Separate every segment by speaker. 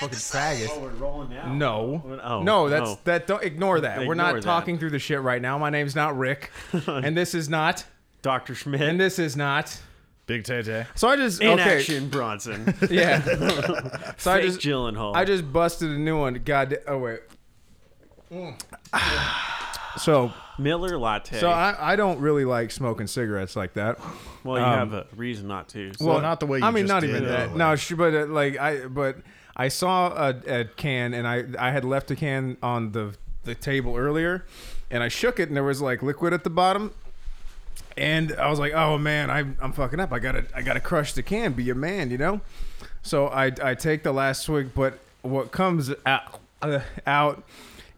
Speaker 1: this.
Speaker 2: Oh, we're rolling now.
Speaker 1: No.
Speaker 2: Oh,
Speaker 1: no, that's
Speaker 2: no.
Speaker 1: that don't ignore that. We're not
Speaker 2: Ignore that.
Speaker 1: talking through the shit right now. My name's not Rick. and this is not
Speaker 2: Dr. Schmidt.
Speaker 1: and this is not.
Speaker 3: Big Tay Tay.
Speaker 1: So I just
Speaker 2: in
Speaker 1: okay.
Speaker 2: action, Bronson.
Speaker 1: Yeah. so I
Speaker 2: Fake
Speaker 1: just
Speaker 2: Gyllenhaal.
Speaker 1: I just busted a new one. God da- oh wait. So
Speaker 2: Miller Latte.
Speaker 1: so I, I don't really like smoking cigarettes like that.
Speaker 2: well, you
Speaker 1: um,
Speaker 2: have a reason not to. so-
Speaker 3: Well, not the way you
Speaker 1: I mean,
Speaker 3: just
Speaker 1: not
Speaker 3: did
Speaker 1: even
Speaker 3: it,
Speaker 1: that.
Speaker 3: though.
Speaker 1: No, sh- but uh, like I, but I saw a, a can, and I I had left a can on the the table earlier, and I shook it, and there was like liquid at the bottom, and I was like, oh man, I'm I'm fucking up. I gotta I gotta crush the can. Be a man, you know. So I I take the last swig, but what comes out uh, out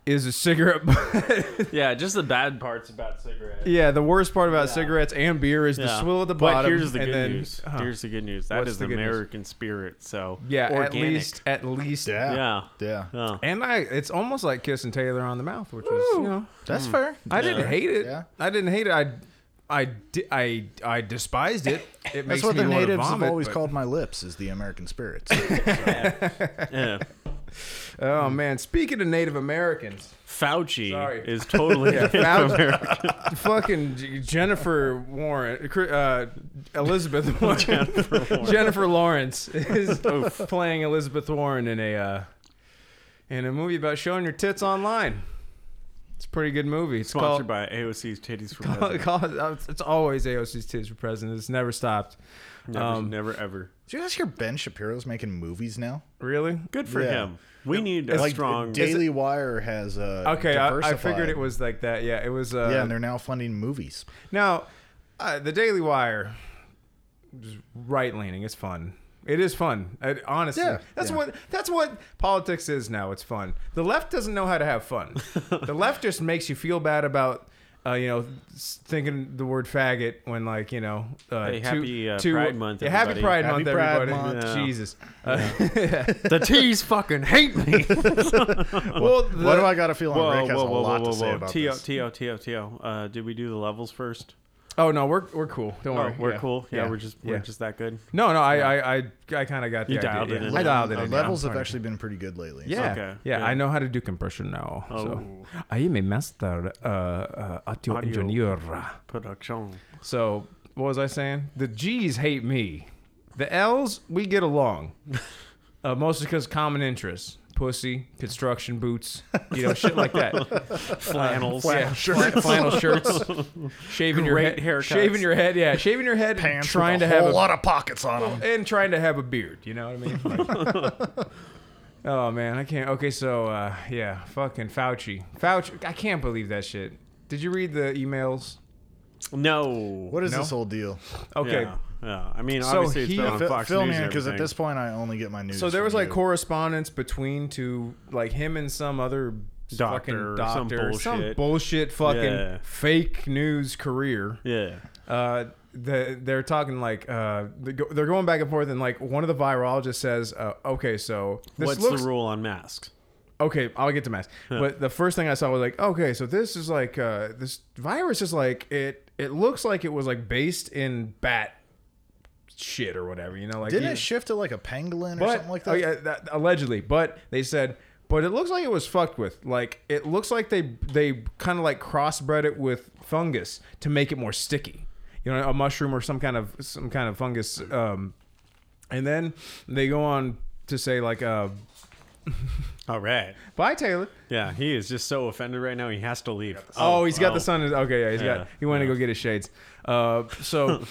Speaker 1: is a cigarette. butt.
Speaker 2: yeah, just the bad parts about cigarettes.
Speaker 1: yeah, the worst part about cigarettes and beer is the
Speaker 2: Yeah.
Speaker 1: swill at the
Speaker 2: but
Speaker 1: bottom.
Speaker 2: here's the
Speaker 1: and
Speaker 2: good
Speaker 1: then-
Speaker 2: news.
Speaker 1: Huh.
Speaker 2: Here's the good news. That
Speaker 1: What's
Speaker 2: is
Speaker 1: the good news?
Speaker 2: American spirit. So
Speaker 1: yeah,
Speaker 2: organic.
Speaker 1: at least at least
Speaker 3: Yeah.
Speaker 2: Yeah.
Speaker 3: Yeah.
Speaker 2: Oh.
Speaker 1: And I, it's almost like kissing Taylor on the mouth, which was, you know,
Speaker 3: That's fair.
Speaker 1: I didn't hate it.
Speaker 3: Yeah.
Speaker 1: I didn't hate it. I, I, di- I, I despised it. It makes
Speaker 3: That's what
Speaker 1: me
Speaker 3: the
Speaker 1: wanna
Speaker 3: natives
Speaker 1: vomit,
Speaker 3: have always
Speaker 1: but-
Speaker 3: called my lips is the American spirits.
Speaker 2: Yeah.
Speaker 1: Oh man, speaking of Native Americans,
Speaker 2: Fauci
Speaker 1: Sorry.
Speaker 2: is totally
Speaker 1: Fauci-
Speaker 2: American.
Speaker 1: fucking J- Jennifer Warren, uh, Elizabeth Warren,
Speaker 2: Jennifer Warren.
Speaker 1: Jennifer Lawrence is oh, playing Elizabeth Warren in a, uh, in a movie about showing your tits online. It's a pretty good movie. It's called
Speaker 2: Sponsored by AOC's Titties for
Speaker 1: Call-
Speaker 2: President.
Speaker 1: call- it's always AOC's tits for president. It's never stopped.
Speaker 2: Never,
Speaker 1: um,
Speaker 2: never ever.
Speaker 3: Did you guys hear Ben Shapiro's making movies now?
Speaker 1: Really?
Speaker 2: Good for
Speaker 3: yeah.
Speaker 2: him. We need a
Speaker 3: like
Speaker 2: strong.
Speaker 3: Daily Wire has uh,
Speaker 1: Okay, I, I
Speaker 3: diversified.
Speaker 1: figured it was like that. Yeah, it was. Uh,
Speaker 3: yeah, and they're now funding movies.
Speaker 1: now, uh, the Daily Wire, right leaning. It's fun. It is fun. I, honestly,
Speaker 3: Yeah,
Speaker 1: that's
Speaker 3: yeah.
Speaker 1: what that's what politics is now. It's fun. The left doesn't know how to have fun. the left just makes you feel bad about. Uh, you know, s- thinking the word faggot when like you know, uh,
Speaker 2: Hey,
Speaker 1: two-
Speaker 2: happy, uh,
Speaker 1: two-
Speaker 2: Pride Month,
Speaker 1: yeah, happy
Speaker 2: everybody.
Speaker 1: Pride
Speaker 3: Happy
Speaker 1: Month,
Speaker 3: Pride
Speaker 1: everybody.
Speaker 3: Month.
Speaker 2: Yeah.
Speaker 1: Jesus, Uh,
Speaker 2: the T's fucking hate me.
Speaker 1: well, the,
Speaker 3: what do I got to feel? on
Speaker 2: Whoa,
Speaker 3: Rick has
Speaker 2: whoa,
Speaker 3: a
Speaker 2: whoa,
Speaker 3: lot
Speaker 2: whoa,
Speaker 3: to say
Speaker 2: whoa, whoa.
Speaker 3: about
Speaker 2: T-O,
Speaker 3: this.
Speaker 2: T-O, T-O, T-O. Uh, did we do the levels first?
Speaker 1: Oh no, we're we're cool. Don't
Speaker 2: Oh,
Speaker 1: worry.
Speaker 2: we're
Speaker 1: Yeah.
Speaker 2: cool. Yeah,
Speaker 1: Yeah.
Speaker 2: we're just we're
Speaker 1: Yeah.
Speaker 2: just that good.
Speaker 1: No, no, I I I, I kind of got the
Speaker 2: You
Speaker 1: idea.
Speaker 2: dialed it
Speaker 1: yeah.
Speaker 2: in.
Speaker 1: I dialed it
Speaker 3: Uh,
Speaker 1: in.
Speaker 3: levels
Speaker 1: yeah.
Speaker 3: have actually been pretty good lately. so-
Speaker 1: Yeah.
Speaker 2: Okay,
Speaker 1: yeah,
Speaker 2: yeah. Oh.
Speaker 1: I know how to do compression now. So I am a master uh, uh, audio,
Speaker 2: Audio.
Speaker 1: engineer.
Speaker 2: Production.
Speaker 1: So what was I saying? The G's hate me. The L's we get along. Uh, mostly because common interests: pussy, construction boots, you know, shit like that.
Speaker 2: Flannels.
Speaker 1: Yeah, flan- flannel shirts, shaving your head,
Speaker 2: Great haircuts.
Speaker 1: shaving your head, yeah, shaving your head,
Speaker 3: Pants with
Speaker 1: trying
Speaker 3: a
Speaker 1: to have
Speaker 3: whole
Speaker 1: a
Speaker 3: lot of pockets on them.
Speaker 1: and trying to have a beard. You know what I mean? Like- oh man, I can't. Okay, so uh, yeah, fucking Fauci, Fauci. I can't believe that shit. Did you read the emails?
Speaker 2: No.
Speaker 3: What is
Speaker 1: No?
Speaker 3: this whole deal?
Speaker 1: Okay.
Speaker 2: Yeah, yeah. I mean,
Speaker 1: So
Speaker 2: obviously it's
Speaker 1: he-
Speaker 2: been
Speaker 1: Yeah,
Speaker 2: on
Speaker 3: Fi-
Speaker 2: Fox
Speaker 3: Uh, fill
Speaker 2: News
Speaker 3: me in
Speaker 2: because
Speaker 3: because at this point I only get my news.
Speaker 1: So there was
Speaker 3: from
Speaker 1: like
Speaker 3: you.
Speaker 1: correspondence between two, like him and some other
Speaker 2: Doctor
Speaker 1: fucking
Speaker 2: or some
Speaker 1: doctor,
Speaker 2: bullshit.
Speaker 1: bullshit fucking
Speaker 2: Yeah.
Speaker 1: fake news career.
Speaker 2: yeah,
Speaker 1: uh, the, they're talking like uh, they go- they're going back and forth, and like one of the virologists says, uh, "Okay, so this
Speaker 2: what's
Speaker 1: looks
Speaker 2: the rule on masks?
Speaker 1: okay, I'll get to mass. But the first thing I saw was like, okay, so this is like uh, this virus is like it. It looks like it was like based in bat shit or whatever, you know, like
Speaker 3: Didn't
Speaker 1: you-
Speaker 3: it shift to like a pangolin or
Speaker 1: but
Speaker 3: something like that?
Speaker 1: oh yeah, that, allegedly. But they said, but it looks like it was fucked with. Like it looks like they they kind of like crossbred it with fungus to make it more sticky. You know, a mushroom or some kind of some kind of fungus. Um, and then they go on to say like, uh,
Speaker 2: All right.
Speaker 1: bye Taylor.
Speaker 2: Yeah, he is just so offended right now. He has to leave.
Speaker 1: Oh, he's got the sun. in- Okay, yeah, he's
Speaker 2: Yeah,
Speaker 1: got. He went to go get his shades. Uh, so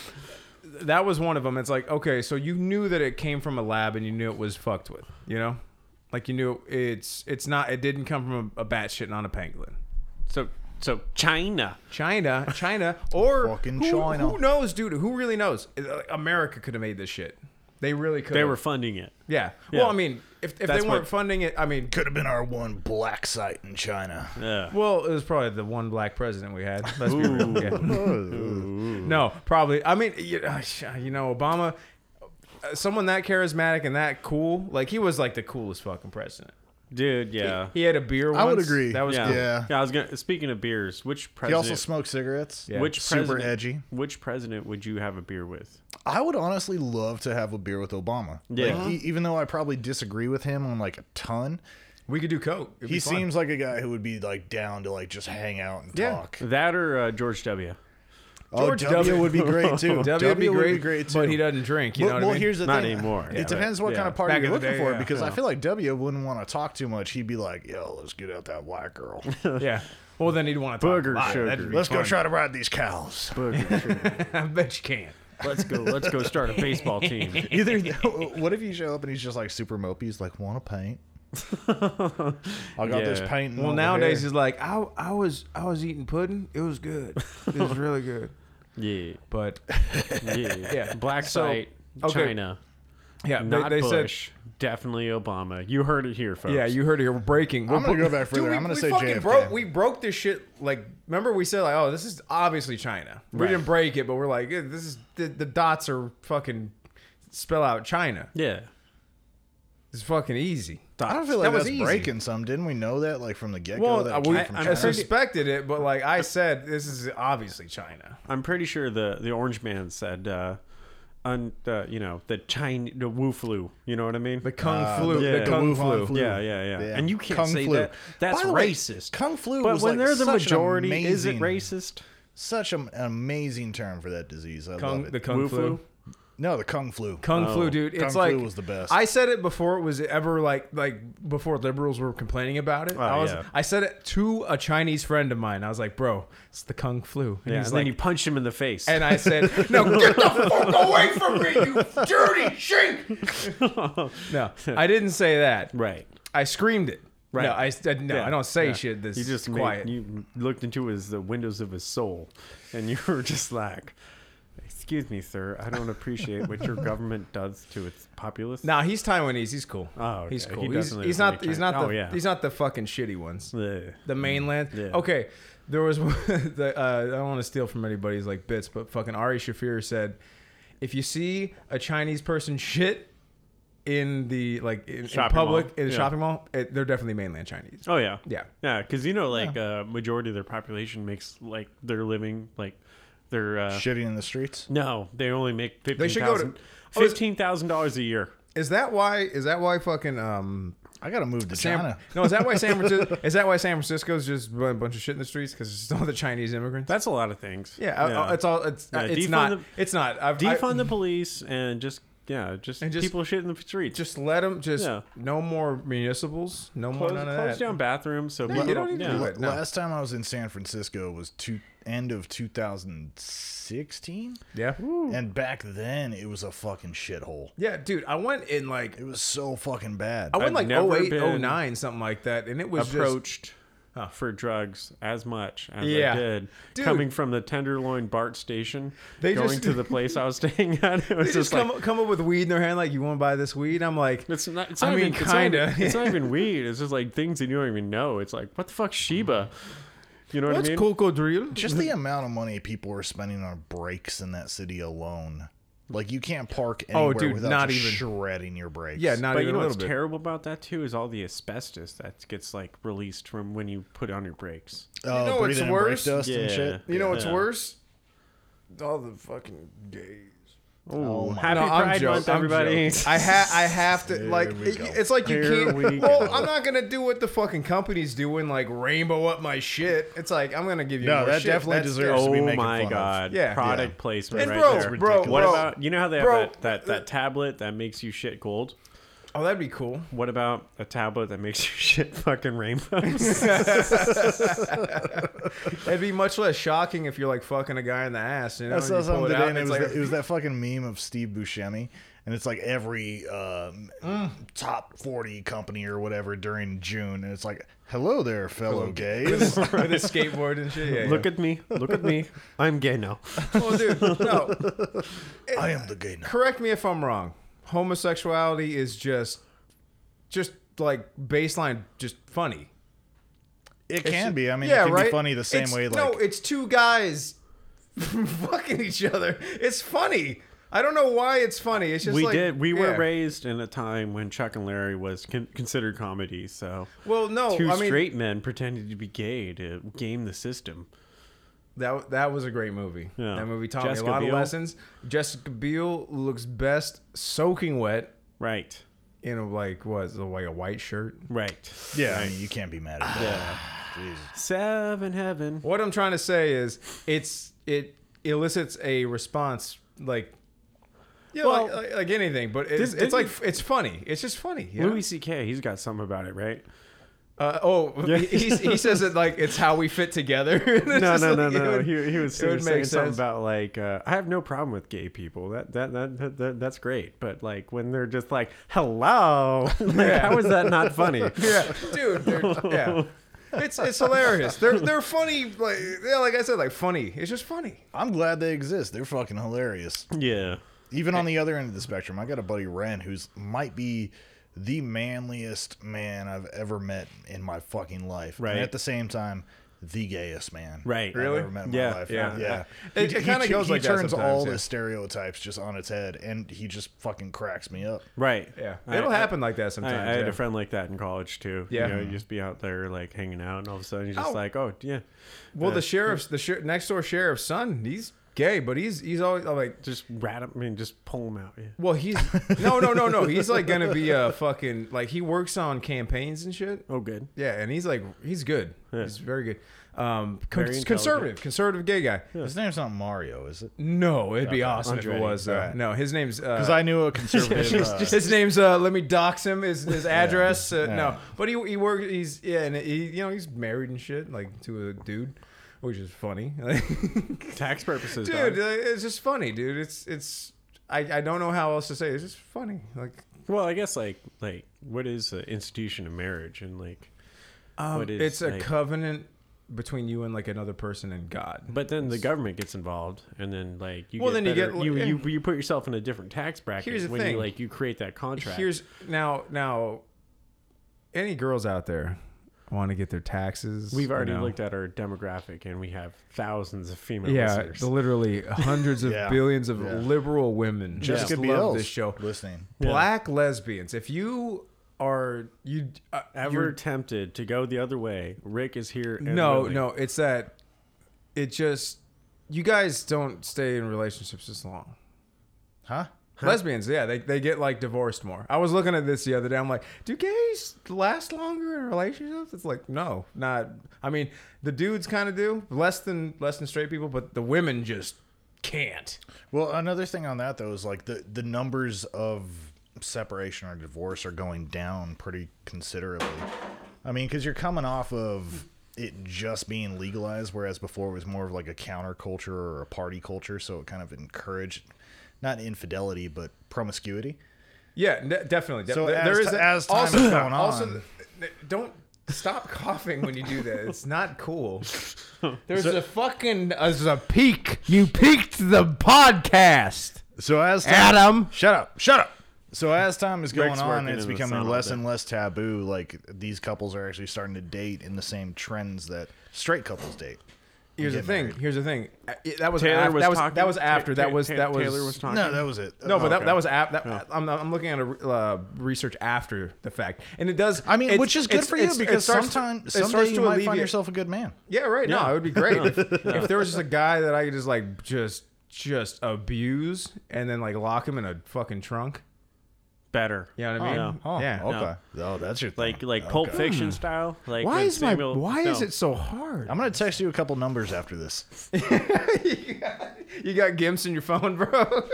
Speaker 1: that was one of them. It's like, okay, so you knew that it came from a lab and you knew it was fucked with. You know, like you knew it's it's not. It didn't come from a, a bat shitting on a pangolin.
Speaker 2: So, so China.
Speaker 1: China, China, or
Speaker 3: Fucking
Speaker 1: who,
Speaker 3: China.
Speaker 1: Who knows, dude? Who really knows? Uh, America could have made this shit. They really could.
Speaker 2: They were funding it.
Speaker 1: yeah.
Speaker 2: yeah.
Speaker 1: Well, I mean, if, if they
Speaker 2: That's
Speaker 1: weren't
Speaker 2: what-
Speaker 1: funding it, I mean,
Speaker 3: Could have been our one black site in China.
Speaker 2: Yeah.
Speaker 1: well, it was probably the one black president we had. Let's be real. Yeah.
Speaker 3: Ooh.
Speaker 1: No, probably. I mean, you you know, Obama, uh, someone that charismatic and that cool, like he was like the coolest fucking president.
Speaker 2: Dude, yeah.
Speaker 1: He had a beer. Once.
Speaker 3: I would agree.
Speaker 1: That was
Speaker 2: yeah.
Speaker 1: cool.
Speaker 3: Yeah.
Speaker 2: I was gonna. Speaking of beers, which
Speaker 3: He
Speaker 2: president?
Speaker 3: also smoked cigarettes.
Speaker 1: Yeah.
Speaker 2: Which
Speaker 3: Super
Speaker 2: president,
Speaker 3: edgy.
Speaker 2: Which president would you have a beer with?
Speaker 3: I would honestly love to have a beer with Obama.
Speaker 2: Yeah.
Speaker 3: Like, e- even though I probably disagree with him on like a ton,
Speaker 1: We could do coke. It'd
Speaker 3: he
Speaker 1: be fun.
Speaker 3: seems like a guy who would be like down to like just hang out and
Speaker 1: Yeah.
Speaker 3: talk.
Speaker 2: That or uh, George W.
Speaker 3: Oh,
Speaker 1: George
Speaker 3: W, would be great too.
Speaker 1: W would be great,
Speaker 3: too.
Speaker 1: but he doesn't drink. You
Speaker 3: well,
Speaker 1: know what
Speaker 3: well,
Speaker 1: I mean?
Speaker 3: here's the
Speaker 2: Not
Speaker 3: thing.
Speaker 2: anymore. Yeah,
Speaker 3: it depends what
Speaker 2: but-
Speaker 3: kind
Speaker 2: yeah.
Speaker 3: of party
Speaker 1: Back
Speaker 3: you're
Speaker 1: in the
Speaker 3: looking
Speaker 1: day,
Speaker 3: for
Speaker 1: yeah.
Speaker 3: because I feel like W wouldn't want to talk too much. He'd be like, "Yo, let's get out that white girl.
Speaker 1: yeah. Well, then he'd want to talk.
Speaker 2: Booger
Speaker 1: a lot. That'd
Speaker 2: sugar.
Speaker 1: be
Speaker 3: let's go
Speaker 1: fun.
Speaker 3: try to ride these cows."
Speaker 1: I bet you can.
Speaker 3: Oh,
Speaker 2: Let's go. Let's go start a baseball team.
Speaker 3: Either what if you show up and he's just like super mopey? He's like, "Want to paint? I got this
Speaker 2: Yeah.
Speaker 3: paint."
Speaker 1: Well, nowadays he's like, I, I was I was eating pudding. It was good. It was really good.
Speaker 2: Yeah,
Speaker 1: But
Speaker 2: yeah,
Speaker 1: Yeah.
Speaker 2: Black
Speaker 1: So,
Speaker 2: site,
Speaker 1: okay.
Speaker 2: China,
Speaker 1: yeah, they-
Speaker 2: not
Speaker 1: they, said.
Speaker 2: Bush, definitely Obama. You heard it here, folks.
Speaker 1: Yeah, you heard it. here. We're breaking. We're
Speaker 3: I'm gonna
Speaker 1: bro-
Speaker 3: go back further.
Speaker 1: Dude, we,
Speaker 3: I'm gonna
Speaker 1: we
Speaker 3: say
Speaker 1: fucking
Speaker 3: JFK.
Speaker 1: broke. We broke this shit. Like, remember we said like, oh, this is obviously China. We
Speaker 2: Right.
Speaker 1: didn't break it, but we're like, eh, this is the, the dots are fucking spell out China.
Speaker 2: yeah.
Speaker 1: It's fucking easy.
Speaker 3: I don't feel
Speaker 1: That
Speaker 3: like
Speaker 1: was
Speaker 3: that's
Speaker 1: easy.
Speaker 3: breaking some. Didn't we know that like from the get go?
Speaker 1: Well,
Speaker 3: that
Speaker 1: I,
Speaker 3: it
Speaker 1: we,
Speaker 3: came from
Speaker 1: I
Speaker 3: China?
Speaker 1: suspected it, but like I said, this is obviously China.
Speaker 2: I'm pretty sure the the Orange Man said, uh, un, uh, you know, the China, the Wu flu. You know what I mean?
Speaker 1: The Kung
Speaker 3: Uh,
Speaker 1: Flu.
Speaker 2: yeah.
Speaker 1: The
Speaker 2: The
Speaker 1: Kung
Speaker 3: Wuhan
Speaker 1: Flu.
Speaker 3: flu.
Speaker 2: Yeah, yeah, yeah,
Speaker 3: Yeah.
Speaker 2: And you can't
Speaker 3: Kung
Speaker 2: say
Speaker 3: flu.
Speaker 2: that. That's
Speaker 3: By the way,
Speaker 2: racist.
Speaker 3: Kung flu
Speaker 2: But
Speaker 3: was,
Speaker 2: when
Speaker 3: like,
Speaker 2: they're the
Speaker 3: such an
Speaker 2: majority, is it
Speaker 3: amazing-
Speaker 2: racist?
Speaker 3: Such an amazing term for that disease. I
Speaker 1: Kung,
Speaker 3: love
Speaker 1: the
Speaker 3: it.
Speaker 1: Kung
Speaker 2: Wu
Speaker 1: Flu.
Speaker 2: flu?
Speaker 3: No, the Kung flu.
Speaker 1: Kung
Speaker 2: Oh.
Speaker 1: Flu, dude. It's
Speaker 3: Kung
Speaker 1: like
Speaker 3: Flu was the best.
Speaker 1: I said it before it was ever like like before liberals were complaining about it. I was
Speaker 2: Oh, yeah.
Speaker 1: I said it to a Chinese friend of mine. I was like, bro, it's the Kung Flu. And
Speaker 2: Yeah. And
Speaker 1: he's
Speaker 2: then
Speaker 1: like,
Speaker 2: you punch him in the face.
Speaker 1: and I said, no, get the fuck away from me, you dirty shink. no, I didn't say that.
Speaker 2: right.
Speaker 1: I screamed it.
Speaker 2: Right.
Speaker 1: No, I, I- no,
Speaker 2: Yeah,
Speaker 1: I don't say
Speaker 2: yeah.
Speaker 1: shit. This
Speaker 2: you just made-
Speaker 1: quiet.
Speaker 2: you looked into his the windows of his soul, and you were just like, "Excuse me, sir, I don't appreciate what your government does to its populace."
Speaker 1: Nah, he's Taiwanese. He's cool.
Speaker 2: Oh, okay.
Speaker 1: he's
Speaker 2: He
Speaker 1: cool. he's,
Speaker 2: definitely
Speaker 1: he's
Speaker 2: doesn't
Speaker 1: not.
Speaker 2: like
Speaker 1: He's
Speaker 2: China.
Speaker 1: not the.
Speaker 2: Oh, yeah.
Speaker 1: He's not the fucking shitty ones.
Speaker 2: Ugh.
Speaker 1: The mainland.
Speaker 2: Mm-hmm. Yeah.
Speaker 1: Okay, there was. the, uh, I don't want to steal from anybody's like bits, but fucking Ari Shafir said, if you see a Chinese person shit in the like in, in
Speaker 2: Shopping
Speaker 1: public
Speaker 2: mall.
Speaker 1: in the
Speaker 2: Yeah.
Speaker 1: shopping mall, it, they're definitely mainland Chinese.
Speaker 2: Oh yeah,
Speaker 1: Yeah.
Speaker 2: yeah. Because you know, like uh, majority of their population makes like their living like their uh,
Speaker 3: Shitting in the streets.
Speaker 2: no, they only make fifteen
Speaker 1: should go to-
Speaker 2: thousand
Speaker 1: Oh, it's-
Speaker 2: fifteen thousand dollars a year.
Speaker 1: Is that why? Is that why fucking um
Speaker 3: I gotta move to
Speaker 1: Sam-
Speaker 3: China.
Speaker 1: no, is that why San Francisco? is that why San Francisco's just a bunch of shit in the streets because it's all the Chinese immigrants?
Speaker 2: That's a lot of things.
Speaker 1: yeah, I- I- it's all it's
Speaker 2: Yeah,
Speaker 1: it's
Speaker 2: defund
Speaker 1: not
Speaker 2: the-
Speaker 1: it's not I've, I-
Speaker 2: uh, defund the police and just yeah, just,
Speaker 1: And just-
Speaker 2: people shit in the streets.
Speaker 1: Just let them. Just
Speaker 2: Yeah.
Speaker 1: no more municipals. No more
Speaker 2: close,
Speaker 1: none of
Speaker 2: close
Speaker 1: that.
Speaker 2: down bathrooms. So
Speaker 1: you
Speaker 2: people
Speaker 1: don't even do
Speaker 2: yeah.
Speaker 1: it. no.
Speaker 3: Last time I was in San Francisco was two end of 2016,
Speaker 1: Yeah,
Speaker 3: and back then it was a fucking shithole.
Speaker 1: yeah, dude. I went in like
Speaker 3: It was so fucking bad.
Speaker 1: I went
Speaker 2: I've
Speaker 1: like
Speaker 2: never
Speaker 1: 08,
Speaker 2: been
Speaker 1: 09, something like that, and it was just
Speaker 2: approached uh, for drugs as much as
Speaker 1: Yeah.
Speaker 2: I did
Speaker 1: Dude.
Speaker 2: coming from the Tenderloin BART station.
Speaker 1: They
Speaker 2: going
Speaker 1: just-
Speaker 2: to the place I was staying at. It
Speaker 1: they
Speaker 2: was
Speaker 1: just
Speaker 2: just
Speaker 1: come
Speaker 2: like
Speaker 1: come up with weed in their hand like you want to buy this weed. I'm like,
Speaker 2: it's not. It's
Speaker 1: I
Speaker 2: not
Speaker 1: mean,
Speaker 2: even, it's not even-
Speaker 1: kinda.
Speaker 2: It's not even weed. It's just like things that you don't even know. It's like what the fuck, Sheba. You know what
Speaker 1: what's
Speaker 2: I mean?
Speaker 1: cocodrilo?
Speaker 3: Just the amount of money people were spending on brakes in that city alone. Like you can't park anywhere
Speaker 1: Oh, dude,
Speaker 3: without
Speaker 1: not
Speaker 3: just
Speaker 1: even-
Speaker 3: shredding your brakes.
Speaker 1: Yeah, not
Speaker 2: But
Speaker 1: even
Speaker 2: you
Speaker 1: a
Speaker 2: know what's
Speaker 1: little bit.
Speaker 2: terrible about that too is all the asbestos that gets like released from when you put on your brakes.
Speaker 3: Oh,
Speaker 1: know what's
Speaker 3: breathing in brake
Speaker 1: worse?
Speaker 3: dust and
Speaker 2: Yeah.
Speaker 3: shit.
Speaker 1: you know what's
Speaker 2: Yeah.
Speaker 1: worse? All the fucking gays.
Speaker 2: Oh,
Speaker 3: my-
Speaker 2: happy
Speaker 1: No, I'm
Speaker 2: Pride
Speaker 1: joking.
Speaker 2: Month,
Speaker 1: I'm
Speaker 2: everybody!
Speaker 1: joking. I ha I have to
Speaker 3: Here
Speaker 1: like
Speaker 3: we
Speaker 1: it,
Speaker 3: go.
Speaker 1: it's like you
Speaker 2: Here we
Speaker 1: can't. Well,
Speaker 2: go.
Speaker 1: I'm not gonna do what the fucking company's doing, like rainbow up my shit. It's like I'm gonna give you
Speaker 3: No,
Speaker 1: more
Speaker 3: that
Speaker 1: shit.
Speaker 3: definitely
Speaker 1: That's-
Speaker 3: deserves- to be
Speaker 2: Oh
Speaker 3: making
Speaker 2: my
Speaker 3: fun of.
Speaker 2: god!
Speaker 1: Yeah.
Speaker 2: product placement,
Speaker 1: And
Speaker 2: right
Speaker 1: bro,
Speaker 2: there.
Speaker 1: bro,
Speaker 2: What
Speaker 1: bro,
Speaker 2: about you know how they have
Speaker 1: bro.
Speaker 2: that, that that tablet that makes you shit gold?
Speaker 1: Oh, that'd be cool.
Speaker 2: What about a tablet that makes you shit fucking rainbows?
Speaker 1: It'd be much less shocking if you're like fucking a guy in the ass. You know,
Speaker 3: I
Speaker 1: and
Speaker 3: saw
Speaker 1: you pull
Speaker 3: something
Speaker 1: it out
Speaker 3: today, and
Speaker 1: and
Speaker 3: it was,
Speaker 1: it's like-
Speaker 3: that, it was that fucking meme of Steve Buscemi, and it's like every um,
Speaker 1: Mm.
Speaker 3: top forty company or whatever during June, and it's like, "Hello there, fellow gays."
Speaker 1: with a skateboard and shit. Yeah, yeah.
Speaker 2: look at me, look at me. I'm gay now.
Speaker 1: well, dude, no.
Speaker 3: I am the gay. Now.
Speaker 1: Correct me if I'm wrong. Homosexuality is just, just like baseline, just funny.
Speaker 3: It can be. I mean,
Speaker 1: yeah,
Speaker 3: it can
Speaker 1: right?
Speaker 3: be funny the same
Speaker 1: It's-
Speaker 3: way. Like,
Speaker 1: no, it's two guys fucking each other. It's funny. I don't know why it's funny. It's just
Speaker 2: we
Speaker 1: like,
Speaker 2: did. We were
Speaker 1: yeah.
Speaker 2: raised in a time when Chuck and Larry was con- considered comedy. So
Speaker 1: Well, no,
Speaker 2: two
Speaker 1: I mean,
Speaker 2: straight men pretending to be gay to game the system.
Speaker 1: That that was a great movie.
Speaker 2: Yeah.
Speaker 1: That movie taught
Speaker 2: Jessica
Speaker 1: me a lot
Speaker 2: Biel?
Speaker 1: of lessons. Jessica Biel looks best soaking wet
Speaker 2: Right.
Speaker 1: in a, like what like a white shirt.
Speaker 2: Right.
Speaker 3: Yeah, I mean, you can't be mad at that. Jesus.
Speaker 2: Seven heaven.
Speaker 1: What I'm trying to say is it's it elicits a response like yeah,
Speaker 2: Well,
Speaker 1: like, like, like anything, but it's,
Speaker 2: didn't
Speaker 1: it's like it's funny. It's just funny. you know?
Speaker 2: Louis C.K. He's got something about it, right?
Speaker 1: Uh, oh,
Speaker 2: Yeah.
Speaker 1: he, he's- he says it like it's how we fit together. no,
Speaker 2: No, no, no, no. he, he was,
Speaker 1: it
Speaker 2: he
Speaker 1: would
Speaker 2: was
Speaker 1: make
Speaker 2: saying something
Speaker 1: sense.
Speaker 2: about like uh, I have no problem with gay people. That that, that that that that's great. But like when they're just like hello, like,
Speaker 1: Yeah.
Speaker 2: how is that not funny?
Speaker 1: yeah, dude. they're- Yeah, it's it's hilarious. They're they're funny. Like yeah, like I said, like funny. It's just funny.
Speaker 3: I'm glad they exist. They're fucking hilarious.
Speaker 2: Yeah.
Speaker 3: Even on the other end of the spectrum, I got a buddy Ren who's might be the manliest man I've ever met in my fucking life.
Speaker 2: Right.
Speaker 3: And at the same time, the gayest man.
Speaker 2: Right.
Speaker 3: I've
Speaker 1: Really?
Speaker 3: ever met in
Speaker 2: Yeah,
Speaker 3: my life.
Speaker 2: yeah.
Speaker 3: Yeah.
Speaker 1: It- it kinda
Speaker 3: he-
Speaker 1: goes
Speaker 3: he
Speaker 1: like that
Speaker 3: turns
Speaker 1: sometimes,
Speaker 3: all
Speaker 1: yeah.
Speaker 3: the stereotypes just on its head and he just fucking cracks me up.
Speaker 2: Right.
Speaker 1: Yeah,
Speaker 2: I-
Speaker 1: it'll
Speaker 2: I-
Speaker 1: happen like that
Speaker 2: I,
Speaker 1: sometimes.
Speaker 2: I had
Speaker 1: yeah.
Speaker 2: a friend like that in college too.
Speaker 1: Yeah.
Speaker 2: You know, you just be out there like hanging out, and all of a sudden you're just
Speaker 1: Oh.
Speaker 2: like, oh yeah,
Speaker 1: Well,
Speaker 2: Yeah.
Speaker 1: the sheriff's the sher- next door sheriff's son. He's gay, but he's he's always like.
Speaker 2: just rat him. I mean, just pull him out. Yeah.
Speaker 1: Well, he's no, no, no, no. He's like gonna be a fucking like he works on campaigns and shit.
Speaker 2: Oh, good.
Speaker 1: Yeah, and he's like he's good.
Speaker 2: Yeah.
Speaker 1: He's very good. Um, con-
Speaker 2: Very
Speaker 1: conservative, conservative gay guy.
Speaker 3: His name's not Mario, is it?
Speaker 1: No, it'd be awesome if
Speaker 2: Andretti.
Speaker 1: it was. though.
Speaker 3: Alright.
Speaker 1: No, his name's
Speaker 3: Because
Speaker 1: uh,
Speaker 3: I knew a conservative.
Speaker 2: She's
Speaker 3: uh,
Speaker 2: just-
Speaker 1: his name's uh, let me dox him. His his address. Uh,
Speaker 3: Yeah.
Speaker 1: No, but he he works. He's yeah, and he you know he's married and shit like to a dude, which is funny.
Speaker 2: Tax purposes,
Speaker 1: dude
Speaker 2: dog.
Speaker 1: uh, it's just funny dude it's it's I, I don't know how else to say it. it's just funny like
Speaker 2: Well, I guess like like what is the institution of marriage and like what is
Speaker 1: it's a
Speaker 2: like-
Speaker 1: covenant between you and like another person and god
Speaker 2: But then the government gets involved, and then like you
Speaker 1: Well,
Speaker 2: get
Speaker 1: then you
Speaker 2: better-
Speaker 1: get-
Speaker 2: you,
Speaker 1: yeah.
Speaker 2: you you put yourself in a different tax bracket
Speaker 1: Here's the
Speaker 2: when
Speaker 1: thing.
Speaker 2: you like you create that contract.
Speaker 1: here's now now any girls out there want to get their taxes
Speaker 2: We've already
Speaker 1: you know?
Speaker 2: looked at our demographic, and we have thousands of female
Speaker 1: yeah
Speaker 2: listeners.
Speaker 1: literally hundreds of
Speaker 3: Yeah.
Speaker 1: billions of
Speaker 3: Yeah.
Speaker 1: liberal women
Speaker 3: Jessica
Speaker 1: just
Speaker 3: Biel's
Speaker 1: love this show
Speaker 3: uh, Listening.
Speaker 1: black lesbians if you are you uh,
Speaker 2: Ever
Speaker 1: you're-
Speaker 2: tempted to go the other way? Rick is here. And
Speaker 1: no
Speaker 2: willing.
Speaker 1: no it's that it just you guys don't stay in relationships this long
Speaker 3: Huh?
Speaker 1: lesbians yeah they, they get like divorced more i was looking at this the other day i'm like do gays last longer in relationships it's like no not i mean the dudes kind of do less than less than straight people but the women just can't
Speaker 3: Well, another thing on that though is like the the numbers of separation or divorce are going down pretty considerably. I mean, because you're coming off of it just being legalized, whereas before it was more of like a counterculture or a party culture, so it kind of encouraged not infidelity but promiscuity.
Speaker 1: yeah ne- definitely
Speaker 3: So
Speaker 1: There-
Speaker 3: as
Speaker 1: there is
Speaker 3: ti-
Speaker 1: that-
Speaker 3: as time
Speaker 1: also,
Speaker 3: is going
Speaker 1: also,
Speaker 3: on-
Speaker 1: th- don't stop coughing when you do that it's not cool there's a fucking there's a peak you peaked the podcast
Speaker 3: So as time,
Speaker 1: Adam.
Speaker 3: shut up, shut up. So as time is going
Speaker 2: Rick's
Speaker 3: on,
Speaker 2: working
Speaker 3: it's
Speaker 2: in the
Speaker 3: becoming
Speaker 2: sun all
Speaker 3: less
Speaker 2: day.
Speaker 3: and less taboo. Like these couples are actually starting to date in the same trends that straight couples date.
Speaker 1: Here's the
Speaker 3: Get
Speaker 1: thing.
Speaker 3: married.
Speaker 1: Here's the thing. Uh, it- That was
Speaker 2: Taylor
Speaker 1: af-
Speaker 2: was
Speaker 1: that was
Speaker 2: talking-
Speaker 1: that was after.
Speaker 2: Ta-
Speaker 1: That was
Speaker 2: Ta-
Speaker 1: that was
Speaker 2: Taylor was talking.
Speaker 3: No, that was it.
Speaker 1: no, but that,
Speaker 2: okay.
Speaker 1: that was af- that, I'm, I'm looking at a re- uh, research after the fact, and it does.
Speaker 3: I mean,
Speaker 1: it's-
Speaker 3: which is good
Speaker 1: it's-
Speaker 3: for you
Speaker 1: it's- it
Speaker 3: because
Speaker 1: starts to-
Speaker 3: sometimes
Speaker 1: it
Speaker 3: someday
Speaker 1: starts
Speaker 3: you
Speaker 1: to
Speaker 3: might find
Speaker 1: alleviate-
Speaker 3: yourself a good man.
Speaker 1: Yeah, right. No,
Speaker 2: Yeah.
Speaker 1: it would be great if, if there was just a guy that I could just like just just abuse and then like lock him in a fucking trunk.
Speaker 2: better.
Speaker 1: You know what I mean?
Speaker 2: no.
Speaker 3: Oh,
Speaker 1: Yeah.
Speaker 3: okay. Oh, that's your thing.
Speaker 2: Like like Pulp
Speaker 3: Okay.
Speaker 2: Fiction style. Like
Speaker 1: Why
Speaker 2: when
Speaker 1: is my
Speaker 2: Samuel-
Speaker 1: why is
Speaker 2: no.
Speaker 1: it so hard?
Speaker 3: I'm gonna text you a couple numbers after this.
Speaker 1: you, got, you got gimps in your phone, bro.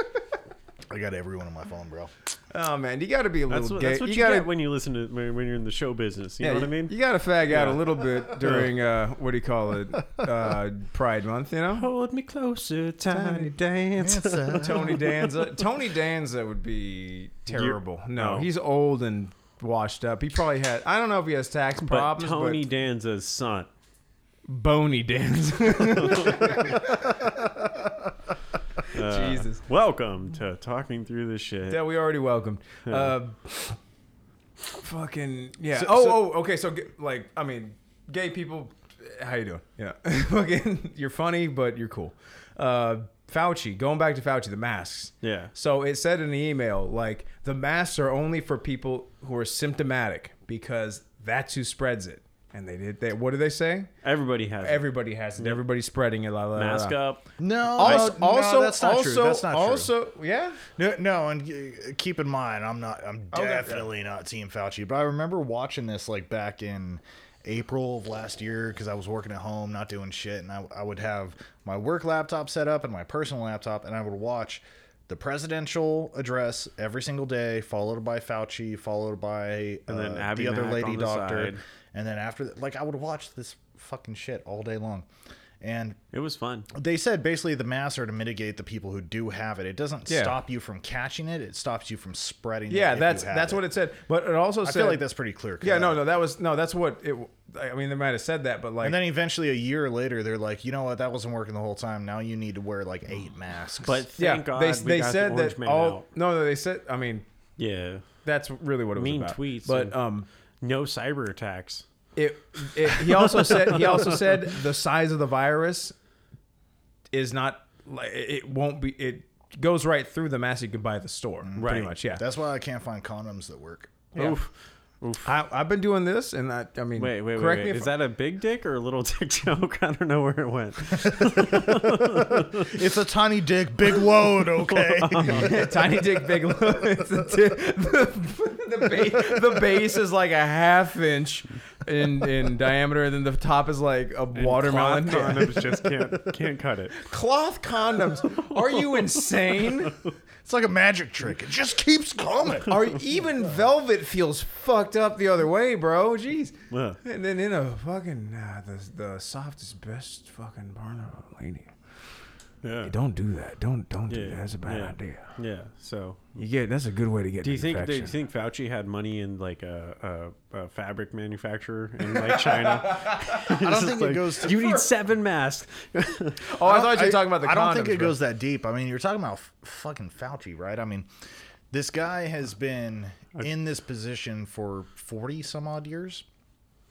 Speaker 3: I got everyone on my phone, bro.
Speaker 1: oh man, you got to be a little
Speaker 2: That's what,
Speaker 1: gay.
Speaker 2: that's what you,
Speaker 1: gotta,
Speaker 2: get when you listen to when, when you're in the show business. You know what I
Speaker 1: you-
Speaker 2: mean?
Speaker 1: You got to fag out
Speaker 2: Yeah.
Speaker 1: a little bit during uh, what do you call it? Uh, Pride Month, you know.
Speaker 2: Hold me closer,
Speaker 1: Tiny
Speaker 2: tiny dance.
Speaker 1: Tony Danza. Tony Danza would be terrible. no,
Speaker 2: no.
Speaker 1: he's old and washed up. He probably had. I don't know if he has tax
Speaker 2: But
Speaker 1: problems.
Speaker 2: Tony Danza's son.
Speaker 1: but Boney Danza.
Speaker 2: Uh,
Speaker 1: Jesus.
Speaker 2: Welcome to talking through this shit.
Speaker 1: that we already welcomed. Uh, fucking yeah.
Speaker 3: So-
Speaker 1: oh,
Speaker 3: so-
Speaker 1: oh, okay. So g- like, I mean, gay people. How you doing? Yeah. Fucking, you're funny, but you're cool. Uh, Fauci. Going back to Fauci, the masks.
Speaker 2: Yeah.
Speaker 1: So it said in the email, like the masks are only for people who are symptomatic because that's who spreads it. And they did. They, what do they say?
Speaker 2: Everybody has. it.
Speaker 1: Everybody has it. Everybody's spreading it. La, la, la,
Speaker 2: Mm. mask
Speaker 1: la.
Speaker 2: up.
Speaker 3: No,
Speaker 1: Also,
Speaker 3: no,
Speaker 1: also,
Speaker 3: that's not
Speaker 1: also,
Speaker 3: true. That's not true.
Speaker 1: also, yeah.
Speaker 3: No, no, and uh, keep in mind, I'm not, I'm
Speaker 1: Okay.
Speaker 3: definitely not Team Fauci. But I remember watching this like back in April of last year because I was working at home, not doing shit, and I, I would have my work laptop set up and my personal laptop, and I would watch the presidential address every single day, followed by Fauci, followed by
Speaker 2: And then
Speaker 3: uh,
Speaker 2: Abby
Speaker 3: the other
Speaker 2: Mack
Speaker 3: lady
Speaker 2: on the
Speaker 3: doctor,
Speaker 2: side.
Speaker 3: and then after, th- like, I would watch this fucking shit all day long, and
Speaker 2: It was fun.
Speaker 3: they said basically the masks are to mitigate the people who do have it. It doesn't
Speaker 1: Yeah.
Speaker 3: stop you from catching it. It stops you from spreading.
Speaker 1: Yeah,
Speaker 3: it
Speaker 1: that's
Speaker 3: if you
Speaker 1: that's what it said. But it also
Speaker 3: I
Speaker 1: said
Speaker 3: feel like that's pretty clear.
Speaker 1: Yeah,
Speaker 3: cut.
Speaker 1: no, no, that was no, that's what it. I mean, they might have said that, but like,
Speaker 3: And then eventually, a year later, they're like, you know what? That wasn't working the whole time. Now you need to wear like eight masks.
Speaker 2: But
Speaker 1: yeah,
Speaker 2: thank God
Speaker 1: they
Speaker 2: we
Speaker 1: they
Speaker 2: got
Speaker 1: said
Speaker 2: the Orange
Speaker 1: that
Speaker 2: Man
Speaker 1: all.
Speaker 2: out.
Speaker 1: No, no, they said. I mean,
Speaker 2: Yeah.
Speaker 1: that's really what it was
Speaker 2: Mean
Speaker 1: about.
Speaker 2: tweets
Speaker 1: but
Speaker 2: and-
Speaker 1: um,
Speaker 2: No cyber attacks.
Speaker 1: it, it he also said he also said the size of the virus is not like it won't be it goes right through the mask you can buy at the store pretty
Speaker 2: Right.
Speaker 1: much yeah.
Speaker 3: that's why I can't find condoms that work.
Speaker 1: Yeah.
Speaker 2: Oof. Oof.
Speaker 1: I, I've been doing this, and I, I mean,
Speaker 2: Wait, wait,
Speaker 1: correct
Speaker 2: wait.
Speaker 1: me
Speaker 2: wait.
Speaker 1: if
Speaker 2: Is that a big dick or a little dick joke? I don't know where it went.
Speaker 3: It's a tiny dick, big load. Okay.
Speaker 1: Tiny dick, big load. It's the, ti- the, the, base, the base is like a half inch in, in diameter, and then the top is like a watermelon.
Speaker 2: Cloth condoms just can't can't cut it.
Speaker 1: Cloth condoms. Are you insane?
Speaker 3: it's like a magic trick. It just keeps coming.
Speaker 1: Are even velvet feels fucked up the other way, bro? Jeez.
Speaker 2: Yeah.
Speaker 1: And then in a fucking uh, the the softest, best fucking part of a lady.
Speaker 2: Yeah.
Speaker 1: Don't do that. Don't don't do
Speaker 2: Yeah,
Speaker 1: that. That's a bad
Speaker 2: yeah.
Speaker 1: idea.
Speaker 2: Yeah. So
Speaker 1: You get that's a good way to get.
Speaker 2: Do you
Speaker 1: an
Speaker 2: think do you
Speaker 1: infection.
Speaker 2: think Fauci had money in like a, a, a fabric manufacturer in like China? I
Speaker 3: don't think it goes to-
Speaker 2: You need seven masks.
Speaker 1: Oh, I, thought you were talking about the.
Speaker 3: I don't think
Speaker 1: condoms,
Speaker 3: it
Speaker 1: bro.
Speaker 3: goes that deep. I mean, you're talking about f- fucking Fauci, right? I mean, this guy has been in this position for 40 some odd years.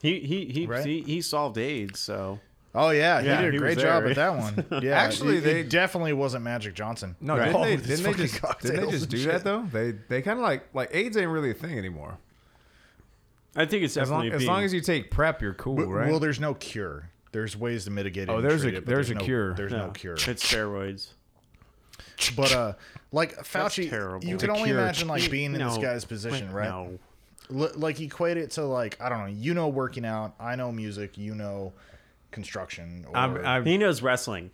Speaker 2: He he he
Speaker 3: Right.
Speaker 2: he, he solved AIDS. So
Speaker 3: Oh yeah,
Speaker 2: Yeah,
Speaker 3: he did a
Speaker 2: he
Speaker 3: great
Speaker 2: was
Speaker 3: job
Speaker 2: there,
Speaker 3: at that one. Yeah,
Speaker 1: Actually,
Speaker 3: it- it
Speaker 1: they-
Speaker 3: definitely wasn't Magic Johnson.
Speaker 1: No,
Speaker 3: Right.
Speaker 1: didn't
Speaker 3: All
Speaker 1: they,
Speaker 3: of these
Speaker 1: didn't they
Speaker 3: fucking
Speaker 1: just didn't they
Speaker 3: cocktails
Speaker 1: just
Speaker 3: and
Speaker 1: do
Speaker 3: shit.
Speaker 1: that though? They they kind of like like AIDS ain't really a thing anymore.
Speaker 2: I think it's
Speaker 1: As long,
Speaker 2: definitely
Speaker 1: as
Speaker 2: being-
Speaker 1: long as you take prep, you're cool,
Speaker 3: But-
Speaker 1: right?
Speaker 3: Well, there's no cure. There's ways to mitigate it.
Speaker 1: Oh,
Speaker 3: and
Speaker 1: there's
Speaker 3: treat
Speaker 1: a-
Speaker 3: it, but
Speaker 1: there's a
Speaker 3: no-
Speaker 1: cure.
Speaker 3: There's
Speaker 2: No,
Speaker 3: no cure.
Speaker 2: It's steroids.
Speaker 3: But uh, like Fauci,
Speaker 2: terrible.
Speaker 3: you can
Speaker 2: To
Speaker 3: only
Speaker 2: cure-
Speaker 3: imagine like being in this
Speaker 2: No.
Speaker 3: guy's position,
Speaker 2: Wait,
Speaker 3: right?
Speaker 2: No.
Speaker 3: L- like equate it to like I don't know. You know working out. I know music. You know construction. Or,
Speaker 1: I'm, I'm,
Speaker 2: He knows wrestling.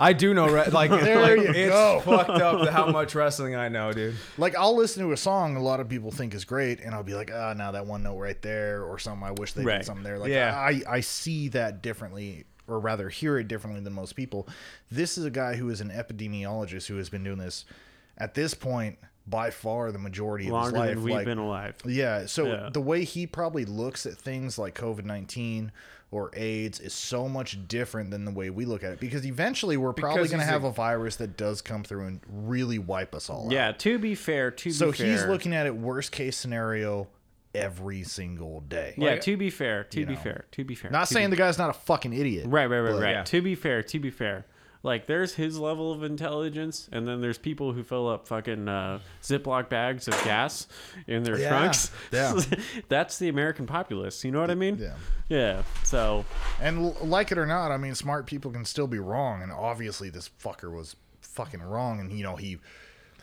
Speaker 1: I do know, re- like,
Speaker 3: There
Speaker 1: like,
Speaker 3: you
Speaker 1: it's
Speaker 3: go.
Speaker 1: fucked up how much wrestling I know, dude.
Speaker 3: like I'll listen to a song a lot of people think is great, and I'll be like, ah, now that one note right there, or something. I wish they
Speaker 2: Right.
Speaker 3: did something there. Like
Speaker 1: Yeah.
Speaker 3: I I see that differently. Or rather, hear it differently than most people. This is a guy who is an epidemiologist who has been doing this at this point by far the majority of
Speaker 2: Longer
Speaker 3: his life.
Speaker 2: than we've
Speaker 3: like,
Speaker 2: been alive.
Speaker 3: Yeah. So
Speaker 2: Yeah.
Speaker 3: the way he probably looks at things like COVID 19 or AIDS is so much different than the way we look at it because eventually we're probably
Speaker 1: Because
Speaker 3: going to
Speaker 1: he's
Speaker 3: have
Speaker 1: a-
Speaker 3: a, virus that does come through and really wipe us all out.
Speaker 2: Yeah. To be fair. To
Speaker 3: So
Speaker 2: be fair.
Speaker 3: he's looking at it worst case scenario every single day.
Speaker 2: Yeah.
Speaker 1: like-
Speaker 2: to be fair. To
Speaker 3: you
Speaker 2: be
Speaker 3: know.
Speaker 2: fair. To be fair.
Speaker 3: Not
Speaker 2: to
Speaker 3: saying the guy's not a fucking idiot.
Speaker 2: Right, right, right,
Speaker 3: But-
Speaker 2: right.
Speaker 1: Yeah.
Speaker 2: To be fair, to be fair, like there's his level of intelligence, and then there's people who fill up fucking uh, Ziploc bags of gas in their
Speaker 3: Yeah,
Speaker 2: trunks.
Speaker 3: yeah.
Speaker 2: that's the American populace. You know what I mean?
Speaker 3: Yeah.
Speaker 2: Yeah. So
Speaker 3: And l- like it or not, I mean, smart people can still be wrong. And obviously, this fucker was fucking wrong. And, you know, he
Speaker 1: no,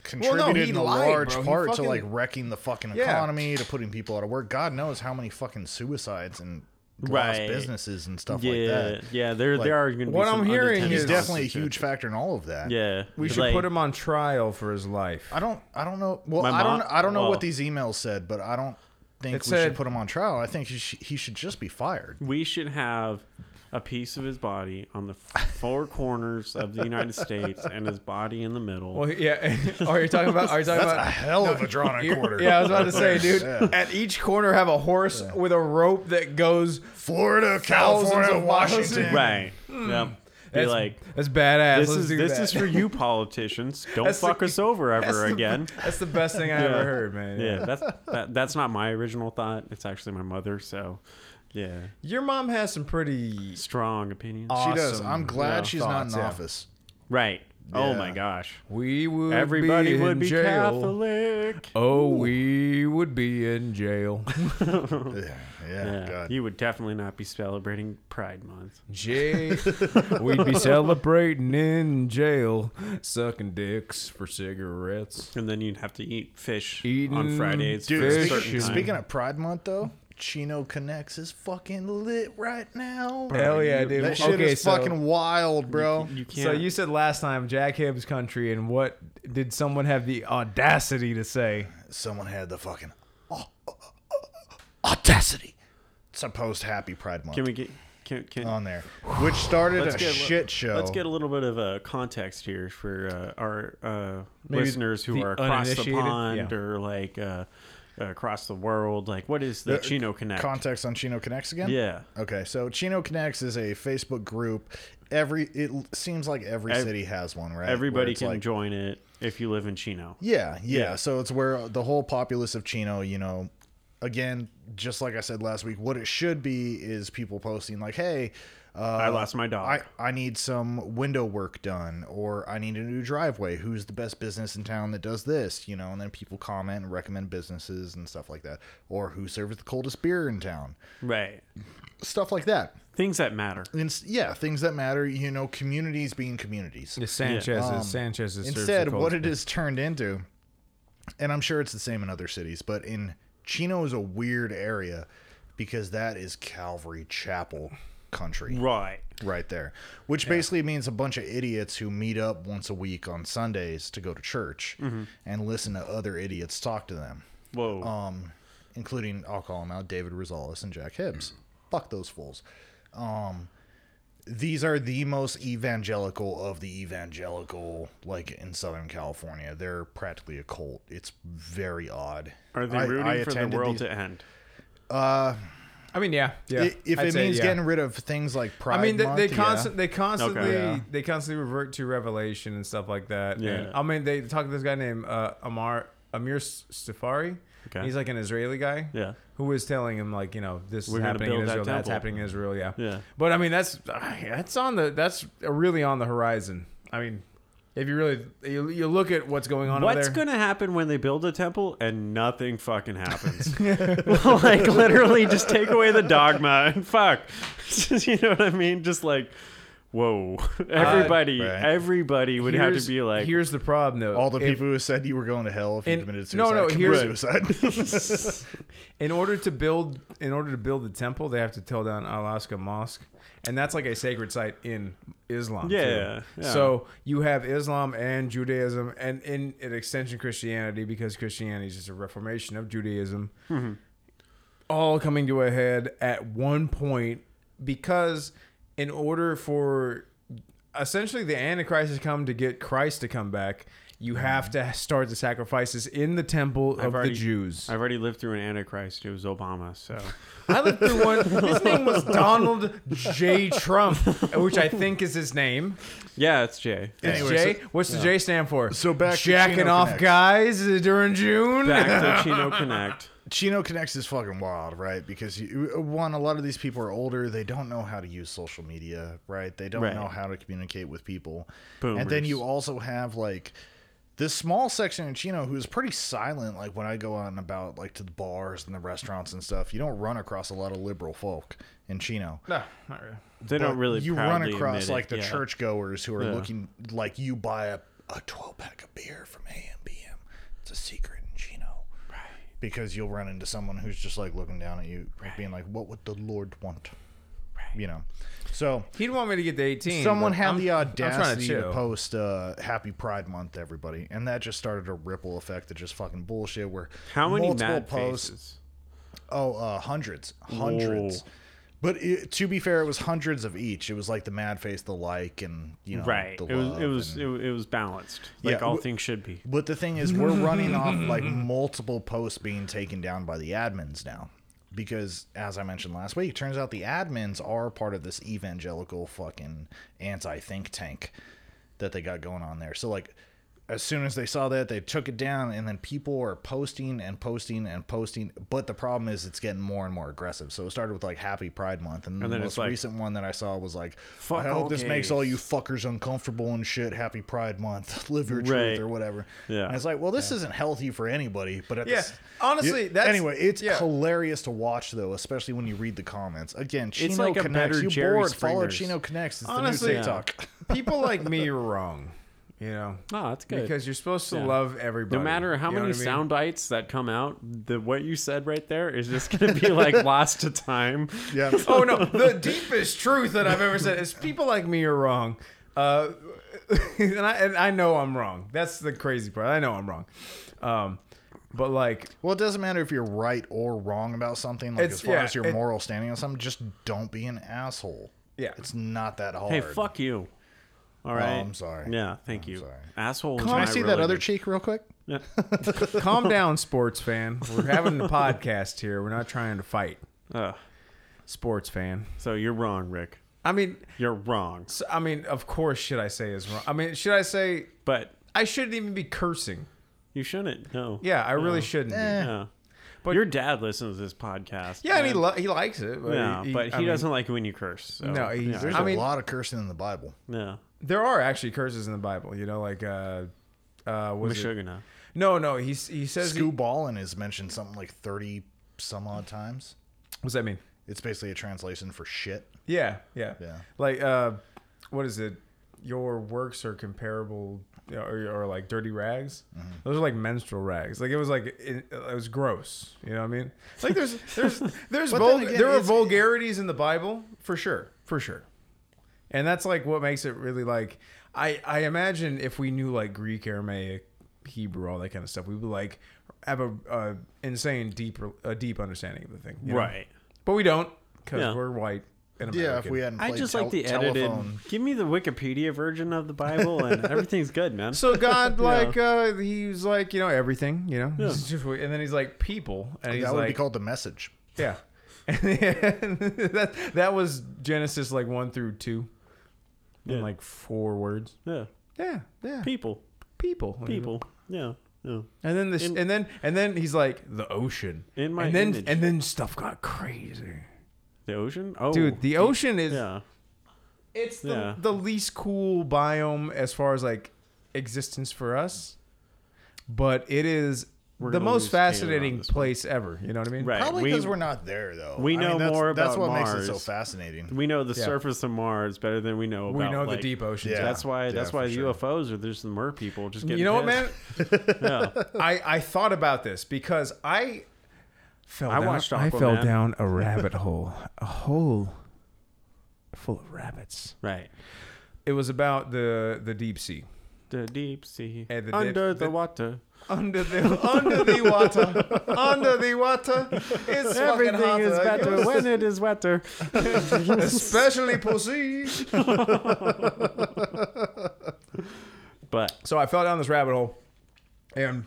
Speaker 3: contributed
Speaker 1: he
Speaker 3: in a
Speaker 1: lied,
Speaker 3: large
Speaker 1: bro. He
Speaker 3: part
Speaker 1: fucking-
Speaker 3: to like wrecking the fucking
Speaker 1: Yeah.
Speaker 3: economy, to putting people out of work. God knows how many fucking suicides and lost
Speaker 2: Right.
Speaker 3: businesses and stuff
Speaker 2: yeah,
Speaker 3: like that.
Speaker 2: yeah. There,
Speaker 3: Like,
Speaker 2: there are going to be.
Speaker 1: what
Speaker 2: some
Speaker 1: I'm hearing
Speaker 2: unintended
Speaker 1: is-
Speaker 3: He's definitely a
Speaker 2: consequences.
Speaker 3: huge factor in all of that.
Speaker 2: Yeah.
Speaker 1: We should
Speaker 2: like,
Speaker 1: put him on trial for his life.
Speaker 3: I don't. I don't know. Well,
Speaker 2: My
Speaker 3: I don't.
Speaker 2: mom-
Speaker 3: I don't know
Speaker 2: well-
Speaker 3: what these emails said, but I don't think
Speaker 1: It
Speaker 3: we
Speaker 1: said-
Speaker 3: should put him on trial. I think he, sh- he should just be fired.
Speaker 2: We should have a piece of his body on the f- four corners of the United States, and his body in the middle.
Speaker 1: Well, yeah. are you talking about? Are you talking
Speaker 3: A
Speaker 1: about?
Speaker 3: hell of a drawn out quarter.
Speaker 1: Yeah, I was about to say, dude.
Speaker 3: Yeah.
Speaker 1: At each corner, have a horse with a rope that goes.
Speaker 3: Florida,
Speaker 1: Thousands
Speaker 3: California,
Speaker 1: of miles.
Speaker 3: Washington.
Speaker 2: right. Yep. Be
Speaker 1: Hmm. That's,
Speaker 2: like,
Speaker 1: that's badass.
Speaker 2: this
Speaker 1: Let's
Speaker 2: is
Speaker 1: do
Speaker 2: this
Speaker 1: that.
Speaker 2: is for you politicians. Don't
Speaker 1: That's the-
Speaker 2: fuck us over
Speaker 1: That's
Speaker 2: ever
Speaker 1: the-
Speaker 2: again.
Speaker 1: that's the best thing I ever heard, man.
Speaker 2: yeah, that's that, that's not my original thought. It's actually my mother. So, yeah,
Speaker 1: Your mom has some pretty
Speaker 2: strong opinions.
Speaker 1: Aw-
Speaker 3: She does.
Speaker 1: Awesome,
Speaker 3: I'm glad
Speaker 1: yeah,
Speaker 3: she's not
Speaker 1: thoughts,
Speaker 3: in
Speaker 1: yeah.
Speaker 3: office.
Speaker 2: right. Oh
Speaker 3: Yeah.
Speaker 2: my gosh.
Speaker 1: We would
Speaker 2: Everybody
Speaker 1: be
Speaker 2: would
Speaker 1: in
Speaker 2: be
Speaker 1: jail.
Speaker 2: Catholic.
Speaker 1: Oh, we would be in jail.
Speaker 3: Yeah,
Speaker 2: Yeah,
Speaker 3: God.
Speaker 2: you would definitely not be celebrating Pride Month.
Speaker 1: Jay, we'd be celebrating in jail, sucking dicks for cigarettes.
Speaker 2: And then you'd have to eat fish
Speaker 1: Eating
Speaker 2: on Fridays.
Speaker 1: Dude,
Speaker 2: for a
Speaker 1: fish
Speaker 2: certain
Speaker 1: is-
Speaker 3: speaking,
Speaker 2: time.
Speaker 3: speaking of Pride Month, though, Chino Connects is fucking lit right now.
Speaker 1: Hell yeah, dude.
Speaker 3: That shit
Speaker 1: okay,
Speaker 3: is
Speaker 1: so,
Speaker 3: fucking wild, bro.
Speaker 2: you can't.
Speaker 1: So you said last time Jack Hibbs country, and what did someone have the audacity to say?
Speaker 3: Someone had the fucking oh, audacity. It's a post Happy Pride Month
Speaker 2: can we get? Can, can,
Speaker 3: on there, which started
Speaker 2: Let's
Speaker 3: Oh, a
Speaker 2: get a li-
Speaker 3: shit show.
Speaker 2: Let's get a little bit of uh, context here for uh, our uh,
Speaker 1: Maybe
Speaker 2: listeners who
Speaker 1: the
Speaker 2: are across the
Speaker 1: uninitiated?
Speaker 2: pond
Speaker 1: Yeah.
Speaker 2: or like uh, across the world. Like, what is the
Speaker 3: Uh,
Speaker 2: Chino Connect?
Speaker 3: context on Chino Connects again.
Speaker 2: Yeah.
Speaker 3: Okay, so Chino Connects is a Facebook group. Every it l- seems like every
Speaker 2: Ev-
Speaker 3: city has one, right? Where
Speaker 2: Everybody
Speaker 3: it's
Speaker 2: can
Speaker 3: like-
Speaker 2: join it if you live in Chino.
Speaker 3: Yeah, yeah,
Speaker 2: Yeah.
Speaker 3: So it's where the whole populace of Chino, you know, again, just like I said last week, what it should be is people posting like, "Hey, uh, I
Speaker 2: lost my dog.
Speaker 3: I I need some window work done, or I need a new driveway. Who's the best business in town that does this? You know, and then people comment and recommend businesses and stuff like that, or who serves the coldest beer in town,
Speaker 2: Right.
Speaker 3: stuff like that.
Speaker 2: Things that matter.
Speaker 3: And it's- yeah, things that matter. You know, communities being communities.
Speaker 1: The Sanchez
Speaker 3: Um,
Speaker 1: is Sanchez is
Speaker 3: Instead, what it is turned into, and I'm sure it's the same in other cities, but in Chino is a weird area because that is Calvary Chapel country
Speaker 2: Right.
Speaker 3: right there, which basically means a bunch of idiots who meet up once a week on Sundays to go to church and listen to other idiots talk to them,
Speaker 2: Whoa.
Speaker 3: um, including, I'll call them out, David Rosales and Jack Hibbs. Fuck those fools. Um, these are the most evangelical of the evangelical, like in Southern California. They're practically a cult. It's very odd.
Speaker 2: Are they
Speaker 3: I-
Speaker 2: rooting
Speaker 3: I
Speaker 2: for the
Speaker 3: attended
Speaker 2: world
Speaker 3: these-
Speaker 2: to end?
Speaker 1: I mean, yeah, yeah.
Speaker 3: I- If
Speaker 1: I'd
Speaker 3: it
Speaker 1: say
Speaker 3: means
Speaker 1: yeah.
Speaker 3: getting rid of things like Pride
Speaker 1: I mean, they,
Speaker 3: Month,
Speaker 1: they,
Speaker 3: yeah.
Speaker 1: constant, they constantly
Speaker 2: Yeah.
Speaker 1: they constantly revert to Revelation and stuff like that.
Speaker 2: Yeah.
Speaker 1: And, I mean, they talk to this guy named uh, Amar Amir S- Safari.
Speaker 2: Okay.
Speaker 1: He's like an Israeli guy.
Speaker 2: Yeah.
Speaker 1: Who was telling him like you know this
Speaker 2: We're
Speaker 1: is
Speaker 2: gonna
Speaker 1: happening in
Speaker 2: build that
Speaker 1: Israel, that's
Speaker 2: temple.
Speaker 1: happening in Israel. Yeah.
Speaker 2: Yeah.
Speaker 1: But I mean, that's that's on the that's really on the horizon. I mean, if you really you, you look at what's going on
Speaker 2: What's
Speaker 1: over there.
Speaker 2: going to happen when they build a temple and nothing fucking happens? like, literally, just take away the dogma and fuck. you know what I mean? Just like, whoa. Everybody,
Speaker 3: Uh, right.
Speaker 2: everybody would have to
Speaker 1: Here's-
Speaker 2: be like,
Speaker 1: here's the problem though.
Speaker 3: All the
Speaker 1: If-
Speaker 3: people who said you were going to hell if you
Speaker 1: And-
Speaker 3: committed
Speaker 1: no,
Speaker 3: suicide.
Speaker 1: no,
Speaker 3: committed
Speaker 1: here's-
Speaker 3: suicide.
Speaker 1: In order to build, in order to build the temple, they have to tear down Alaska Mosque, and that's like a sacred site in Islam. too.
Speaker 2: Yeah, yeah.
Speaker 1: So you have Islam and Judaism, and in an extension Christianity because Christianity is just a reformation of Judaism,
Speaker 2: Mm-hmm.
Speaker 1: all coming to a head at one point because in order for essentially the Antichrist to come to get Christ to come back. You have to start the sacrifices in the temple of
Speaker 2: Mm-hmm. already-
Speaker 1: the Jews.
Speaker 2: I've already lived through an Antichrist. It was Obama. So,
Speaker 1: I lived through one. His name was Donald J. Trump, which I think is his name.
Speaker 2: yeah, it's Jay.
Speaker 1: It's
Speaker 3: Anyway,
Speaker 1: J.
Speaker 3: so-
Speaker 1: What's the J stand for?
Speaker 3: So back to
Speaker 1: jacking
Speaker 3: Chino
Speaker 1: off
Speaker 3: Connect.
Speaker 1: guys during June.
Speaker 2: Back to Chino Connect.
Speaker 3: Chino Connects is fucking wild, right? Because you, one, a lot of these people are older. They don't know how to use social media, right? They don't
Speaker 2: Right.
Speaker 3: know how to communicate with people. And then
Speaker 2: Boomers.
Speaker 3: you also have like this small section in Chino who is pretty silent. Like when I go out and about, like to the bars and the restaurants and stuff, you don't run across a lot of liberal folk in Chino.
Speaker 1: No, not really.
Speaker 2: They
Speaker 3: But
Speaker 2: don't really.
Speaker 3: You run
Speaker 2: proudly
Speaker 3: across
Speaker 2: admit it,
Speaker 3: like the
Speaker 2: yeah.
Speaker 3: churchgoers who are looking like you buy a, a 12 pack of beer from AMBM. It's a secret in Chino because you'll run into someone who's just like looking down at you, being like, "What would the Lord want?" You know. So
Speaker 1: He'd want me to get to 18.
Speaker 3: someone
Speaker 1: but
Speaker 3: had
Speaker 1: I'm-
Speaker 3: the
Speaker 1: I'm trying to
Speaker 3: audacity to,
Speaker 1: chill.
Speaker 3: post uh, "Happy Pride Month, everybody," and that just started a ripple effect of just fucking bullshit. Where
Speaker 2: How many
Speaker 3: multiple
Speaker 2: mad
Speaker 3: posts,
Speaker 2: faces?
Speaker 3: Oh, uh, hundreds, hundreds.
Speaker 2: Whoa.
Speaker 3: But it, to be fair, it was hundreds of each. It was like the mad face, the like, and you know,
Speaker 2: Right.
Speaker 3: The
Speaker 2: It was.
Speaker 3: love
Speaker 2: It was.
Speaker 3: and-
Speaker 2: It, it was balanced. Like
Speaker 3: Yeah,
Speaker 2: all
Speaker 3: wh-
Speaker 2: things should be.
Speaker 3: but the thing is, we're running off like multiple posts being taken down by the admins now. Because, as I mentioned last week, it turns out the admins are part of this evangelical fucking anti think tank that they got going on there. So, like, as soon as they saw that, they took it down, and then people are posting and posting and posting. But the problem is, it's getting more and more aggressive. So it started with like Happy Pride Month, and,
Speaker 2: then
Speaker 3: the
Speaker 2: it's
Speaker 3: most
Speaker 2: like,
Speaker 3: recent one that I saw was like,
Speaker 2: "Fuck
Speaker 3: "I hope
Speaker 2: all
Speaker 3: this makes all
Speaker 2: gays."
Speaker 3: you fuckers uncomfortable and shit." Happy Pride Month, live your
Speaker 2: Right.
Speaker 3: truth or whatever.
Speaker 2: Yeah.
Speaker 3: and it's like, well, this isn't healthy for anybody. But at
Speaker 1: Yeah.
Speaker 3: this-
Speaker 1: Honestly,
Speaker 3: you-
Speaker 1: that's-
Speaker 3: anyway, it's
Speaker 1: yeah.
Speaker 3: hilarious to watch though, especially when you read the comments. Again, Chino
Speaker 2: like a
Speaker 3: connects.
Speaker 2: better
Speaker 3: you
Speaker 2: Jerry
Speaker 3: bored? Follow
Speaker 2: Springer's.
Speaker 3: Chino connects. It's
Speaker 1: Honestly,
Speaker 3: the new TikTok.
Speaker 1: people like me are wrong. You know,
Speaker 2: No, that's good.
Speaker 1: because you're supposed to
Speaker 2: Yeah.
Speaker 1: love everybody.
Speaker 2: no matter how
Speaker 1: You know
Speaker 2: many
Speaker 1: what I mean?
Speaker 2: sound bites that come out, the what you said right there is just gonna be like lost to time.
Speaker 3: Yeah.
Speaker 1: Oh no, the deepest truth that I've ever said is people like me are wrong. Uh, and I and I know I'm wrong. That's the crazy part. I know I'm wrong. Um, but like
Speaker 3: Well, it doesn't matter if you're right or wrong about something. Like
Speaker 1: It's-
Speaker 3: as far
Speaker 1: yeah,
Speaker 3: as your
Speaker 1: it-
Speaker 3: moral standing on something, just don't be an asshole.
Speaker 1: Yeah.
Speaker 3: it's not that hard.
Speaker 2: Hey, fuck you. All right.
Speaker 1: Oh,
Speaker 3: I'm sorry.
Speaker 2: Yeah, thank you.
Speaker 3: sorry.
Speaker 2: Asshole. is
Speaker 3: Can
Speaker 2: my
Speaker 3: I see that other
Speaker 2: relative.
Speaker 3: cheek real quick?
Speaker 1: calm down, sports fan. We're having a podcast here. We're not trying to fight.
Speaker 2: Ugh.
Speaker 1: Sports fan.
Speaker 2: so you're wrong, Rick.
Speaker 1: I mean,
Speaker 2: You're wrong.
Speaker 1: s- I mean, of course, should I say is wrong? I mean, should I say
Speaker 2: But
Speaker 1: I shouldn't even be cursing?
Speaker 2: you shouldn't. No.
Speaker 1: Yeah, I really shouldn't. be.
Speaker 2: Yeah. But your dad listens to this podcast.
Speaker 1: Yeah, and he
Speaker 2: and-
Speaker 1: lo- he likes it. But
Speaker 2: yeah, but he
Speaker 1: I mean,
Speaker 2: doesn't like it when you curse. So,
Speaker 1: No, he's-
Speaker 2: yeah,
Speaker 3: There's
Speaker 1: I
Speaker 3: a
Speaker 1: mean-
Speaker 3: lot of cursing in the Bible.
Speaker 2: yeah.
Speaker 1: There are actually curses in the Bible. You know, like uh, uh, was it-
Speaker 2: Meshuggah.
Speaker 1: No, no. He he says. He,
Speaker 3: Scoo Ballin is mentioned something like thirty some odd times.
Speaker 1: what's that mean?
Speaker 3: It's basically a translation for shit.
Speaker 1: Yeah, yeah,
Speaker 3: Yeah.
Speaker 1: Like, uh, what is it? Your works are comparable, you know, or, or like dirty rags.
Speaker 3: Mm-hmm.
Speaker 1: Those are like menstrual rags. Like it was like it, it was gross. You know what I mean? It's like there's there's there's
Speaker 3: But
Speaker 1: vul-
Speaker 3: then again,
Speaker 1: there are
Speaker 3: it's-
Speaker 1: vulgarities in the Bible for sure, for sure. And that's like what makes it really like I I imagine if we knew like Greek, Aramaic, Hebrew, all that kind of stuff, we would like have a, a insane deeper a deep understanding of the thing, you know?
Speaker 2: Right.
Speaker 1: But we don't because
Speaker 2: Yeah.
Speaker 1: we're white and American.
Speaker 3: Yeah, if we hadn't.
Speaker 2: I
Speaker 3: played
Speaker 2: just
Speaker 3: tel-
Speaker 2: like the
Speaker 3: telephone.
Speaker 2: edited. Give me the Wikipedia version of the Bible, and everything's good, man.
Speaker 1: So God, like, uh, he was like, you know, everything, you know, and then he's like people, and he's
Speaker 3: That would
Speaker 1: like,
Speaker 3: be called the message.
Speaker 1: yeah, and that that was Genesis like one through two, in
Speaker 2: Yeah.
Speaker 1: like four words.
Speaker 2: yeah,
Speaker 1: Yeah, yeah,
Speaker 2: people,
Speaker 1: people,
Speaker 2: people. Yeah, yeah.
Speaker 1: and then this,
Speaker 2: In-
Speaker 1: and then and then he's like the ocean,
Speaker 2: In my
Speaker 1: and then
Speaker 2: image.
Speaker 1: and then stuff got crazy,
Speaker 2: The ocean. Oh,
Speaker 1: dude. The ocean is
Speaker 2: yeah.
Speaker 1: it's the,
Speaker 2: Yeah.
Speaker 1: the least cool biome as far as like existence for us, but it is the
Speaker 2: gonna
Speaker 1: most
Speaker 2: lose Taylor on
Speaker 1: fascinating
Speaker 2: this
Speaker 1: place ever. You know what I mean?
Speaker 2: Right.
Speaker 3: Probably
Speaker 2: we-
Speaker 3: because we, are not there though.
Speaker 2: we
Speaker 3: I mean,
Speaker 2: know
Speaker 3: that's,
Speaker 2: more
Speaker 3: That's
Speaker 2: about
Speaker 3: what makes it so
Speaker 2: Mars.
Speaker 3: fascinating.
Speaker 2: We know the
Speaker 1: Yeah.
Speaker 2: surface of Mars better than we know.
Speaker 1: We
Speaker 2: about,
Speaker 1: know
Speaker 2: like-
Speaker 1: the deep oceans.
Speaker 3: Yeah.
Speaker 2: That's why. that's
Speaker 3: Yeah,
Speaker 2: why
Speaker 3: for sure.
Speaker 2: UFOs are there's the mer people just getting.
Speaker 1: You know what, man?
Speaker 2: pissed. yeah.
Speaker 1: I, I thought about this because I fell
Speaker 2: I
Speaker 1: down,
Speaker 2: watched
Speaker 1: I fell
Speaker 2: Aquaman.
Speaker 1: down a rabbit hole. A hole full of rabbits.
Speaker 2: Right.
Speaker 1: It was about the the deep sea.
Speaker 2: The deep sea
Speaker 1: Hey, the
Speaker 2: under
Speaker 1: dip-
Speaker 2: the
Speaker 1: the-
Speaker 2: water.
Speaker 1: Under the under the water. under the water. It's
Speaker 2: Everything
Speaker 1: fucking hot
Speaker 2: is
Speaker 1: out here.
Speaker 2: better when it is wetter.
Speaker 1: Especially pussy.
Speaker 2: But
Speaker 1: So I fell down this rabbit hole, and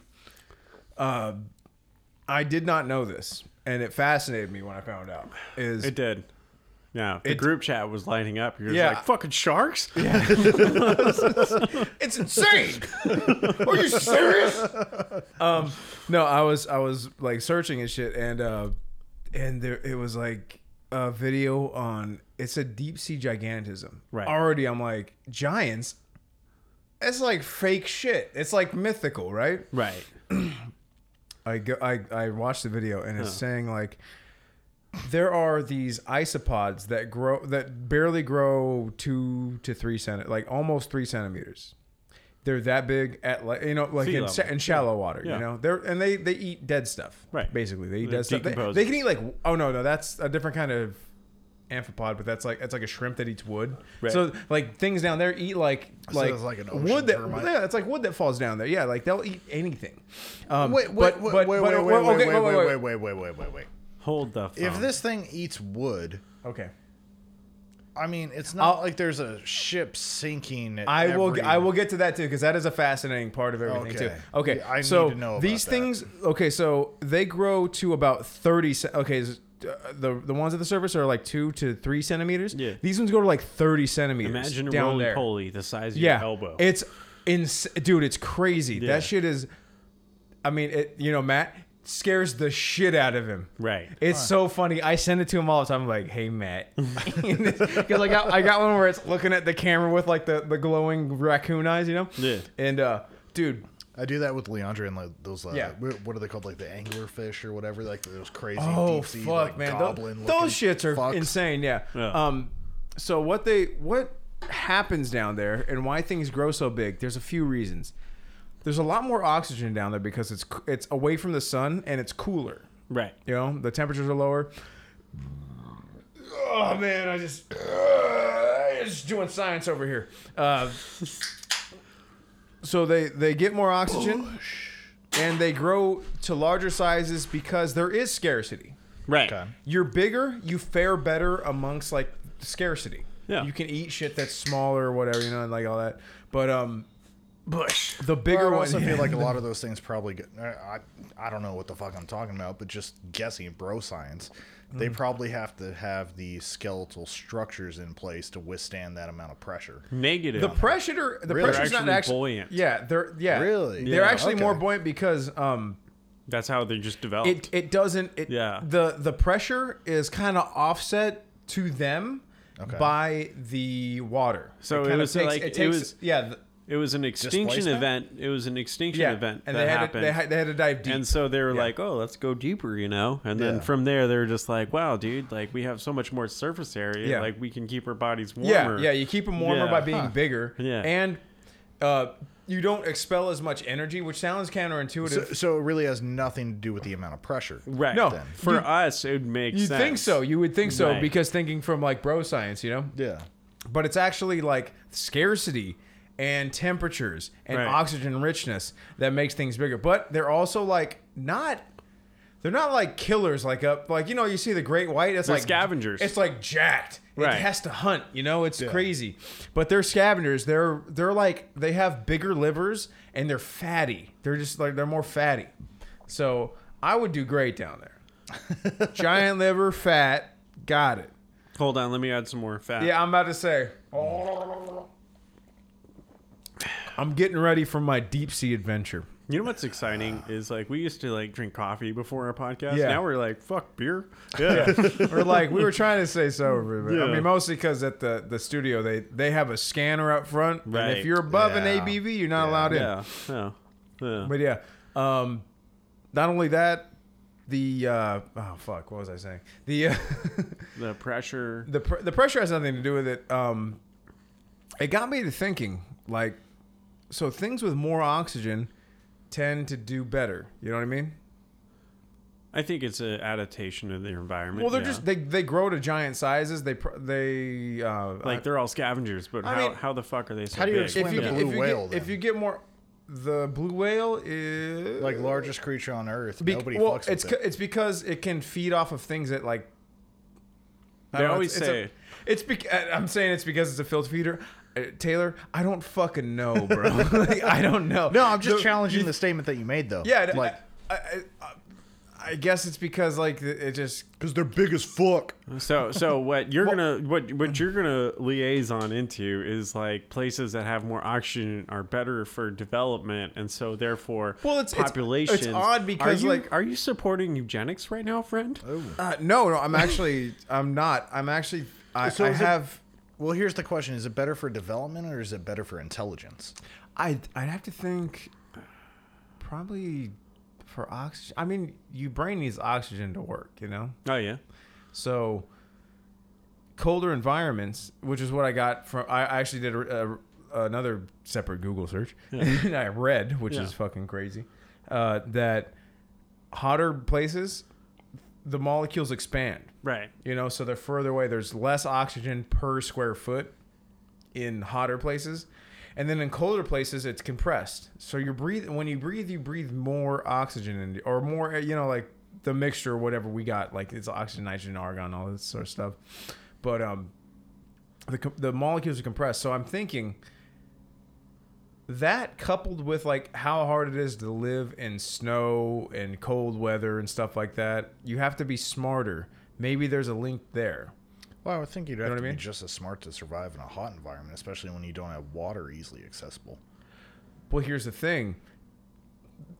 Speaker 1: uh, I did not know this, and it fascinated me when I found out. Is
Speaker 2: It did. Yeah, the
Speaker 1: It-
Speaker 2: group chat was lighting up. You're just
Speaker 1: Yeah.
Speaker 2: like fucking sharks.
Speaker 1: it's insane? Are you serious? Um, no, I was I was like searching and shit, and uh, and there it was like a video on it's a deep sea gigantism.
Speaker 2: Right.
Speaker 1: Already, I'm like giants. It's like fake shit. It's like mythical, right?
Speaker 2: Right.
Speaker 1: I go, I, I watched the video and it's saying like there are these isopods that grow that barely grow two to three centi like almost three centimeters. They're that big at like you know like
Speaker 2: Sea
Speaker 1: in,
Speaker 2: level.
Speaker 1: sa- in shallow water.
Speaker 2: Yeah.
Speaker 1: You know they're and they they eat dead stuff.
Speaker 2: Right.
Speaker 1: Basically, they eat
Speaker 2: They
Speaker 1: dead stuff. They,
Speaker 2: decompose
Speaker 1: they
Speaker 2: it.
Speaker 1: can eat like oh no no that's a different kind of amphipod, but that's like that's like a shrimp that eats wood.
Speaker 2: Right.
Speaker 1: So like things down there eat like
Speaker 3: So
Speaker 1: like,
Speaker 3: it's like an ocean
Speaker 1: wood that
Speaker 3: termite.
Speaker 1: yeah it's like wood that falls down there. Yeah, like they'll eat anything. Um,
Speaker 3: Wait, wait,
Speaker 1: but-
Speaker 3: wait,
Speaker 1: but-
Speaker 3: wait,
Speaker 1: but-
Speaker 3: wait,
Speaker 1: well,
Speaker 3: wait,
Speaker 1: okay,
Speaker 3: wait,
Speaker 1: wait, Um, wait,
Speaker 3: wait, wait, wait, wait, wait, wait.
Speaker 2: Hold the phone.
Speaker 3: If this thing eats wood,
Speaker 1: Okay.
Speaker 3: I mean, it's not like there's a ship sinking. At
Speaker 1: I will.
Speaker 3: every-
Speaker 1: I will get to that too because that is a fascinating part of everything
Speaker 3: Okay.
Speaker 1: too. Okay.
Speaker 3: Yeah, I need
Speaker 1: so
Speaker 3: to know about
Speaker 1: these
Speaker 3: that.
Speaker 1: things. Okay. So they grow to about thirty. ce- Okay. s- uh, The the ones at the surface are like two to three centimeters.
Speaker 2: Yeah.
Speaker 1: These ones go to like thirty centimeters.
Speaker 2: imagine a
Speaker 1: down
Speaker 2: roly
Speaker 1: there.
Speaker 2: poly the size of
Speaker 1: Yeah.
Speaker 2: your elbow.
Speaker 1: It's ins- dude, it's crazy.
Speaker 2: Yeah.
Speaker 1: That shit is. I mean, it. You know, Matt scares the shit out of him.
Speaker 2: Right.
Speaker 1: It's so funny. I send it to him all the time. I'm like, "Hey, Matt," because I got I got one where it's looking at the camera with like the, the glowing raccoon eyes, you know.
Speaker 2: Yeah.
Speaker 1: And uh, dude,
Speaker 3: I do that with Leandra and like those. Uh,
Speaker 1: Yeah.
Speaker 3: wh- What are they called? Like the anglerfish or whatever. Like those crazy.
Speaker 1: oh
Speaker 3: deep sea,
Speaker 1: fuck,
Speaker 3: like,
Speaker 1: man, Tho-
Speaker 3: Goblin
Speaker 1: those,
Speaker 3: looking
Speaker 1: shits are
Speaker 3: fucks.
Speaker 1: insane. Yeah.
Speaker 2: Yeah.
Speaker 1: Um, so what they what happens down there and why things grow so big? There's a few reasons. There's a lot more oxygen down there because it's c- it's away from the sun and it's cooler.
Speaker 2: Right.
Speaker 1: You know, the temperatures are lower. Oh man, I just uh, just doing science over here. Uh, so they they get more oxygen and they grow to larger sizes because there is scarcity.
Speaker 2: Right.
Speaker 3: Okay.
Speaker 1: You're bigger, you fare better amongst like scarcity.
Speaker 2: Yeah.
Speaker 1: You can eat shit that's smaller or whatever, you know, and like all that. But um
Speaker 2: Bush.
Speaker 1: the bigger
Speaker 3: I
Speaker 1: one
Speaker 3: also feel like a lot of those things probably. Get, uh, I I don't know what the fuck I'm talking about, but just guessing, bro science. They
Speaker 1: Mm.
Speaker 3: probably have to have the skeletal structures in place to withstand that amount of pressure.
Speaker 1: Mm.
Speaker 2: Negative.
Speaker 1: The pressure, the
Speaker 3: Really?
Speaker 1: pressure's
Speaker 2: They're
Speaker 1: not
Speaker 2: actually
Speaker 1: actually
Speaker 2: buoyant.
Speaker 1: Yeah, they're yeah.
Speaker 3: Really?
Speaker 1: they're
Speaker 3: Yeah,
Speaker 1: actually
Speaker 3: okay.
Speaker 1: more buoyant because um,
Speaker 2: That's how they just developed.
Speaker 1: it it doesn't it
Speaker 2: Yeah.
Speaker 1: the the pressure is kind of offset to them
Speaker 3: Okay.
Speaker 1: by the water.
Speaker 2: So it
Speaker 1: kinda
Speaker 2: was like- it was-
Speaker 1: yeah th-
Speaker 2: It was an extinction
Speaker 3: Displacement?
Speaker 2: event. It was an extinction
Speaker 1: yeah,
Speaker 2: event
Speaker 1: and
Speaker 2: that
Speaker 1: they had to,
Speaker 2: happened.
Speaker 1: they had they had to dive deep.
Speaker 2: and so they were
Speaker 1: Yeah.
Speaker 2: like, "Oh, let's go deeper," you know. And then
Speaker 3: Yeah.
Speaker 2: from there, they were just like, "Wow, dude! Like we have so much more surface area.
Speaker 1: Yeah.
Speaker 2: Like we can keep our bodies
Speaker 1: yeah,
Speaker 2: warmer."
Speaker 1: yeah, you keep them warmer
Speaker 2: Yeah.
Speaker 1: by being
Speaker 3: Huh.
Speaker 1: bigger.
Speaker 2: Yeah.
Speaker 1: and uh, you don't expel as much energy, which sounds counterintuitive.
Speaker 3: So, so it really has nothing to do with the amount of pressure.
Speaker 2: Right.
Speaker 1: No,
Speaker 3: then.
Speaker 2: for us, it would make
Speaker 1: you
Speaker 2: sense.
Speaker 1: think so? You would think so
Speaker 2: Right.
Speaker 1: because thinking from like bro science, you know.
Speaker 3: Yeah.
Speaker 1: but it's actually like scarcity and temperatures and
Speaker 2: Right.
Speaker 1: oxygen richness that makes things bigger. But they're also like not they're not like killers like up like you know you see the great white it's
Speaker 2: They're
Speaker 1: like
Speaker 2: scavengers.
Speaker 1: It's like jacked.
Speaker 2: Right.
Speaker 1: It has to hunt, you know, it's crazy. But they're scavengers. They're they're like they have bigger livers and they're fatty. They're just like they're more fatty. So I would do great down there. Giant liver, fat, got it.
Speaker 2: Hold on, let me add some more fat.
Speaker 1: Yeah, I'm about to say. I'm getting ready for my deep sea adventure.
Speaker 2: You know what's exciting is like we used to like drink coffee before our podcast.
Speaker 1: Yeah.
Speaker 2: Now we're like, fuck beer.
Speaker 1: Or like we were trying to say sober, but I
Speaker 2: Yeah.
Speaker 1: mean mostly because at the, the studio they, they have a scanner up front, and
Speaker 2: Right.
Speaker 1: if you're above
Speaker 3: Yeah.
Speaker 1: an ABV, you're not
Speaker 3: Yeah.
Speaker 1: allowed in.
Speaker 2: Yeah. Yeah. Yeah.
Speaker 1: But yeah, um, not only that, the uh, oh fuck, what was I saying? The uh,
Speaker 2: The pressure.
Speaker 1: the pr- the pressure has nothing to do with it. Um, it got me to thinking, like, so things with more oxygen tend to do better. You know what I mean?
Speaker 2: I think it's an adaptation of their environment.
Speaker 1: Well, they're
Speaker 2: yeah.
Speaker 1: just they they grow to giant sizes. They pr- they uh,
Speaker 2: like they're all scavengers, but
Speaker 1: I
Speaker 2: how,
Speaker 1: mean-
Speaker 2: how the fuck are they so
Speaker 3: How do you
Speaker 2: big?
Speaker 1: if
Speaker 3: explain
Speaker 1: you
Speaker 3: the
Speaker 1: get-
Speaker 3: blue
Speaker 1: if you
Speaker 3: whale,
Speaker 1: get, if
Speaker 3: then?
Speaker 1: you get more the blue whale is
Speaker 3: Like largest creature on earth.
Speaker 1: Bec-
Speaker 3: Nobody
Speaker 1: well,
Speaker 3: fucks
Speaker 1: it's
Speaker 3: with it.
Speaker 1: c- it's because it can feed off of things that like. I
Speaker 2: They
Speaker 1: don't know,
Speaker 2: always
Speaker 1: it's,
Speaker 2: say-
Speaker 1: it's, a, it's bec- I- I'm saying it's because it's a filter feeder. Uh, Taylor, I don't fucking know, bro. Like, I don't know.
Speaker 3: No, I'm just
Speaker 1: The-
Speaker 3: challenging the statement that you made, though.
Speaker 1: Yeah, like
Speaker 3: like
Speaker 1: I, I, I, I guess it's because like it it just
Speaker 3: because they're big as fuck.
Speaker 2: So so what you're gonna what what you're gonna liaison into is like places that have more oxygen are better for development, and so therefore
Speaker 1: Well, it's- it's- it's
Speaker 2: populations.
Speaker 1: odd because,
Speaker 2: are you,
Speaker 1: like-
Speaker 2: are you supporting eugenics right now, friend?
Speaker 1: uh, no, no. I'm actually, I'm not. I'm actually, I,
Speaker 3: So
Speaker 1: I
Speaker 3: is it-
Speaker 1: have.
Speaker 3: Well, here's the question: Is it better for development or is it better for intelligence?
Speaker 1: I I'd have to think probably for oxygen. I mean, your brain needs oxygen to work, you know.
Speaker 2: Oh yeah,
Speaker 1: So colder environments, which is what I got from. I I actually did a, a, another separate Google search, and I read, which
Speaker 2: Yeah.
Speaker 1: is fucking crazy, uh, that hotter places the molecules expand.
Speaker 2: right.
Speaker 1: You know, so they're further away. There's less oxygen per square foot in hotter places. And then in colder places, it's compressed. So you breathe when you breathe, you breathe more oxygen in, or more, you know, like the mixture or whatever we got, like it's oxygen, nitrogen, argon, all this sort of stuff. But um, the co- the molecules are compressed. So I'm thinking that coupled with like how hard it is to live in snow and cold weather and stuff like that, you have to be smarter. Maybe there's a link there.
Speaker 3: Well, I would think you'd have
Speaker 1: know
Speaker 3: to
Speaker 1: what I mean?
Speaker 3: be just as smart to survive in a hot environment, especially when you don't have water easily accessible.
Speaker 1: Well, here's the thing.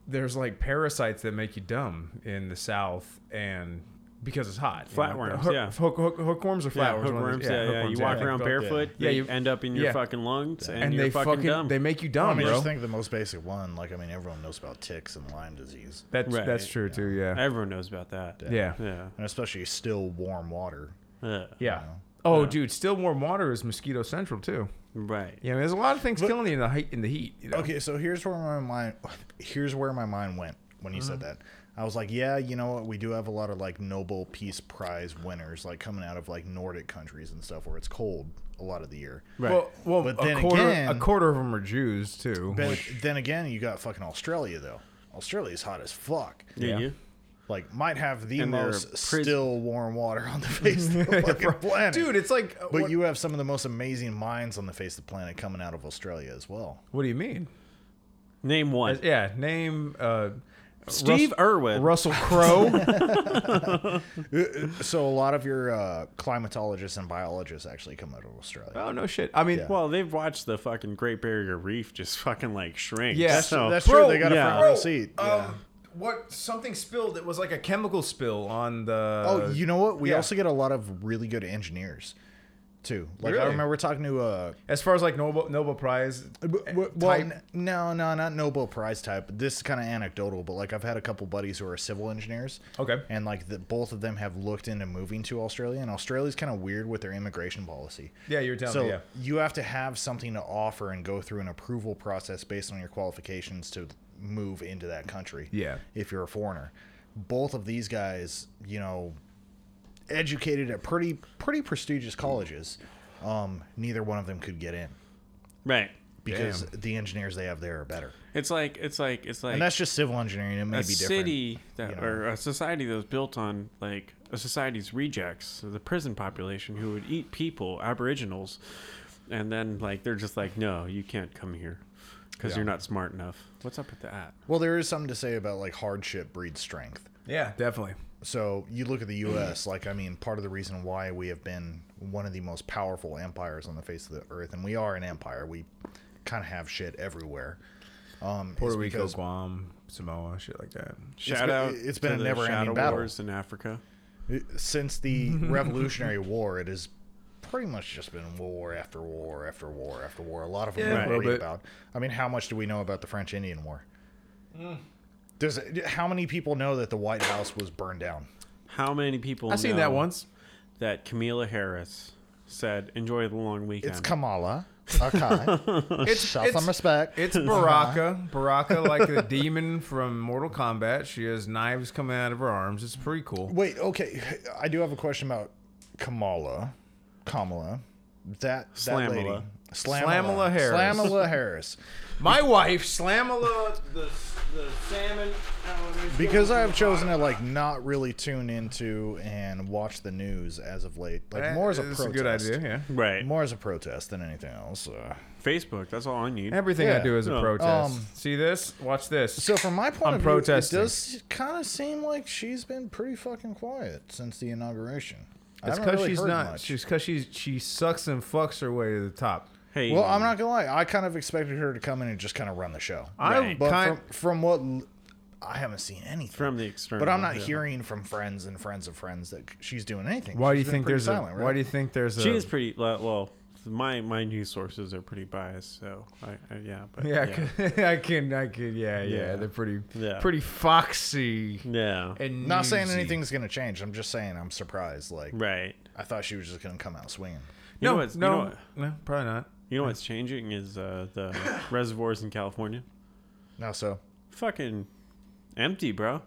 Speaker 1: There's like parasites that make you dumb in the South, and because it's hot, you know?
Speaker 2: Flatworms,
Speaker 1: Hook-
Speaker 2: yeah.
Speaker 1: hook- hook- hookworms or
Speaker 2: Yeah,
Speaker 1: flatworms. one of those-
Speaker 2: hookworms. Yeah, yeah.
Speaker 1: hookworms,
Speaker 2: You walk
Speaker 3: yeah.
Speaker 2: around
Speaker 3: Yeah.
Speaker 2: barefoot.
Speaker 1: Yeah,
Speaker 2: Yeah, you
Speaker 1: you-
Speaker 2: end up in your
Speaker 1: yeah.
Speaker 2: fucking lungs, and,
Speaker 1: and
Speaker 2: you're
Speaker 1: they
Speaker 2: fucking, dumb.
Speaker 1: they make you
Speaker 3: I
Speaker 1: dumb,
Speaker 3: mean,
Speaker 1: bro.
Speaker 3: just think the most basic one. Like, I mean, everyone knows about ticks and Lyme disease,
Speaker 1: that's
Speaker 2: Right.
Speaker 1: that's true too. Yeah,
Speaker 2: Everyone knows about that.
Speaker 1: yeah,
Speaker 2: Yeah.
Speaker 3: and especially still warm water.
Speaker 2: Yeah.
Speaker 1: yeah. Oh, dude, still warm water is mosquito central too.
Speaker 2: Right.
Speaker 1: Yeah, I mean, there's a lot of things killing you in the heat. In the heat, you know?
Speaker 3: Okay, so here's where my mind, here's where my mind went when you
Speaker 1: Mm-hmm.
Speaker 3: said that. I was like, yeah, you know what? We do have a lot of like Nobel Peace Prize winners, like coming out of like Nordic countries and stuff where it's cold a lot of the year.
Speaker 2: Right.
Speaker 1: Well, well,
Speaker 3: But
Speaker 1: a
Speaker 3: then
Speaker 1: quarter,
Speaker 3: again-
Speaker 1: a quarter of them are Jews too.
Speaker 3: But then again, you got fucking Australia though. Australia's hot as fuck.
Speaker 2: Do
Speaker 1: Yeah.
Speaker 2: you?
Speaker 3: Like, might have the
Speaker 2: And they're
Speaker 3: most
Speaker 2: prison-
Speaker 3: still warm water on the face of the fucking planet,
Speaker 1: dude, it's like. uh,
Speaker 3: But
Speaker 1: what,
Speaker 3: you have some of the most amazing minds on the face of the planet coming out of Australia as well.
Speaker 1: what do you mean?
Speaker 2: Name one.
Speaker 1: Yeah, name uh,
Speaker 2: Steve Irwin.
Speaker 1: Russell Crowe. Uh,
Speaker 3: So a lot of your uh, climatologists and biologists actually come out of Australia.
Speaker 1: oh no shit. I mean,
Speaker 2: Well, they've watched the fucking Great Barrier Reef just fucking like shrink.
Speaker 1: Yeah.
Speaker 3: That's,
Speaker 2: so
Speaker 3: that's
Speaker 1: Bro,
Speaker 3: true. They got
Speaker 2: yeah.
Speaker 3: a front row seat. Yeah.
Speaker 1: Um, what something spilled? It was like a chemical spill on the.
Speaker 3: oh, you know what? We
Speaker 1: yeah.
Speaker 3: also get a lot of really good engineers, too. Like I
Speaker 1: Really?
Speaker 3: remember talking to uh,
Speaker 1: as far as like Nobel Nobel Prize.
Speaker 3: well,
Speaker 1: type?
Speaker 3: no, no, not Nobel Prize type. This is kind of anecdotal, but like I've had a couple buddies who are civil engineers.
Speaker 1: Okay.
Speaker 3: And like the, both of them have looked into moving to Australia, and Australia's kind of weird with their immigration policy.
Speaker 1: Yeah, you were telling
Speaker 3: so
Speaker 1: me, yeah.
Speaker 3: you have to have something to offer and go through an approval process based on your qualifications to move into that country.
Speaker 1: Yeah.
Speaker 3: If you're a foreigner, both of these guys, you know, educated at pretty pretty prestigious colleges. Um, neither one of them could get in
Speaker 2: right.
Speaker 3: because the engineers they have there are better.
Speaker 2: It's like it's like it's like
Speaker 3: And that's just civil engineering. It may
Speaker 2: a
Speaker 3: be different.
Speaker 2: city that
Speaker 3: you know.
Speaker 2: or a society that was built on like a society's rejects, so the prison population who would eat people, aboriginals, and then like they're just like, no, you can't come here because you're not smart enough. What's up with that?
Speaker 3: Well, there is something to say about like hardship breeds strength.
Speaker 1: Yeah, definitely.
Speaker 3: So you look at the U.S. Like I mean, part of the reason why we have been one of the most powerful empires on the face of the earth, and we are an empire. We kind of have shit everywhere. Um, is
Speaker 1: Puerto Rico,
Speaker 3: because-
Speaker 1: Guam, Samoa, shit like that.
Speaker 2: Shout
Speaker 3: been-
Speaker 2: out!
Speaker 3: it's been
Speaker 2: to
Speaker 3: a
Speaker 2: the
Speaker 3: never-ending
Speaker 2: shadow
Speaker 3: battle.
Speaker 2: wars in Africa.
Speaker 3: since the Revolutionary War, it has pretty much just been war after war after war after war. A lot of them
Speaker 1: Yeah,
Speaker 3: we
Speaker 1: a little
Speaker 3: don't read
Speaker 1: bit.
Speaker 3: about. I mean, how much do we know about the French Indian War? Does how many people know that the White House was burned down?
Speaker 2: How many people?
Speaker 1: I've seen
Speaker 2: know
Speaker 1: that once.
Speaker 2: That Camila Harris said, "Enjoy the long weekend."
Speaker 3: It's Kamala. Okay,
Speaker 1: It's
Speaker 3: show
Speaker 1: it's,
Speaker 3: some respect.
Speaker 1: it's Baraka. Baraka, like the demon from Mortal Kombat. She has knives coming out of her arms. It's pretty cool.
Speaker 3: Wait, okay. I do have a question about Kamala. Kamala. That, that lady.
Speaker 2: Slamala.
Speaker 1: Slamala Harris.
Speaker 3: Slamala Harris.
Speaker 1: My wife, Slamala, the the salmon.
Speaker 3: because I've chosen to like not really tune into and watch the news as of late, like more as a
Speaker 1: it's
Speaker 3: protest.
Speaker 1: a good idea. Yeah.
Speaker 2: right.
Speaker 3: More as a protest than anything else. Uh,
Speaker 2: Facebook. That's all I need.
Speaker 1: Everything I
Speaker 3: Yeah.
Speaker 1: do is a
Speaker 2: No.
Speaker 1: protest.
Speaker 3: Um,
Speaker 1: See this? Watch this.
Speaker 3: so from my point
Speaker 1: I'm
Speaker 3: of
Speaker 1: protesting.
Speaker 3: view, it does kind of seem like she's been pretty fucking quiet since the inauguration. I
Speaker 1: it's
Speaker 3: haven't
Speaker 1: because
Speaker 3: really
Speaker 1: she's
Speaker 3: heard
Speaker 1: not.
Speaker 3: much.
Speaker 1: She's because she's she sucks and fucks her way to the top.
Speaker 2: hey,
Speaker 3: Well, I'm not gonna lie. I kind of expected her to come in and just kind of run the show.
Speaker 1: I
Speaker 2: Right.
Speaker 3: but
Speaker 1: kind.
Speaker 3: from, from what l- I haven't seen anything.
Speaker 2: from the external.
Speaker 3: but I'm not
Speaker 2: yeah.
Speaker 3: hearing from friends and friends of friends that she's doing anything.
Speaker 1: Why do you
Speaker 3: She's been
Speaker 1: think
Speaker 3: pretty
Speaker 1: there's
Speaker 3: silent,
Speaker 1: a?
Speaker 3: right?
Speaker 1: Why do you think there's a?
Speaker 2: She is pretty. Well, well, my my news sources are pretty biased, so I, I yeah, but
Speaker 1: Yeah,
Speaker 2: yeah,
Speaker 1: I can. I can. Yeah, yeah.
Speaker 2: Yeah.
Speaker 1: They're pretty.
Speaker 2: Yeah.
Speaker 1: Pretty foxy.
Speaker 2: yeah.
Speaker 1: And
Speaker 3: Not saying
Speaker 1: newsy.
Speaker 3: anything's gonna change. I'm just saying I'm surprised. Like
Speaker 2: right.
Speaker 3: I thought she was just gonna come out swinging.
Speaker 2: You know
Speaker 1: No,
Speaker 2: what's- you know
Speaker 1: no,
Speaker 2: what-
Speaker 1: no. Probably not.
Speaker 2: You know what's changing is uh, the reservoirs in California,
Speaker 3: No, so
Speaker 2: fucking empty, bro.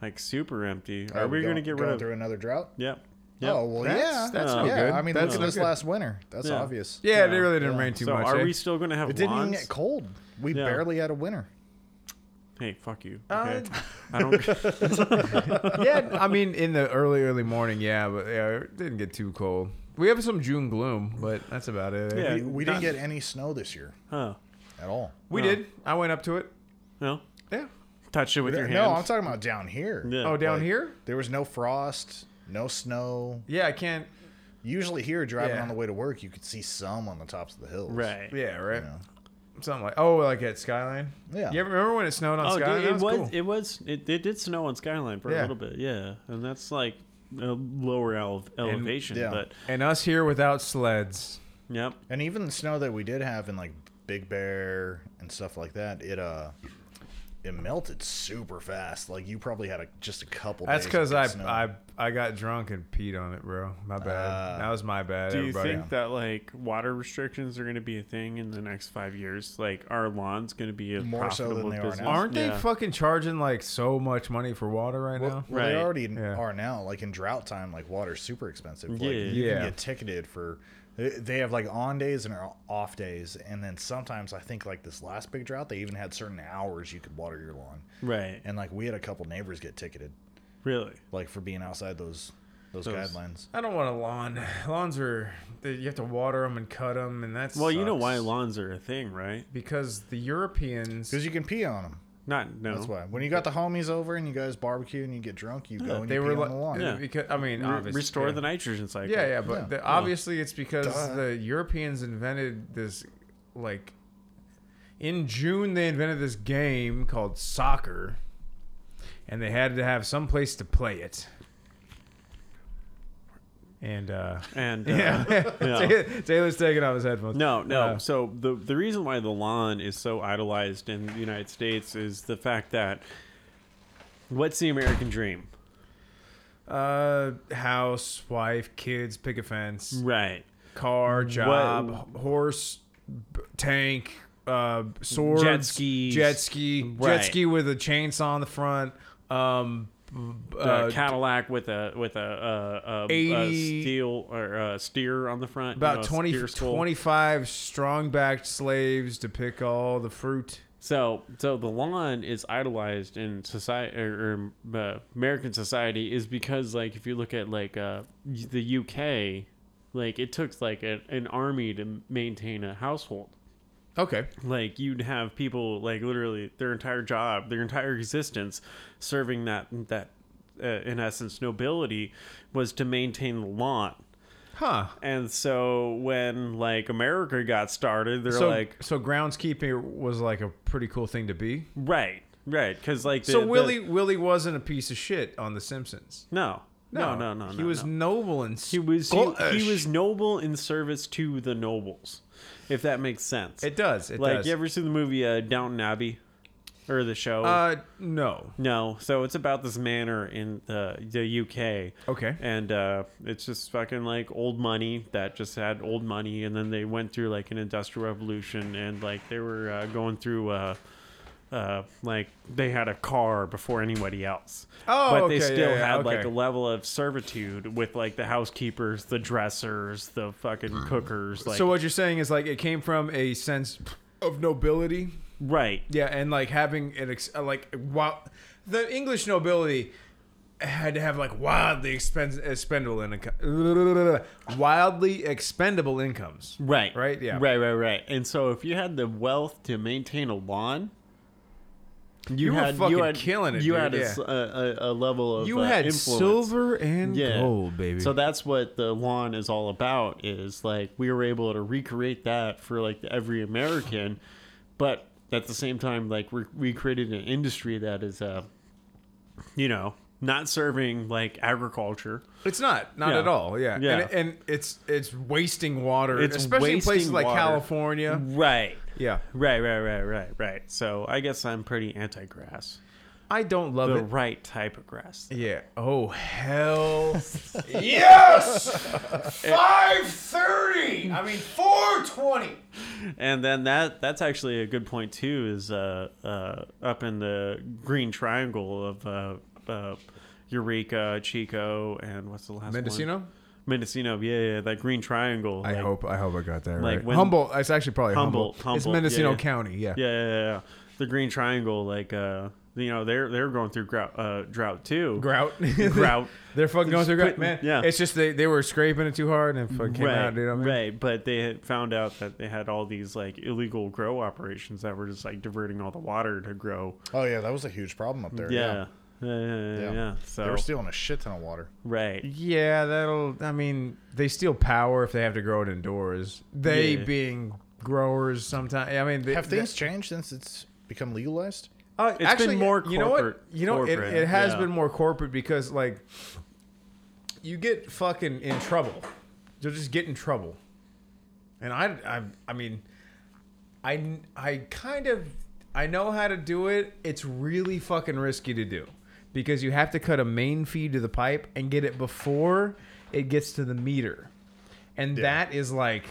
Speaker 2: Like super empty. Are
Speaker 3: uh,
Speaker 2: we
Speaker 3: going,
Speaker 2: gonna get
Speaker 3: going
Speaker 2: rid of?
Speaker 3: through another drought?
Speaker 2: Yep. Yep.
Speaker 3: Oh well,
Speaker 1: That's-
Speaker 3: yeah,
Speaker 1: that's
Speaker 2: no
Speaker 3: yeah.
Speaker 1: good.
Speaker 3: I mean,
Speaker 1: That's
Speaker 3: look at
Speaker 1: no
Speaker 3: this
Speaker 1: good.
Speaker 3: last winter. That's
Speaker 2: Yeah.
Speaker 3: obvious.
Speaker 1: Yeah,
Speaker 2: Yeah.
Speaker 1: it really didn't rain too
Speaker 2: so
Speaker 1: much.
Speaker 2: are
Speaker 1: eh?
Speaker 2: we still gonna have
Speaker 3: It didn't even
Speaker 2: lawns?
Speaker 3: get cold. We
Speaker 2: Yeah.
Speaker 3: barely had a winter.
Speaker 2: Hey, fuck you.
Speaker 1: Uh,
Speaker 2: Okay. I don't.
Speaker 1: yeah, I mean, in the early, early morning, yeah, but yeah, it didn't get too cold. We have some June gloom, but that's about it. eh?
Speaker 2: Yeah.
Speaker 3: We, we
Speaker 2: not-
Speaker 3: didn't get any snow this year
Speaker 2: Oh
Speaker 3: at all.
Speaker 1: we
Speaker 2: No.
Speaker 1: did. I went up to it.
Speaker 2: no.
Speaker 1: Yeah.
Speaker 2: Touch it with your hand.
Speaker 3: No, I'm talking about down here.
Speaker 2: Yeah.
Speaker 1: Oh, down
Speaker 3: Like,
Speaker 1: here?
Speaker 3: There was no frost, no snow.
Speaker 1: Yeah, I can't.
Speaker 3: Usually here, driving
Speaker 1: Yeah.
Speaker 3: on the way to work, you could see some on the tops of the hills.
Speaker 2: Right.
Speaker 1: Yeah, right.
Speaker 3: You know?
Speaker 1: something like oh, like at Skyline.
Speaker 3: Yeah.
Speaker 1: You ever remember when it snowed on
Speaker 2: Oh,
Speaker 1: Skyline?
Speaker 2: dude, it
Speaker 1: That
Speaker 2: was,
Speaker 1: cool.
Speaker 2: it was it, it did snow on Skyline for
Speaker 1: Yeah.
Speaker 2: a little bit, yeah, and that's like a lower ele- elevation,
Speaker 3: yeah.
Speaker 2: but
Speaker 1: and us here without sleds.
Speaker 2: yep,
Speaker 3: And even the snow that we did have in like Big Bear and stuff like that, it uh it melted super fast. Like you probably had a, just a couple.
Speaker 1: That's
Speaker 3: days
Speaker 1: because
Speaker 3: of
Speaker 1: I,
Speaker 3: good snow.
Speaker 1: I I got drunk and peed on it, bro. My bad.
Speaker 3: Ah.
Speaker 1: that was my bad.
Speaker 2: Do you
Speaker 1: everybody.
Speaker 2: think that like water restrictions are going to be a thing in the next five years? Like our lawn's going to be a
Speaker 3: More so
Speaker 2: profitable
Speaker 3: than they are
Speaker 2: business?
Speaker 3: now.
Speaker 1: Aren't they
Speaker 2: Yeah.
Speaker 1: fucking charging like so much money for water right now?
Speaker 3: well, well,
Speaker 2: Right.
Speaker 3: they already
Speaker 1: Yeah.
Speaker 3: are now. Like in drought time, like water's super expensive. Like,
Speaker 2: Yeah.
Speaker 3: you
Speaker 1: Yeah.
Speaker 3: can get ticketed for. they- They have like on days and off days, and then sometimes I think like this last big drought, they even had certain hours you could water your lawn,
Speaker 2: right?
Speaker 3: and like we had a couple neighbors get ticketed
Speaker 2: Really?
Speaker 3: like for being outside those those,
Speaker 2: Those-
Speaker 3: guidelines.
Speaker 1: I don't want a lawn. Lawns are they- you have to water them and cut them, and that's
Speaker 2: Well, you know why lawns are a thing, right?
Speaker 1: because the Europeans.
Speaker 3: Because you can pee on them.
Speaker 2: Not no.
Speaker 3: That's why. When you got the homies over and you guys barbecue and you get drunk, you go and
Speaker 1: they
Speaker 3: you
Speaker 1: were
Speaker 3: pee
Speaker 1: like,
Speaker 3: on the lawn.
Speaker 2: Yeah.
Speaker 1: because I mean,
Speaker 2: Re-
Speaker 1: obviously,
Speaker 2: restore
Speaker 1: yeah.
Speaker 2: the nitrogen cycle.
Speaker 1: Yeah, yeah, but
Speaker 3: Yeah. Oh.
Speaker 1: The, obviously it's because
Speaker 3: Duh.
Speaker 1: the Europeans invented this, like, in June they invented this game called soccer, and they had to have some place to play it. And uh,
Speaker 2: And uh,
Speaker 1: yeah,
Speaker 2: yeah.
Speaker 1: Taylor's taking off his headphones.
Speaker 2: No, no.
Speaker 1: Uh,
Speaker 2: so the the reason why the lawn is so idolized in the United States is the fact that what's the American dream?
Speaker 1: Uh, house, wife, kids, pick a fence,
Speaker 2: Right. Mm.
Speaker 1: car, job, horse, b- tank, uh, sword,
Speaker 2: Jet skis.
Speaker 1: jet ski,
Speaker 2: Right.
Speaker 1: jet ski with a chainsaw on the front. Um, b- b-
Speaker 2: uh,
Speaker 1: uh,
Speaker 2: Cadillac with a with a, uh, uh, a
Speaker 1: 80
Speaker 2: steel or uh steer on the front. you know,
Speaker 1: about
Speaker 2: a
Speaker 1: twenty
Speaker 2: steer
Speaker 1: twenty-five 20,
Speaker 2: skull.
Speaker 1: 25 strong backed slaves to pick all the fruit.
Speaker 2: So so the lawn is idolized in society or, or, uh, American society is because like if you look at like uh, y- the UK, like it took like a, an army to maintain a household.
Speaker 1: Okay.
Speaker 2: like you'd have people like literally their entire job their entire existence serving that that uh, in essence nobility was to maintain the lawn
Speaker 1: Huh.
Speaker 2: and so when like america got started they're
Speaker 1: So
Speaker 2: like
Speaker 1: so groundskeeping was like a pretty cool thing to be.
Speaker 2: right right because like the,
Speaker 1: so
Speaker 2: the-
Speaker 1: Willie Willie wasn't a piece of shit on The Simpsons.
Speaker 2: no no no no
Speaker 1: He
Speaker 2: no,
Speaker 1: was
Speaker 2: no.
Speaker 1: noble and
Speaker 2: he was he, he was noble in service to the nobles if that makes sense
Speaker 1: It does. It
Speaker 2: like
Speaker 1: does.
Speaker 2: you ever see the movie uh, downton abbey or the show
Speaker 1: uh, no.
Speaker 2: No, so it's about this manor in the the UK.
Speaker 1: Okay.
Speaker 2: And uh, it's just fucking like old money that just had old money, and then they went through like an industrial revolution, and like they were uh, going through. Uh, uh, like they had a car before anybody else,
Speaker 1: Oh,
Speaker 2: but they
Speaker 1: okay,
Speaker 2: still
Speaker 1: yeah, yeah,
Speaker 2: had
Speaker 1: okay.
Speaker 2: like a level of servitude with like the housekeepers, the dressers, the fucking cookers, like
Speaker 1: so what you're saying is like it came from a sense of nobility.
Speaker 2: right,
Speaker 1: Yeah, and like having an ex- uh, like wow, the English nobility had to have like wildly expense expendable income, wildly expendable incomes.
Speaker 2: Right.
Speaker 1: Right? Yeah.
Speaker 2: Right, right, right. And so if you had the wealth to maintain a lawn, you,
Speaker 1: You were
Speaker 2: had
Speaker 1: fucking
Speaker 2: you had,
Speaker 1: killing it,
Speaker 2: You
Speaker 1: dude,
Speaker 2: had a,
Speaker 1: yeah.
Speaker 2: s- a- a- a level of
Speaker 1: You
Speaker 2: uh,
Speaker 1: had
Speaker 2: influence.
Speaker 1: silver and
Speaker 2: Yeah.
Speaker 1: gold, baby.
Speaker 2: So that's what the lawn is all about. Is like we were able to recreate that for like every American, but at the same time, like we we created an industry that is, uh, you know, not serving like agriculture.
Speaker 1: it's not, not
Speaker 2: Yeah.
Speaker 1: at all. Yeah,
Speaker 2: Yeah.
Speaker 1: And, and it's it's wasting water,
Speaker 2: It's
Speaker 1: especially in places
Speaker 2: wasting
Speaker 1: like
Speaker 2: water.
Speaker 1: California.
Speaker 2: Right.
Speaker 1: Yeah,
Speaker 2: Right, right, right, right, right. So I guess I'm pretty anti-grass.
Speaker 1: I don't love
Speaker 2: The
Speaker 1: it.
Speaker 2: right type of grass.
Speaker 1: Yeah. Oh hell. yes. Five thirty. I mean four twenty.
Speaker 2: And then that that's actually a good point too. Is uh, uh, up in the green triangle of uh, uh, Eureka, Chico, and what's the last one?
Speaker 1: Mendocino.
Speaker 2: Mendocino. Yeah, yeah, that green triangle.
Speaker 1: I
Speaker 2: like-
Speaker 1: hope. I hope I got that
Speaker 2: like
Speaker 1: right.
Speaker 2: when-
Speaker 1: Humboldt. It's actually probably Humboldt.
Speaker 2: Humboldt,
Speaker 1: It's
Speaker 2: Humboldt,
Speaker 1: Mendocino
Speaker 2: yeah, yeah.
Speaker 1: County. Yeah.
Speaker 2: Yeah, yeah, yeah. The green triangle. Like uh, you know, they're they're going through grout, uh, drought too.
Speaker 1: Grout.
Speaker 2: Grout.
Speaker 1: They're fucking going through grout,
Speaker 2: putting-
Speaker 1: man.
Speaker 2: yeah.
Speaker 1: It's just they, they were scraping it too hard and it fucking came
Speaker 2: right,
Speaker 1: out, dude. I mean,
Speaker 2: right. But they had found out that they had all these like illegal grow operations that were just like diverting all the water to grow.
Speaker 3: Oh yeah, that was a huge problem up there.
Speaker 2: Yeah. Yeah, yeah, yeah,
Speaker 3: Yeah.
Speaker 2: yeah, yeah.
Speaker 3: They
Speaker 2: So
Speaker 3: were stealing a shit ton of water.
Speaker 2: right,
Speaker 1: Yeah, that'll. I mean, they steal power if they have to grow it indoors. They
Speaker 2: Yeah.
Speaker 1: being growers sometimes. I mean, they,
Speaker 3: Have things changed since it's become legalized?
Speaker 1: Uh,
Speaker 2: been more
Speaker 1: you know what?
Speaker 2: corporate-
Speaker 1: You know, it,
Speaker 2: corporate,
Speaker 1: it has
Speaker 3: yeah.
Speaker 1: been more corporate because like you get fucking in trouble. You'll just get in trouble. And I, I, I mean, I, I kind of, I know how to do it. It's really fucking risky to do because you have to cut a main feed to the pipe and get it before it gets to the meter, and that is like,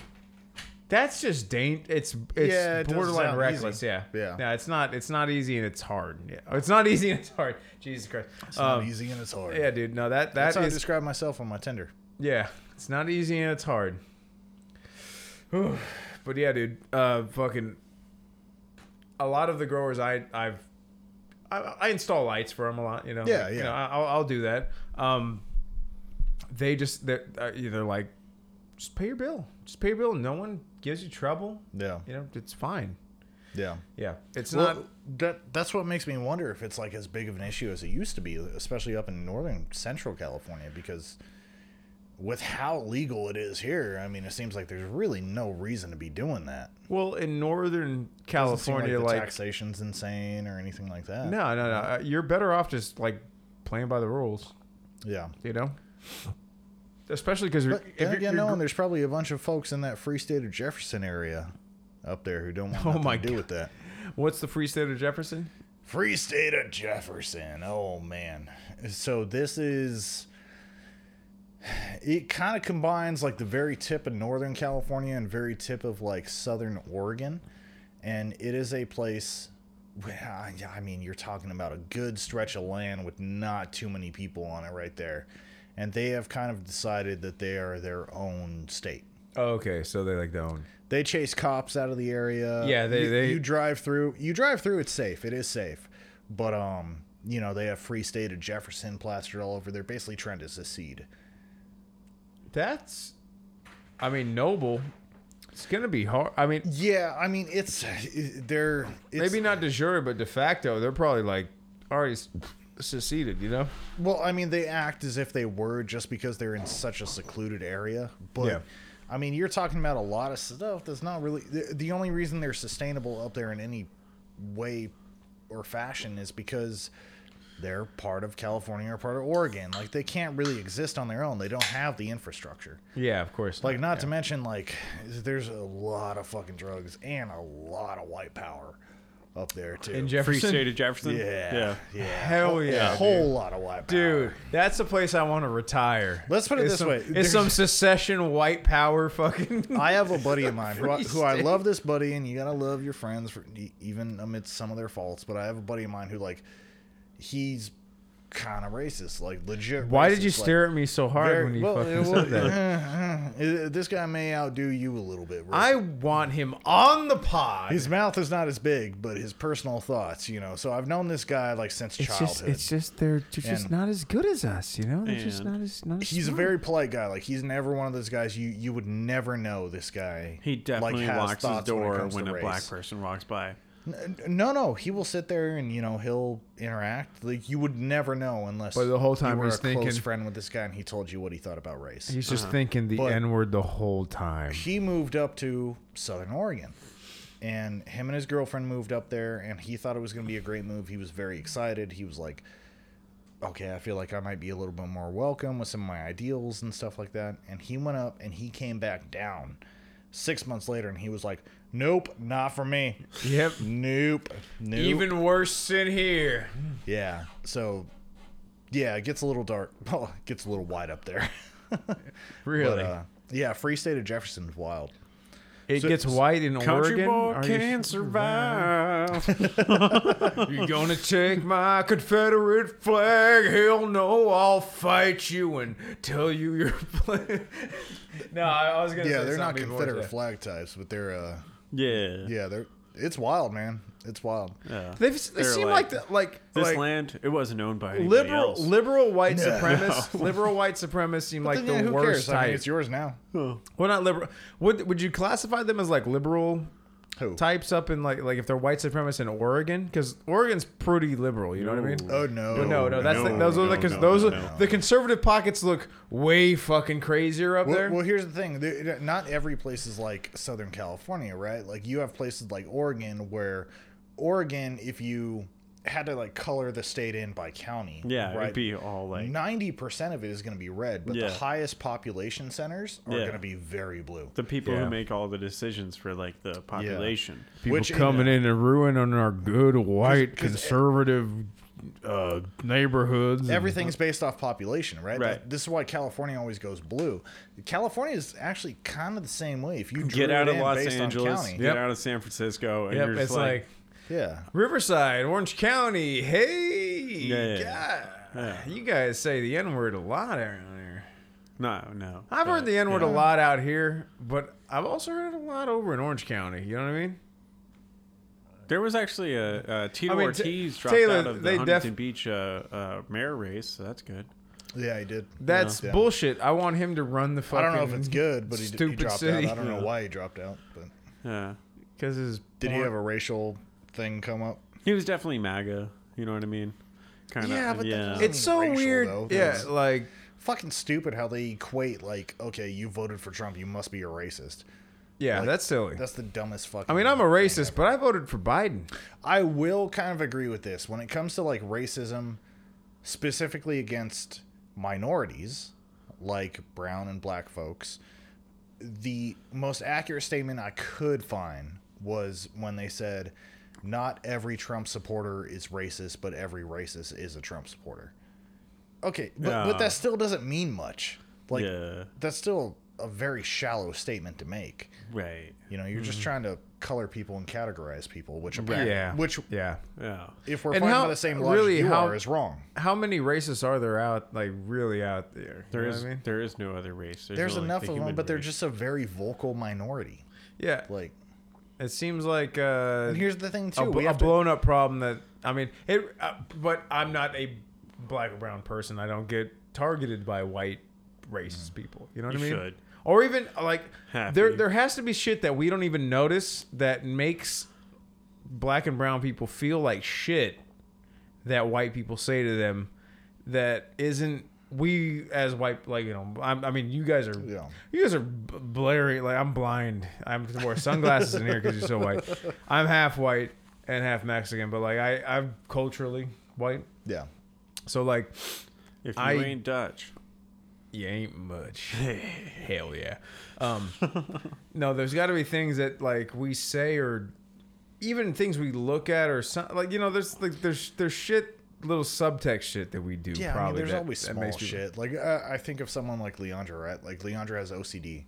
Speaker 1: that's just dang. It's it's
Speaker 3: Yeah, it doesn't
Speaker 1: borderline
Speaker 3: sound
Speaker 1: reckless.
Speaker 3: easy.
Speaker 1: Yeah,
Speaker 3: Yeah.
Speaker 1: No, it's not. It's not easy and it's hard. Yeah, it's not easy and it's hard. Jesus Christ.
Speaker 3: It's not
Speaker 1: Um,
Speaker 3: easy and it's hard.
Speaker 1: yeah, dude. No, that
Speaker 3: That's
Speaker 1: that
Speaker 3: how I
Speaker 1: is
Speaker 3: describe myself on my Tinder.
Speaker 1: yeah, it's not easy and it's hard. Whew. But yeah, dude, uh, fucking. A lot of the growers I I've I, I install lights for them a lot, you know.
Speaker 3: Yeah,
Speaker 1: like, You
Speaker 3: yeah.
Speaker 1: know, I- I'll, I'll do that. Um, they just they're uh, they're like, just pay your bill, just pay your bill. No one gives you trouble.
Speaker 3: Yeah.
Speaker 1: You know, it's fine.
Speaker 3: Yeah.
Speaker 1: Yeah, it's
Speaker 3: Well,
Speaker 1: not.
Speaker 3: that that's what makes me wonder if it's like as big of an issue as it used to be, especially up in northern central California, because with how legal it is here, I mean, it seems like there's really no reason to be doing that.
Speaker 1: Well, in Northern
Speaker 3: Doesn't seem
Speaker 1: California,
Speaker 3: like, the
Speaker 1: like,
Speaker 3: taxation's insane or anything like that.
Speaker 1: no, no, no, uh, you're better off just like playing by the rules.
Speaker 3: Yeah.
Speaker 1: you know. Especially because
Speaker 3: But then again, no, and there's probably a bunch of folks in that free state of Jefferson area up there who don't want
Speaker 1: Oh
Speaker 3: nothing
Speaker 1: my
Speaker 3: to do
Speaker 1: God.
Speaker 3: with that.
Speaker 1: what's the free state of Jefferson?
Speaker 3: Free State of Jefferson. Oh man. So this is it kind of combines like the very tip of northern California and very tip of like southern Oregon and it is a place where- I I mean you're talking about a good stretch of land with not too many people on it right there. And they have kind of decided that they are their own state
Speaker 1: Oh, okay, so they like don't.
Speaker 3: they chase cops out of the area.
Speaker 1: Yeah, they-
Speaker 3: you,
Speaker 1: they-
Speaker 3: you drive through. You drive through. It's safe. It is safe, but um, you know they have free state of Jefferson plastered all over. They're basically trying to secede.
Speaker 1: That's, I mean, noble. It's gonna be hard. I mean,
Speaker 3: Yeah, I mean it's they're it's,
Speaker 1: maybe not de jure, but de facto, they're probably like already s- seceded. You know?
Speaker 3: Well, I mean, they act as if they were just because they're in such a secluded area. But
Speaker 1: Yeah.
Speaker 3: I mean, you're talking about a lot of stuff that's not really the, the only reason they're sustainable up there in any way or fashion is because they're part of California or part of Oregon. Like they can't really exist on their own. They don't have the infrastructure.
Speaker 1: Yeah, of course.
Speaker 3: Like not to mention like there's a lot of fucking drugs and a lot of white power up there too.
Speaker 1: in
Speaker 2: Free
Speaker 1: Jefferson,
Speaker 2: state of Jefferson.
Speaker 3: yeah.
Speaker 2: Yeah.
Speaker 3: Yeah.
Speaker 1: Hell yeah,
Speaker 3: A whole lot of white power.
Speaker 1: dude, that's the place I want to retire.
Speaker 3: Let's put it
Speaker 1: It's
Speaker 3: this
Speaker 1: some-
Speaker 3: way,
Speaker 1: it's
Speaker 3: there's-
Speaker 1: some secession white power fucking.
Speaker 3: I have a buddy of mine who I,
Speaker 1: Free
Speaker 3: who I
Speaker 1: state.
Speaker 3: love this buddy, and you gotta love your friends for, e- even amidst some of their faults. But I have a buddy of mine who like he's kind of racist, like legit.
Speaker 1: Why did
Speaker 3: racist,
Speaker 1: you
Speaker 3: like,
Speaker 1: stare at me so hard
Speaker 3: very-
Speaker 1: when you
Speaker 3: well,
Speaker 1: fucking
Speaker 3: it
Speaker 1: said that?
Speaker 3: uh, This guy may outdo you a little bit. Rick.
Speaker 1: I want him on the pod.
Speaker 3: his mouth is not as big, but his personal thoughts, you know. So I've known this guy like since
Speaker 4: It's
Speaker 3: childhood.
Speaker 4: just, it's just they're, they're just
Speaker 3: And-
Speaker 4: not as good as us, you know. They're just
Speaker 2: And-
Speaker 4: not as not. As
Speaker 3: he's a
Speaker 4: smart.
Speaker 3: very polite guy. Like he's never one of those guys you you would never know. This guy
Speaker 2: He definitely
Speaker 3: has
Speaker 2: locks his
Speaker 3: thoughts it
Speaker 2: door
Speaker 3: comes to
Speaker 2: when, a
Speaker 3: race.
Speaker 2: black person walks by.
Speaker 3: No, no, he will sit there and you know he'll interact. Like you would never know unless.
Speaker 1: But the whole time
Speaker 3: you were
Speaker 1: he's
Speaker 3: a
Speaker 1: thinking-
Speaker 3: close friend with this guy, and he told you what he thought about race.
Speaker 1: He's just thinking the
Speaker 3: But-
Speaker 1: N word the whole time.
Speaker 3: he moved up to Southern Oregon, and him and his girlfriend moved up there, and he thought it was going to be a great move. He was very excited. He was like, "Okay, I feel like I might be a little bit more welcome with some of my ideals and stuff like that." And he went up, and he came back down six months later, and he was like, "Nope, not for me.
Speaker 1: Yep.
Speaker 3: Nope, nope."
Speaker 1: worse in here.
Speaker 3: Yeah. So, yeah, it gets a little dark. Well, it gets a little wide up there.
Speaker 1: Really?
Speaker 3: But, uh, yeah, Free State of Jefferson's wild.
Speaker 1: it
Speaker 3: so-
Speaker 1: gets white in
Speaker 2: Country
Speaker 1: Oregon.
Speaker 2: boy
Speaker 1: Are you-
Speaker 2: can survive.
Speaker 1: You're gonna take my Confederate flag. Hell no, I'll fight you and tell you your plan. no, I, I was gonna
Speaker 3: Yeah,
Speaker 1: say
Speaker 3: they're not
Speaker 1: something before
Speaker 3: Confederate
Speaker 1: that.
Speaker 3: flag types, but they're uh,
Speaker 2: yeah.
Speaker 3: yeah, they're it's wild, man. It's wild.
Speaker 2: Yeah.
Speaker 1: They've, they
Speaker 2: They're
Speaker 1: seem like
Speaker 2: like,
Speaker 1: the, like
Speaker 2: This
Speaker 1: like
Speaker 2: land, it wasn't owned by anybody
Speaker 1: liberal
Speaker 2: else.
Speaker 1: liberal white supremacists. Liberal white supremacists seem like
Speaker 3: Then,
Speaker 1: the
Speaker 3: yeah, who
Speaker 1: worst
Speaker 3: cares? I mean,
Speaker 1: type.
Speaker 3: it's yours now.
Speaker 1: Well, not liberal. Would would you classify them as like liberal
Speaker 3: Who?
Speaker 1: types up in like like if they're white supremacists in Oregon because Oregon's pretty liberal. You know what I mean?
Speaker 3: Oh no.
Speaker 1: But no, no, that's the, those are
Speaker 2: no,
Speaker 1: the because
Speaker 2: no,
Speaker 1: those
Speaker 2: no,
Speaker 1: are,
Speaker 2: no.
Speaker 1: the conservative pockets look way fucking crazier up there.
Speaker 3: Well, well, here's the thing: There- not every place is like Southern California, right? Like you have places like Oregon, where Oregon, if you had to like color the state in by county,
Speaker 2: Yeah,
Speaker 3: right,
Speaker 2: it'd be all like
Speaker 3: ninety percent of it is going to be red, but
Speaker 2: Yeah.
Speaker 3: the highest population centers are
Speaker 2: Yeah.
Speaker 3: going to be very blue.
Speaker 2: the people
Speaker 1: Yeah.
Speaker 2: who make all the decisions for like the population.
Speaker 1: People
Speaker 3: Which in- eh,
Speaker 1: coming in and ruining our good white conservative uh, neighborhoods. and-
Speaker 3: Everything's based off population, right?
Speaker 2: Mm-hmm. Right.
Speaker 3: That- This is why California always goes blue. California is actually kind of the same way. If you drew
Speaker 2: Get
Speaker 3: it
Speaker 2: out of
Speaker 3: in
Speaker 2: Los
Speaker 3: based on
Speaker 2: Angeles,
Speaker 3: county.
Speaker 2: get
Speaker 1: Yep.
Speaker 2: out of San Francisco, and
Speaker 1: Yep,
Speaker 2: you're
Speaker 1: it's
Speaker 2: just like,
Speaker 1: like,
Speaker 3: yeah,
Speaker 1: Riverside, Orange County. Hey,
Speaker 2: Yeah, yeah,
Speaker 1: God,
Speaker 2: yeah.
Speaker 1: you guys say the N word a lot around here.
Speaker 2: no, no.
Speaker 1: I've heard
Speaker 2: But,
Speaker 1: the N word
Speaker 2: yeah.
Speaker 1: a lot out here, but I've also heard it a lot over in Orange County. You know what I mean?
Speaker 2: There was actually a, a Tito
Speaker 1: I mean, Ta-
Speaker 2: Ortiz dropped
Speaker 1: Taylor,
Speaker 2: out of the
Speaker 1: they def-
Speaker 2: Huntington Beach uh, uh, mayor race, so that's good.
Speaker 3: yeah, I did.
Speaker 1: That's
Speaker 3: Yeah.
Speaker 1: bullshit. I want him to run the
Speaker 3: I
Speaker 1: fucking.
Speaker 3: don't know if it's good, but he, d- he
Speaker 1: stupid
Speaker 3: dropped
Speaker 1: city.
Speaker 3: out. I don't know why he dropped out, but.
Speaker 2: Yeah,
Speaker 1: because his.
Speaker 3: Did he
Speaker 1: porn-
Speaker 3: have a racial thing come up?
Speaker 2: he was definitely MAGA. You know what I mean? Kind of.
Speaker 3: Yeah, but that
Speaker 2: yeah.
Speaker 3: doesn't-
Speaker 1: It's so
Speaker 3: Racial,
Speaker 1: weird.
Speaker 3: though.
Speaker 1: Yeah,
Speaker 3: That's-
Speaker 1: like
Speaker 3: Fucking stupid how they equate like, okay, you voted for Trump, you must be a racist.
Speaker 1: yeah,
Speaker 3: Like,
Speaker 1: that's silly.
Speaker 3: That's the dumbest fucking.
Speaker 1: I mean, I'm a racist, but I voted for Biden.
Speaker 3: I will kind of agree with this when it comes to like racism, specifically against minorities like brown and black folks. The most accurate statement I could find was when they said, "Not every Trump supporter is racist, but every racist is a Trump supporter." Okay, but, but
Speaker 2: Yeah.
Speaker 3: that still doesn't mean much. Like
Speaker 2: yeah.
Speaker 3: that's still a very shallow statement to make.
Speaker 2: Right.
Speaker 3: You know, you're just
Speaker 2: Mm-hmm.
Speaker 3: trying to color people and categorize people, which apparently,
Speaker 1: Yeah.
Speaker 3: which
Speaker 1: Yeah.
Speaker 2: Yeah.
Speaker 3: if we're
Speaker 1: And
Speaker 3: finding
Speaker 1: how-
Speaker 3: by the same logic
Speaker 1: really,
Speaker 3: you
Speaker 1: how-
Speaker 3: are is wrong.
Speaker 1: How many racists are there out? Like really out there? You
Speaker 2: There
Speaker 1: know
Speaker 2: is
Speaker 1: what I mean?
Speaker 2: there is no other race.
Speaker 3: There's
Speaker 2: only
Speaker 3: enough
Speaker 2: the
Speaker 3: of them,
Speaker 2: human
Speaker 3: but they're
Speaker 2: race.
Speaker 3: just a very vocal minority.
Speaker 1: Yeah.
Speaker 3: Like,
Speaker 1: It seems like. Uh,
Speaker 3: and here's the thing too:
Speaker 1: a, bl-
Speaker 3: we
Speaker 1: a
Speaker 3: have to,
Speaker 1: blown up problem that I mean it. Uh, but I'm not a black or brown person. I don't get targeted by white racist
Speaker 3: Mm.
Speaker 1: people. You know what
Speaker 2: You
Speaker 1: I mean?
Speaker 2: should.
Speaker 1: Or even like
Speaker 2: Happy.
Speaker 1: there there has to be shit that we don't even notice that makes black and brown people feel like shit that white people say to them that isn't we as white like you know I'm, I mean you guys are
Speaker 3: Yeah.
Speaker 1: you guys are b- blurry like I'm blind I'm I wear sunglasses in here because you're so white I'm half white and half Mexican but like I I'm culturally white
Speaker 3: yeah,
Speaker 1: so like
Speaker 2: If you
Speaker 1: I-
Speaker 2: ain't Dutch,
Speaker 1: you ain't much. Hell yeah. Um, no, there's got to be things that like we say or even things we look at or something like you know there's like there's there's shit little subtext shit that we do.
Speaker 3: yeah. I mean,
Speaker 1: probably
Speaker 3: there's
Speaker 1: that-
Speaker 3: always
Speaker 1: that
Speaker 3: small
Speaker 1: makes people-
Speaker 3: shit. Like, uh, I think of someone like Leandra, right? Like, Leandra has OCD,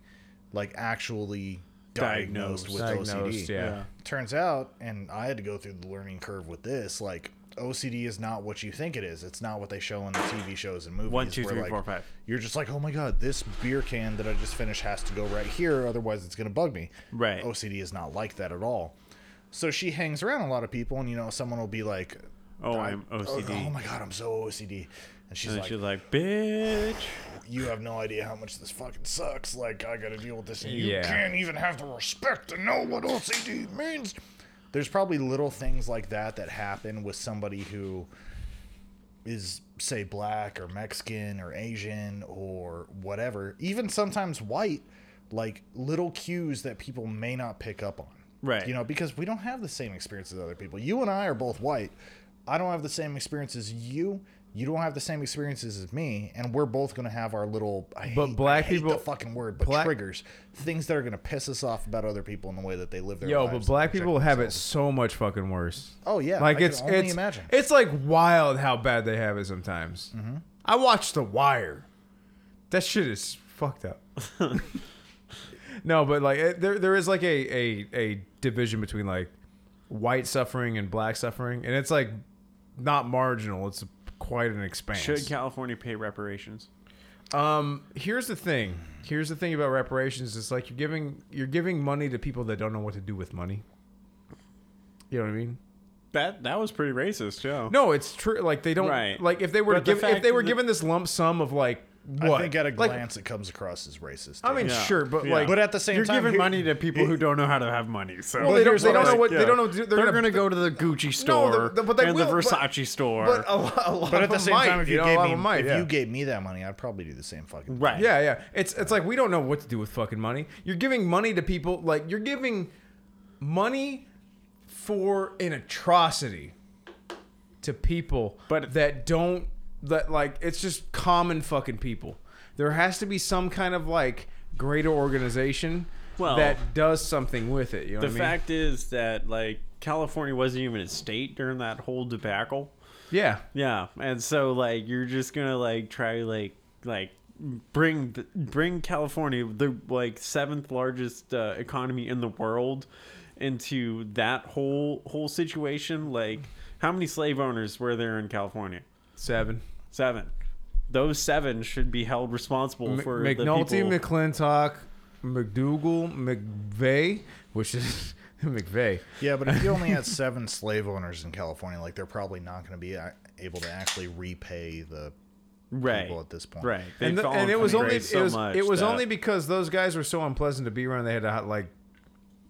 Speaker 3: like actually diagnosed,
Speaker 2: Diagnosed.
Speaker 3: with
Speaker 1: Diagnosed,
Speaker 3: OCD.
Speaker 1: yeah.
Speaker 2: Yeah.
Speaker 3: Turns out, and I had to go through the learning curve with this. Like, OCD is not what you think it is. It's not what they show in the TV shows and movies.
Speaker 2: One, two,
Speaker 3: where,
Speaker 2: three,
Speaker 3: like,
Speaker 2: four, five.
Speaker 3: You're just like, oh my god, this beer can that I just finished has to go right here, otherwise it's gonna bug me.
Speaker 2: Right.
Speaker 3: OCD is not like that at all. So she hangs around a lot of people, and you know, someone will be like,
Speaker 2: oh,
Speaker 3: I-
Speaker 2: I'm
Speaker 3: oh,
Speaker 2: OCD.
Speaker 3: Oh, my god, I'm so OCD. And she's
Speaker 2: and
Speaker 3: like,
Speaker 2: she's like, bitch.
Speaker 3: you have no idea how much this fucking sucks. Like, I gotta deal with this. And you
Speaker 1: Yeah.
Speaker 3: can't even have the respect to know what OCD means. There's probably little things like that that happen with somebody who is, say, black or Mexican or Asian or whatever, even sometimes white, like little cues that people may not pick up on.
Speaker 2: Right.
Speaker 3: You know, because we don't have the same experience as other people. You and I are both white. I don't have the same experience as you. You don't have the same experiences as me, and we're both gonna have our little. I
Speaker 1: But
Speaker 3: hate-
Speaker 1: black
Speaker 3: I hate
Speaker 1: people-
Speaker 3: the fucking word, but
Speaker 1: black-
Speaker 3: triggers, things that are gonna piss us off about other people in the way that they live their
Speaker 1: Yo,
Speaker 3: lives.
Speaker 1: but
Speaker 3: and
Speaker 1: black
Speaker 3: project
Speaker 1: people have it
Speaker 3: themselves.
Speaker 1: so much fucking worse.
Speaker 3: Oh, yeah,
Speaker 1: like
Speaker 3: I can
Speaker 1: it's
Speaker 3: only
Speaker 1: it's
Speaker 3: imagine. Mm-hmm.
Speaker 1: it's like wild how bad they have it sometimes. I watched The Wire. That shit is fucked up. no, but like it, there there is like a a a division between like white suffering and black suffering, and it's like not marginal. It's quite an expanse.
Speaker 2: Should California pay reparations?
Speaker 1: Um, here's the thing. Here's the thing about reparations. It's like you're giving you're giving money to people that don't know what to do with money. You know what I mean?
Speaker 2: That that was pretty racist, yeah.
Speaker 1: No, it's true. Like they don't
Speaker 2: Right.
Speaker 1: like if they were
Speaker 2: But the
Speaker 1: giv if
Speaker 2: fact
Speaker 1: they were
Speaker 2: that-
Speaker 1: given this lump sum of like what?
Speaker 3: I think at a
Speaker 1: Like,
Speaker 3: glance it comes across as racist.
Speaker 1: I mean,
Speaker 2: Yeah.
Speaker 1: sure, but
Speaker 2: Yeah.
Speaker 1: like,
Speaker 3: but at the same
Speaker 2: You're
Speaker 3: time,
Speaker 2: giving
Speaker 3: here-
Speaker 2: money to people who don't know how to have money. So
Speaker 1: Well, they don't-
Speaker 3: here's
Speaker 1: they don't
Speaker 3: what I-
Speaker 1: know what they don't know. They're,
Speaker 2: They're
Speaker 1: gonna,
Speaker 2: gonna go to the Gucci
Speaker 1: No,
Speaker 2: store
Speaker 1: the- the- but they
Speaker 2: and
Speaker 1: will,
Speaker 2: the
Speaker 1: but-
Speaker 2: Versace store.
Speaker 1: But uh, a lot, a lot
Speaker 3: But
Speaker 1: of
Speaker 3: at the
Speaker 1: them
Speaker 3: same
Speaker 1: might,
Speaker 3: time, if you,
Speaker 1: know, a lot of
Speaker 3: gave
Speaker 1: them
Speaker 3: me
Speaker 1: might,
Speaker 3: if
Speaker 1: yeah.
Speaker 3: you gave me that money, I'd probably do the same fucking thing.
Speaker 2: right?
Speaker 1: Yeah, yeah. It's it's like we don't know what to do with fucking money. You're giving money to people like you're giving money for an atrocity to people
Speaker 2: But-
Speaker 1: that don't that like it's just common fucking people. There has to be some kind of like greater organization
Speaker 2: Well-
Speaker 1: that does something with it. You know
Speaker 2: The
Speaker 1: what I mean?
Speaker 2: fact is that like California wasn't even a state during that whole debacle.
Speaker 1: yeah.
Speaker 2: Yeah, and so like you're just gonna like try like like bring the, bring California, the like seventh largest uh, economy in the world, into that whole whole situation. Like, how many slave owners were there in California?
Speaker 1: Seven.
Speaker 2: Seven. Those seven should be held responsible
Speaker 1: M-
Speaker 2: for
Speaker 1: McNulty,
Speaker 2: the people.
Speaker 1: McClintock, McDougal, McVeigh, which is McVeigh.
Speaker 3: Yeah, but if you only had seven slave owners in California, like they're probably not going to be uh, able to actually repay the
Speaker 2: Right.
Speaker 3: people at this point.
Speaker 2: Right, They've
Speaker 1: and, the-
Speaker 2: fallen
Speaker 1: and it
Speaker 2: from
Speaker 1: was
Speaker 2: the
Speaker 1: only
Speaker 2: grace so
Speaker 1: it was,
Speaker 2: much
Speaker 1: it was
Speaker 2: that-
Speaker 1: only because those guys were so unpleasant to be around. They had to like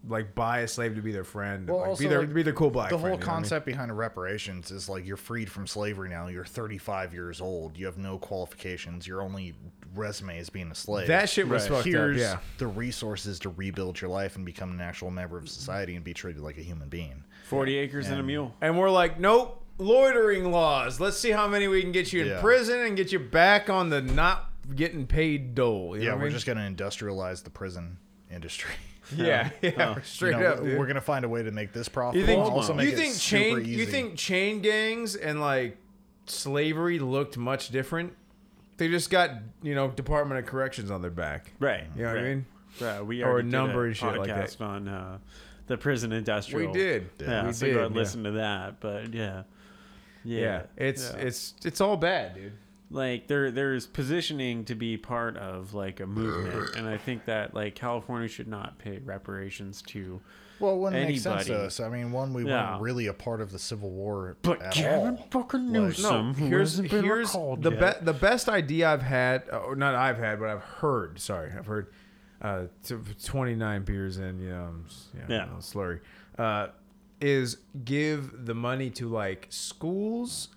Speaker 1: like buy a slave to be their friend,
Speaker 3: Well,
Speaker 1: like,
Speaker 3: also,
Speaker 1: be their
Speaker 3: like,
Speaker 1: be their cool black.
Speaker 3: The
Speaker 1: friend,
Speaker 3: whole
Speaker 1: you know what I mean?
Speaker 3: concept behind reparations is like you're freed from slavery now. You're 35 years old. You have no qualifications. Your only resume is being a slave.
Speaker 1: That shit was fucked up,
Speaker 3: Here's
Speaker 1: yeah.
Speaker 3: the resources to rebuild your life and become an actual member of society and be treated like a human being.
Speaker 2: forty acres and a mule.
Speaker 1: And we're like, nope, loitering laws. Let's see how many we can get you in
Speaker 3: Yeah.
Speaker 1: prison and get you back on the not getting paid dole. You know
Speaker 3: Yeah,
Speaker 1: what I
Speaker 3: we're
Speaker 1: mean?
Speaker 3: just going to industrialize the prison industry.
Speaker 1: yeah, yeah, we're
Speaker 3: You
Speaker 1: straight
Speaker 3: know,
Speaker 1: up. Dude.
Speaker 3: we're going to find a way to make this profitable.
Speaker 1: you think
Speaker 3: and also make
Speaker 1: you
Speaker 3: it
Speaker 1: think
Speaker 3: super
Speaker 1: chain
Speaker 3: easy.
Speaker 1: you think chain gangs and like slavery looked much different? They just got you know Department of Corrections on their back.
Speaker 2: Right.
Speaker 1: You know
Speaker 2: right.
Speaker 1: what I mean?
Speaker 2: Right. Uh, We
Speaker 1: Or
Speaker 2: already did
Speaker 1: number
Speaker 2: a
Speaker 1: and shit like that.
Speaker 2: podcast on uh, the prison industrial.
Speaker 1: We did.
Speaker 2: Yeah.
Speaker 1: We
Speaker 2: so go
Speaker 1: did,
Speaker 2: and
Speaker 1: yeah.
Speaker 2: listen to that. But yeah. Yeah.
Speaker 1: Yeah, it's
Speaker 2: Yeah.
Speaker 1: it's it's all bad, dude.
Speaker 2: like there there's positioning to be part of like a movement, and I think that like California should not pay reparations to.
Speaker 3: Well, it wouldn't make sense to
Speaker 2: anybody.
Speaker 3: us. I mean, one, we
Speaker 2: Yeah.
Speaker 3: weren't really a part of the Civil War
Speaker 2: But
Speaker 3: at
Speaker 2: Gavin
Speaker 3: all.
Speaker 2: fucking
Speaker 3: Like,
Speaker 1: No,
Speaker 2: Newsom, who
Speaker 1: here's
Speaker 2: hasn't been
Speaker 1: here's
Speaker 2: recalled
Speaker 1: the
Speaker 2: yet.
Speaker 1: best the best idea I've had, uh, or not I've had, but I've heard. Sorry, I've heard. Uh, t- twenty nine beers in, you know, I'm just, you know,
Speaker 2: Yeah.
Speaker 1: a little slurry. Uh, is give the money to like schools,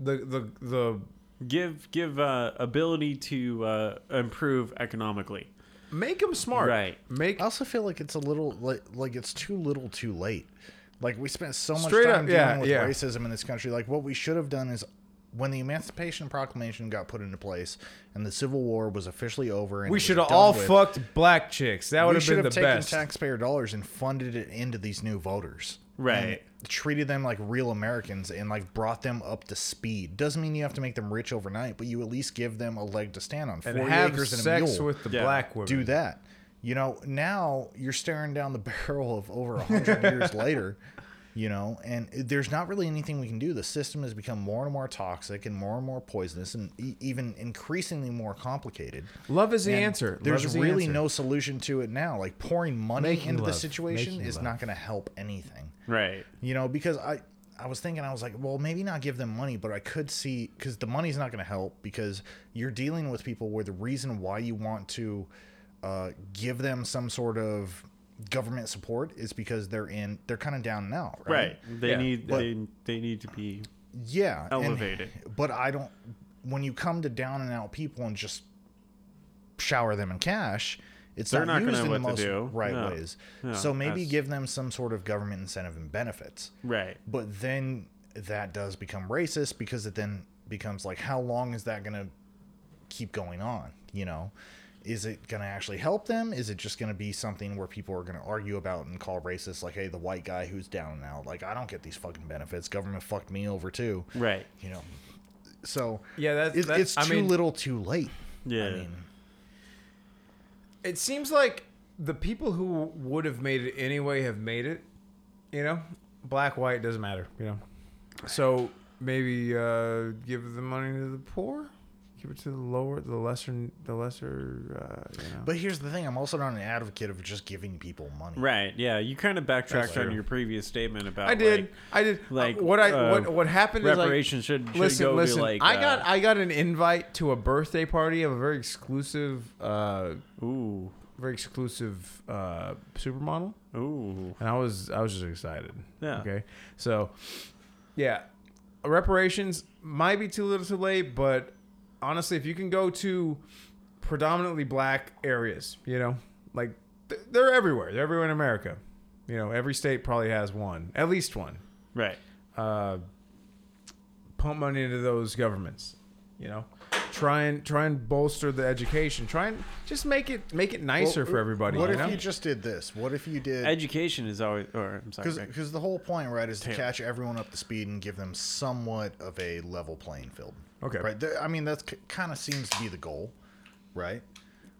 Speaker 1: the the the
Speaker 2: give give uh, ability to uh, improve economically.
Speaker 1: make them smart,
Speaker 2: Right.
Speaker 1: Make
Speaker 3: I also feel like it's a little like, like it's too little, too late. Like we spent so much
Speaker 1: Straight
Speaker 3: time
Speaker 1: up,
Speaker 3: dealing
Speaker 1: yeah,
Speaker 3: with
Speaker 1: yeah.
Speaker 3: racism in this country. Like what we should have done is when the Emancipation Proclamation got put into place and the Civil War was officially over, and
Speaker 1: we
Speaker 3: it was
Speaker 1: should have
Speaker 3: done
Speaker 1: all
Speaker 3: with,
Speaker 1: fucked black chicks. That would
Speaker 3: we
Speaker 1: have
Speaker 3: should
Speaker 1: been
Speaker 3: have
Speaker 1: the
Speaker 3: taken
Speaker 1: best.
Speaker 3: taxpayer dollars and funded it into these new voters.
Speaker 2: Right.
Speaker 3: And treated them like real Americans and like brought them up to speed. Doesn't mean you have to make them rich overnight, but you at least give them a leg to stand on.
Speaker 1: and
Speaker 3: 40
Speaker 1: have
Speaker 3: acres and a
Speaker 1: sex
Speaker 3: mule.
Speaker 1: with the
Speaker 2: Yeah.
Speaker 1: black women.
Speaker 3: do that. You know, now you're staring down the barrel of over a hundred years later. You know, and there's not really anything we can do. The system has become more and more toxic and more and more poisonous and e- even increasingly more complicated.
Speaker 1: Love is the
Speaker 3: And
Speaker 1: answer. Love is
Speaker 3: There's
Speaker 1: the
Speaker 3: really
Speaker 1: answer.
Speaker 3: no solution to it now. Like pouring money
Speaker 1: Making
Speaker 3: into the
Speaker 1: love.
Speaker 3: situation
Speaker 1: Making
Speaker 3: is
Speaker 1: love.
Speaker 3: not going to help anything.
Speaker 2: Right.
Speaker 3: You know, because I I was thinking I was like, well, maybe not give them money, but I could see cuz the money's not going to help because you're dealing with people where the reason why you want to uh, give them some sort of government support is because they're in they're kind of down now, right?
Speaker 2: Right. They
Speaker 1: Yeah.
Speaker 2: need
Speaker 3: But-
Speaker 2: they they need to be
Speaker 3: Yeah. and-
Speaker 2: Elevated.
Speaker 3: but I don't. When you come to down and out people and just shower them in cash, it's
Speaker 2: They're not
Speaker 3: not,
Speaker 2: gonna
Speaker 3: used
Speaker 2: know
Speaker 3: in the
Speaker 2: what to
Speaker 3: most
Speaker 2: do.
Speaker 3: right
Speaker 2: No.
Speaker 3: ways.
Speaker 2: No,
Speaker 3: so maybe
Speaker 2: that's-
Speaker 3: give them some sort of government incentive and benefits.
Speaker 2: right.
Speaker 3: But then that does become racist because it then becomes like, how long is that going to keep going on? You know, is it going to actually help them? Is it just going to be something where people are going to argue about and call racist, like, hey, the white guy who's down now, like, I don't get these fucking benefits. Government fucked me over too.
Speaker 2: Right.
Speaker 3: You know, so
Speaker 1: Yeah, that's-
Speaker 3: it-
Speaker 1: that's-
Speaker 3: it's too
Speaker 1: I mean-
Speaker 3: little, too late.
Speaker 2: Yeah.
Speaker 3: I mean,
Speaker 1: it seems like the people who would have made it anyway have made it. You know, black, white doesn't matter. You know, so maybe uh, give the money to the poor. keep it to the lower, the lesser, the lesser. Uh, you know.
Speaker 3: But here's the thing: I'm also not an advocate of just giving people money.
Speaker 2: Right. Yeah. You kind of backtracked on
Speaker 1: true.
Speaker 2: your previous statement about.
Speaker 1: I did.
Speaker 2: like,
Speaker 1: I did.
Speaker 2: like,
Speaker 1: Like what I
Speaker 2: uh,
Speaker 1: what what happened is like
Speaker 2: reparations should, should
Speaker 1: listen,
Speaker 2: go
Speaker 1: listen.
Speaker 2: be like.
Speaker 1: I
Speaker 2: uh,
Speaker 1: got I got an invite to a birthday party of a very exclusive, uh,
Speaker 2: Ooh.
Speaker 1: very exclusive uh, supermodel,
Speaker 2: Ooh.
Speaker 1: and I was I was just excited.
Speaker 2: Yeah.
Speaker 1: Okay. So, yeah, reparations might be too little, too late, but honestly, if you can go to predominantly black areas, you know, like th- they're everywhere. They're everywhere in America. You know, every state probably has one, at least one
Speaker 2: Right.
Speaker 1: uh, pump money into those governments. You know, try and try and bolster the education. Try and just make it make it nicer
Speaker 3: Well,
Speaker 1: for everybody.
Speaker 3: What
Speaker 1: you
Speaker 3: if
Speaker 1: know?
Speaker 3: you just did this? What if you did?
Speaker 2: Education is always. Or I'm sorry. Greg.
Speaker 3: Because the whole point, right, is to
Speaker 2: Taylor.
Speaker 3: catch everyone up to speed and give them somewhat of a level playing field.
Speaker 1: Okay.
Speaker 3: Right. There- I mean, that's kind of seems to be the goal, right?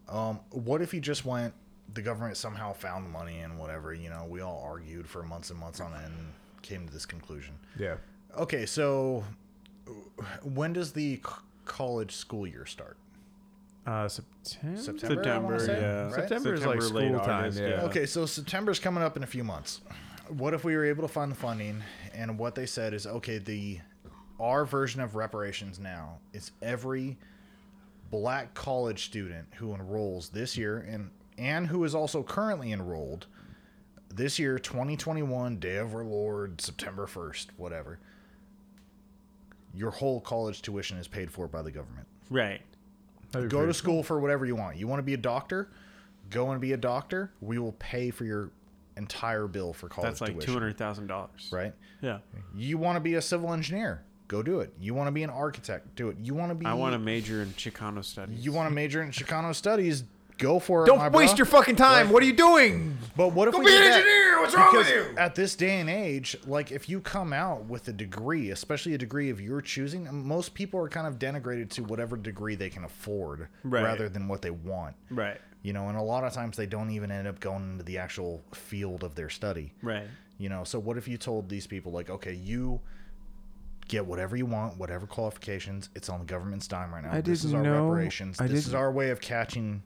Speaker 3: Um, what if you just went? The government somehow found the money and whatever. You know, we all argued for months and months on end, and came to this conclusion.
Speaker 1: yeah,
Speaker 3: Okay, so when does the c- college school year start?
Speaker 1: uh, September.
Speaker 3: September. I
Speaker 2: September.
Speaker 3: wanna say,
Speaker 2: yeah.
Speaker 3: right?
Speaker 1: September is like
Speaker 2: late
Speaker 1: school time, yeah.
Speaker 3: Okay, so September's coming up in a few months. What if we were able to find the funding? And what they said is, okay, the our version of reparations now is every black college student who enrolls this year and and who is also currently enrolled this year, 2021, Day of Our Lord, September 1st, whatever. Your whole college tuition is paid for by the government
Speaker 2: Right.
Speaker 1: That'd be
Speaker 3: go to
Speaker 1: pretty-
Speaker 3: school for whatever you want. You want to be a doctor? Go and be a doctor. We will pay for your entire bill for college
Speaker 2: That's like two
Speaker 3: tuition.
Speaker 2: hundred thousand dollars.
Speaker 3: right?
Speaker 2: Yeah.
Speaker 3: You want to be a civil engineer? Go do it. You want to be an architect? Do it. You want to be
Speaker 2: I want to major in Chicano studies.
Speaker 3: Mm-hmm. You want to major in Chicano studies? Go for it. my
Speaker 1: Don't
Speaker 3: bro.
Speaker 1: waste your fucking time. What are you doing?
Speaker 3: But what if
Speaker 1: Go
Speaker 3: we
Speaker 1: be
Speaker 3: did
Speaker 1: an
Speaker 3: that?
Speaker 1: engineer. What's wrong with
Speaker 3: Because
Speaker 1: you?
Speaker 3: At this day and age, like if you come out with a degree, especially a degree of your choosing, most people are kind of denigrated to whatever degree they can afford
Speaker 2: Right.
Speaker 3: rather than what they want.
Speaker 2: Right.
Speaker 3: you know and a lot of times they don't even end up going into the actual field of their study
Speaker 2: Right.
Speaker 3: you know so what if you told these people like okay you get whatever you want whatever qualifications it's on the government's dime right now
Speaker 4: I
Speaker 3: this is
Speaker 4: didn't
Speaker 3: our
Speaker 4: know-
Speaker 3: reparations
Speaker 4: I
Speaker 3: this is
Speaker 4: didn't-
Speaker 3: our way of catching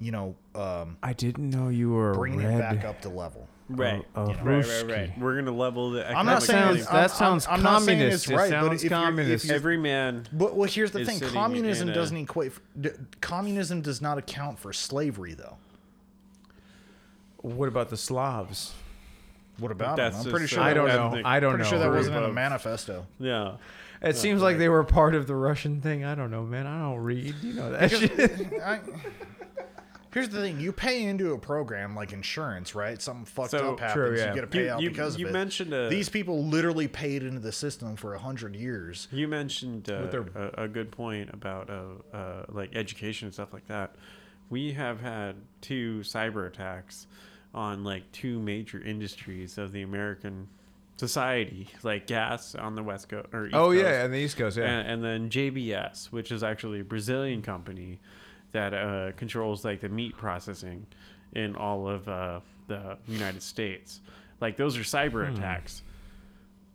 Speaker 3: you know um
Speaker 4: I didn't know you were a
Speaker 3: bringing it back
Speaker 4: red.
Speaker 3: up to level
Speaker 2: Right.
Speaker 4: a
Speaker 2: right. Right. Right.
Speaker 4: Ruski.
Speaker 2: We're gonna level the.
Speaker 3: oh, i'm not
Speaker 2: economic
Speaker 3: saying
Speaker 2: standing.
Speaker 3: it's-
Speaker 1: that
Speaker 3: I'm-
Speaker 1: sounds
Speaker 3: I'm, I'm not saying
Speaker 1: communist.
Speaker 3: it's
Speaker 1: It
Speaker 3: right but
Speaker 1: sounds
Speaker 3: if you're- if
Speaker 1: communist.
Speaker 3: you're-
Speaker 2: every man.
Speaker 3: but well here's the
Speaker 2: is
Speaker 3: thing
Speaker 2: sitting
Speaker 3: communism
Speaker 2: in a-
Speaker 3: doesn't equate for, d- communism does not account for slavery though
Speaker 1: What about the Slavs?
Speaker 3: what about
Speaker 2: That's
Speaker 3: them? i'm
Speaker 2: just
Speaker 3: pretty
Speaker 2: so-
Speaker 3: sure
Speaker 1: I
Speaker 3: that
Speaker 1: don't
Speaker 3: was-
Speaker 1: know.
Speaker 2: ethnic-
Speaker 1: I don't
Speaker 3: pretty
Speaker 1: know.
Speaker 3: sure that
Speaker 2: Group
Speaker 3: wasn't in the
Speaker 2: of-
Speaker 3: manifesto
Speaker 2: Yeah.
Speaker 1: It seems like they were part of the Russian thing. I don't know, man. I don't read. You know that shit.
Speaker 3: I, here's the thing: you pay into a program like insurance, right? Something fucked
Speaker 2: So-
Speaker 3: up happens,
Speaker 1: True, yeah.
Speaker 3: you get a
Speaker 2: You-
Speaker 3: payout
Speaker 2: you-
Speaker 3: because
Speaker 2: you
Speaker 3: of it.
Speaker 2: mentioned a-
Speaker 3: these people literally paid into the system for a hundred years.
Speaker 2: You mentioned uh,
Speaker 1: their-
Speaker 2: a, a good point about uh, uh, like education and stuff like that. We have had two cyber attacks on like two major industries of the American society, like gas on the west coast or east
Speaker 1: Oh
Speaker 2: Coast,
Speaker 1: yeah, and the East Coast. Yeah.
Speaker 2: and, and then JBS, which is actually a Brazilian company that uh, controls like the meat processing in all of uh, the United States. Like those are
Speaker 1: Hmm.
Speaker 2: cyber attacks.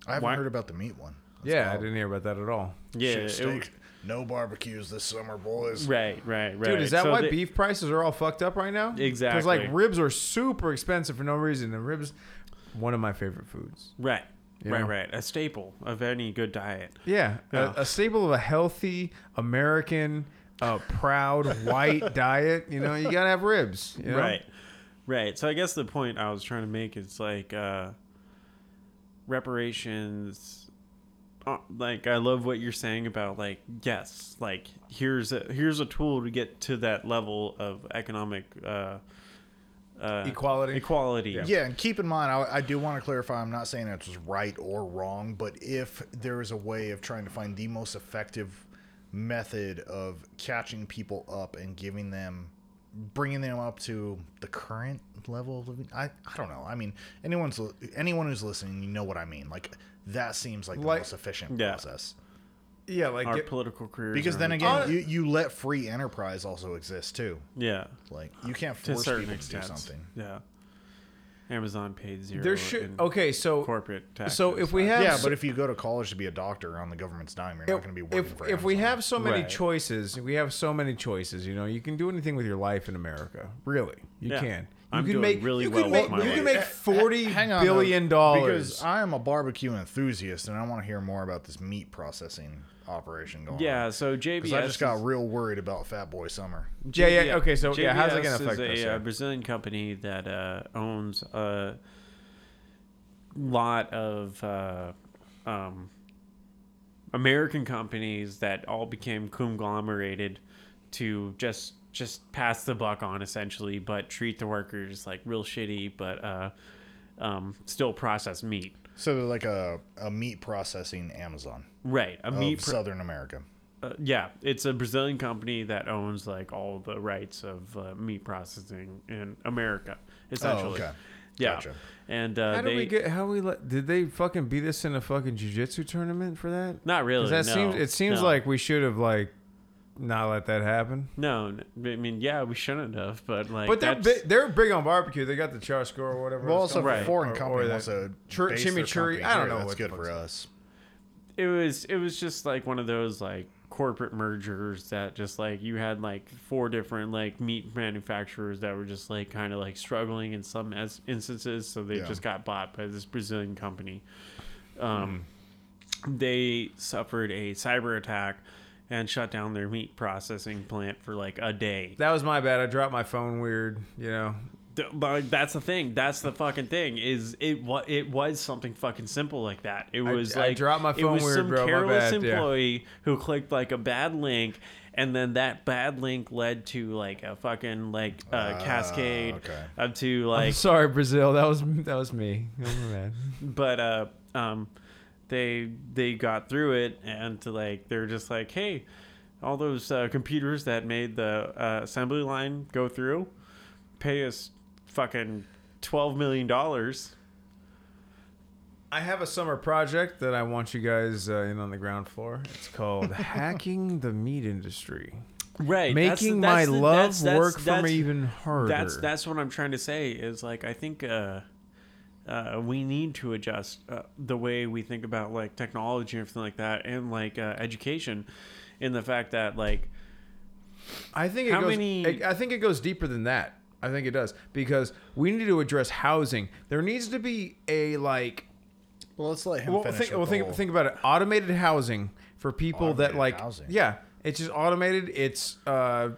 Speaker 3: I haven't
Speaker 2: Why-
Speaker 3: heard about the meat one. That's
Speaker 1: Yeah, I
Speaker 3: wild.
Speaker 1: didn't hear about that at all.
Speaker 2: Yeah,
Speaker 3: Shit,
Speaker 2: it-
Speaker 3: steak. no barbecues this summer, boys.
Speaker 2: right, right, right.
Speaker 1: Dude, is that
Speaker 2: So
Speaker 1: why
Speaker 2: they-
Speaker 1: beef prices are all fucked up right now? Because
Speaker 2: Exactly.
Speaker 1: like ribs are super expensive for no reason, and ribs, one of my favorite foods.
Speaker 2: Right. right,
Speaker 1: know?
Speaker 2: right. A staple of any good diet.
Speaker 1: Yeah,
Speaker 2: Yeah.
Speaker 1: A, a staple of a healthy American, uh, proud white diet. You know, you gotta have ribs. you know?
Speaker 2: Right. Right. So I guess the point I was trying to make is like uh reparations uh, like I love what you're saying about like yes, like here's a here's a tool to get to that level of economic uh uh,
Speaker 1: Equality.
Speaker 2: Equality.
Speaker 3: Yeah, and keep in mind, I, I do want to clarify. I'm not saying it's right or wrong, but if there is a way of trying to find the most effective method of catching people up and giving them, bringing them up to the current level of living, I, I don't know. I mean, anyone's li- anyone who's listening, you know what I mean. Like that seems like the
Speaker 1: Like-
Speaker 3: most efficient
Speaker 2: Yeah.
Speaker 3: process.
Speaker 1: Yeah, like
Speaker 2: Our
Speaker 1: get-
Speaker 2: political careers.
Speaker 3: Because
Speaker 2: are
Speaker 3: then
Speaker 2: on-
Speaker 3: again,
Speaker 1: Hon-
Speaker 3: you, you let free enterprise also exist too.
Speaker 2: yeah.
Speaker 3: Like you can't
Speaker 2: to
Speaker 3: force
Speaker 2: certain
Speaker 3: people to do
Speaker 2: extent.
Speaker 3: something.
Speaker 2: Yeah. Amazon paid zero.
Speaker 1: There should
Speaker 2: in
Speaker 1: okay. So
Speaker 2: corporate tax.
Speaker 1: so if we have
Speaker 3: Yeah,
Speaker 1: so-
Speaker 3: but if you go to college to be a doctor on the government's dime, you're not going to be working
Speaker 1: if,
Speaker 3: for
Speaker 1: if we
Speaker 3: Amazon.
Speaker 1: have so many
Speaker 2: Right.
Speaker 1: choices we have so many choices you know you can do anything with your life in america really you
Speaker 2: Yeah.
Speaker 1: can you
Speaker 2: I'm
Speaker 1: can
Speaker 2: doing
Speaker 1: make
Speaker 2: really
Speaker 1: you
Speaker 2: well
Speaker 1: can
Speaker 2: with
Speaker 1: make,
Speaker 2: my
Speaker 1: you can
Speaker 2: life. Eh,
Speaker 1: make 40
Speaker 3: Hang on,
Speaker 1: billion
Speaker 3: though,
Speaker 1: dollars
Speaker 3: Because
Speaker 2: uh,
Speaker 3: I am a barbecue enthusiast, and I want to hear more about this meat processing operation going. on.
Speaker 2: yeah, so JBS.
Speaker 3: because I just got
Speaker 2: is-
Speaker 3: real worried about Fat Boy Summer.
Speaker 1: yeah yeah okay so yeah how's it
Speaker 2: JBS
Speaker 1: gonna affect
Speaker 2: is
Speaker 1: us
Speaker 2: a
Speaker 1: yeah?
Speaker 2: uh, Brazilian company that uh, owns a lot of uh, um, American companies that all became conglomerated to just just pass the buck on essentially, but treat the workers like real shitty, but uh, um, still process meat.
Speaker 3: So they're like a, a meat processing Amazon
Speaker 2: Right,
Speaker 1: Oh,
Speaker 2: a
Speaker 3: of
Speaker 2: meat. pro-
Speaker 3: Southern America.
Speaker 2: uh, yeah, it's a Brazilian company that owns like all the rights of uh, meat processing in America, essentially.
Speaker 1: Oh,
Speaker 3: okay.
Speaker 2: Yeah,
Speaker 3: Gotcha.
Speaker 2: and uh,
Speaker 1: how
Speaker 2: they
Speaker 1: did we get how we let did they fucking beat us in a fucking jiu-jitsu tournament for that
Speaker 2: not
Speaker 1: 'Cause
Speaker 2: really.
Speaker 1: that
Speaker 2: no,
Speaker 1: seems it seems
Speaker 2: no.
Speaker 1: like we should have like not let that happen
Speaker 2: no. n- I mean, yeah, we shouldn't have, but like,
Speaker 1: but they're
Speaker 2: that's-
Speaker 1: big, they're big on barbecue. They got the Charsker or whatever.
Speaker 3: Well,
Speaker 1: it's
Speaker 3: also
Speaker 1: called.
Speaker 2: Right.
Speaker 3: if a foreign
Speaker 1: Or-
Speaker 3: company
Speaker 1: or
Speaker 3: wants
Speaker 1: that-
Speaker 3: to
Speaker 1: Chur-
Speaker 3: base their
Speaker 1: chimichurri,
Speaker 3: company
Speaker 1: I don't
Speaker 3: here,
Speaker 1: know
Speaker 3: That's
Speaker 1: what
Speaker 3: good
Speaker 1: the
Speaker 3: for
Speaker 1: fuck's-
Speaker 3: us.
Speaker 2: it was it was just like one of those like corporate mergers that just like you had like four different like meat manufacturers that were just like kind of like struggling in some as- instances so they
Speaker 3: Yeah.
Speaker 2: just got bought by this brazilian company um, they suffered a cyber attack and shut down their meat processing plant for like a day
Speaker 1: That was my bad. I dropped my phone weird. You know,
Speaker 2: Th- But that's the thing. That's the fucking thing. Is it? What it was something fucking simple like that. It was
Speaker 1: I
Speaker 2: like
Speaker 1: dropped my
Speaker 2: It
Speaker 1: phone
Speaker 2: was
Speaker 1: weird,
Speaker 2: some
Speaker 1: bro. My
Speaker 2: careless
Speaker 1: bad. Yeah.
Speaker 2: employee who clicked like a bad link, and then that bad link led to like a fucking like uh,
Speaker 1: Ah,
Speaker 2: cascade
Speaker 3: okay.
Speaker 2: up to like.
Speaker 1: sorry Brazil. That was that was me. Oh my bad.
Speaker 2: But uh, um, they they got through it, and to, like they're just like, hey, all those uh, computers that made the uh, assembly line go through, pay us fucking twelve million dollars.
Speaker 1: I have a summer project that I want you guys uh, in on the ground floor. It's called Hacking the Meat Industry.
Speaker 2: right that's the-
Speaker 1: Making
Speaker 2: that's
Speaker 1: my
Speaker 2: the-
Speaker 1: love
Speaker 2: that's- that's-
Speaker 1: work for
Speaker 2: that's-
Speaker 1: me even harder.
Speaker 2: that's that's what i'm trying to say is like i think uh uh, we need to adjust uh, the way we think about like technology and everything like that, and like uh, education, in the fact that like
Speaker 1: I think it
Speaker 2: How
Speaker 1: goes,
Speaker 2: many-
Speaker 1: I I think it goes deeper than that. I think it does because we need to address housing. There needs to be a like
Speaker 3: Well, let's let him
Speaker 1: well,
Speaker 3: finish.
Speaker 1: think,
Speaker 3: with
Speaker 1: well
Speaker 3: the
Speaker 1: think,
Speaker 3: whole-
Speaker 1: think about it automated housing for people that
Speaker 3: Automated
Speaker 1: like
Speaker 3: housing.
Speaker 1: yeah it's just automated it's uh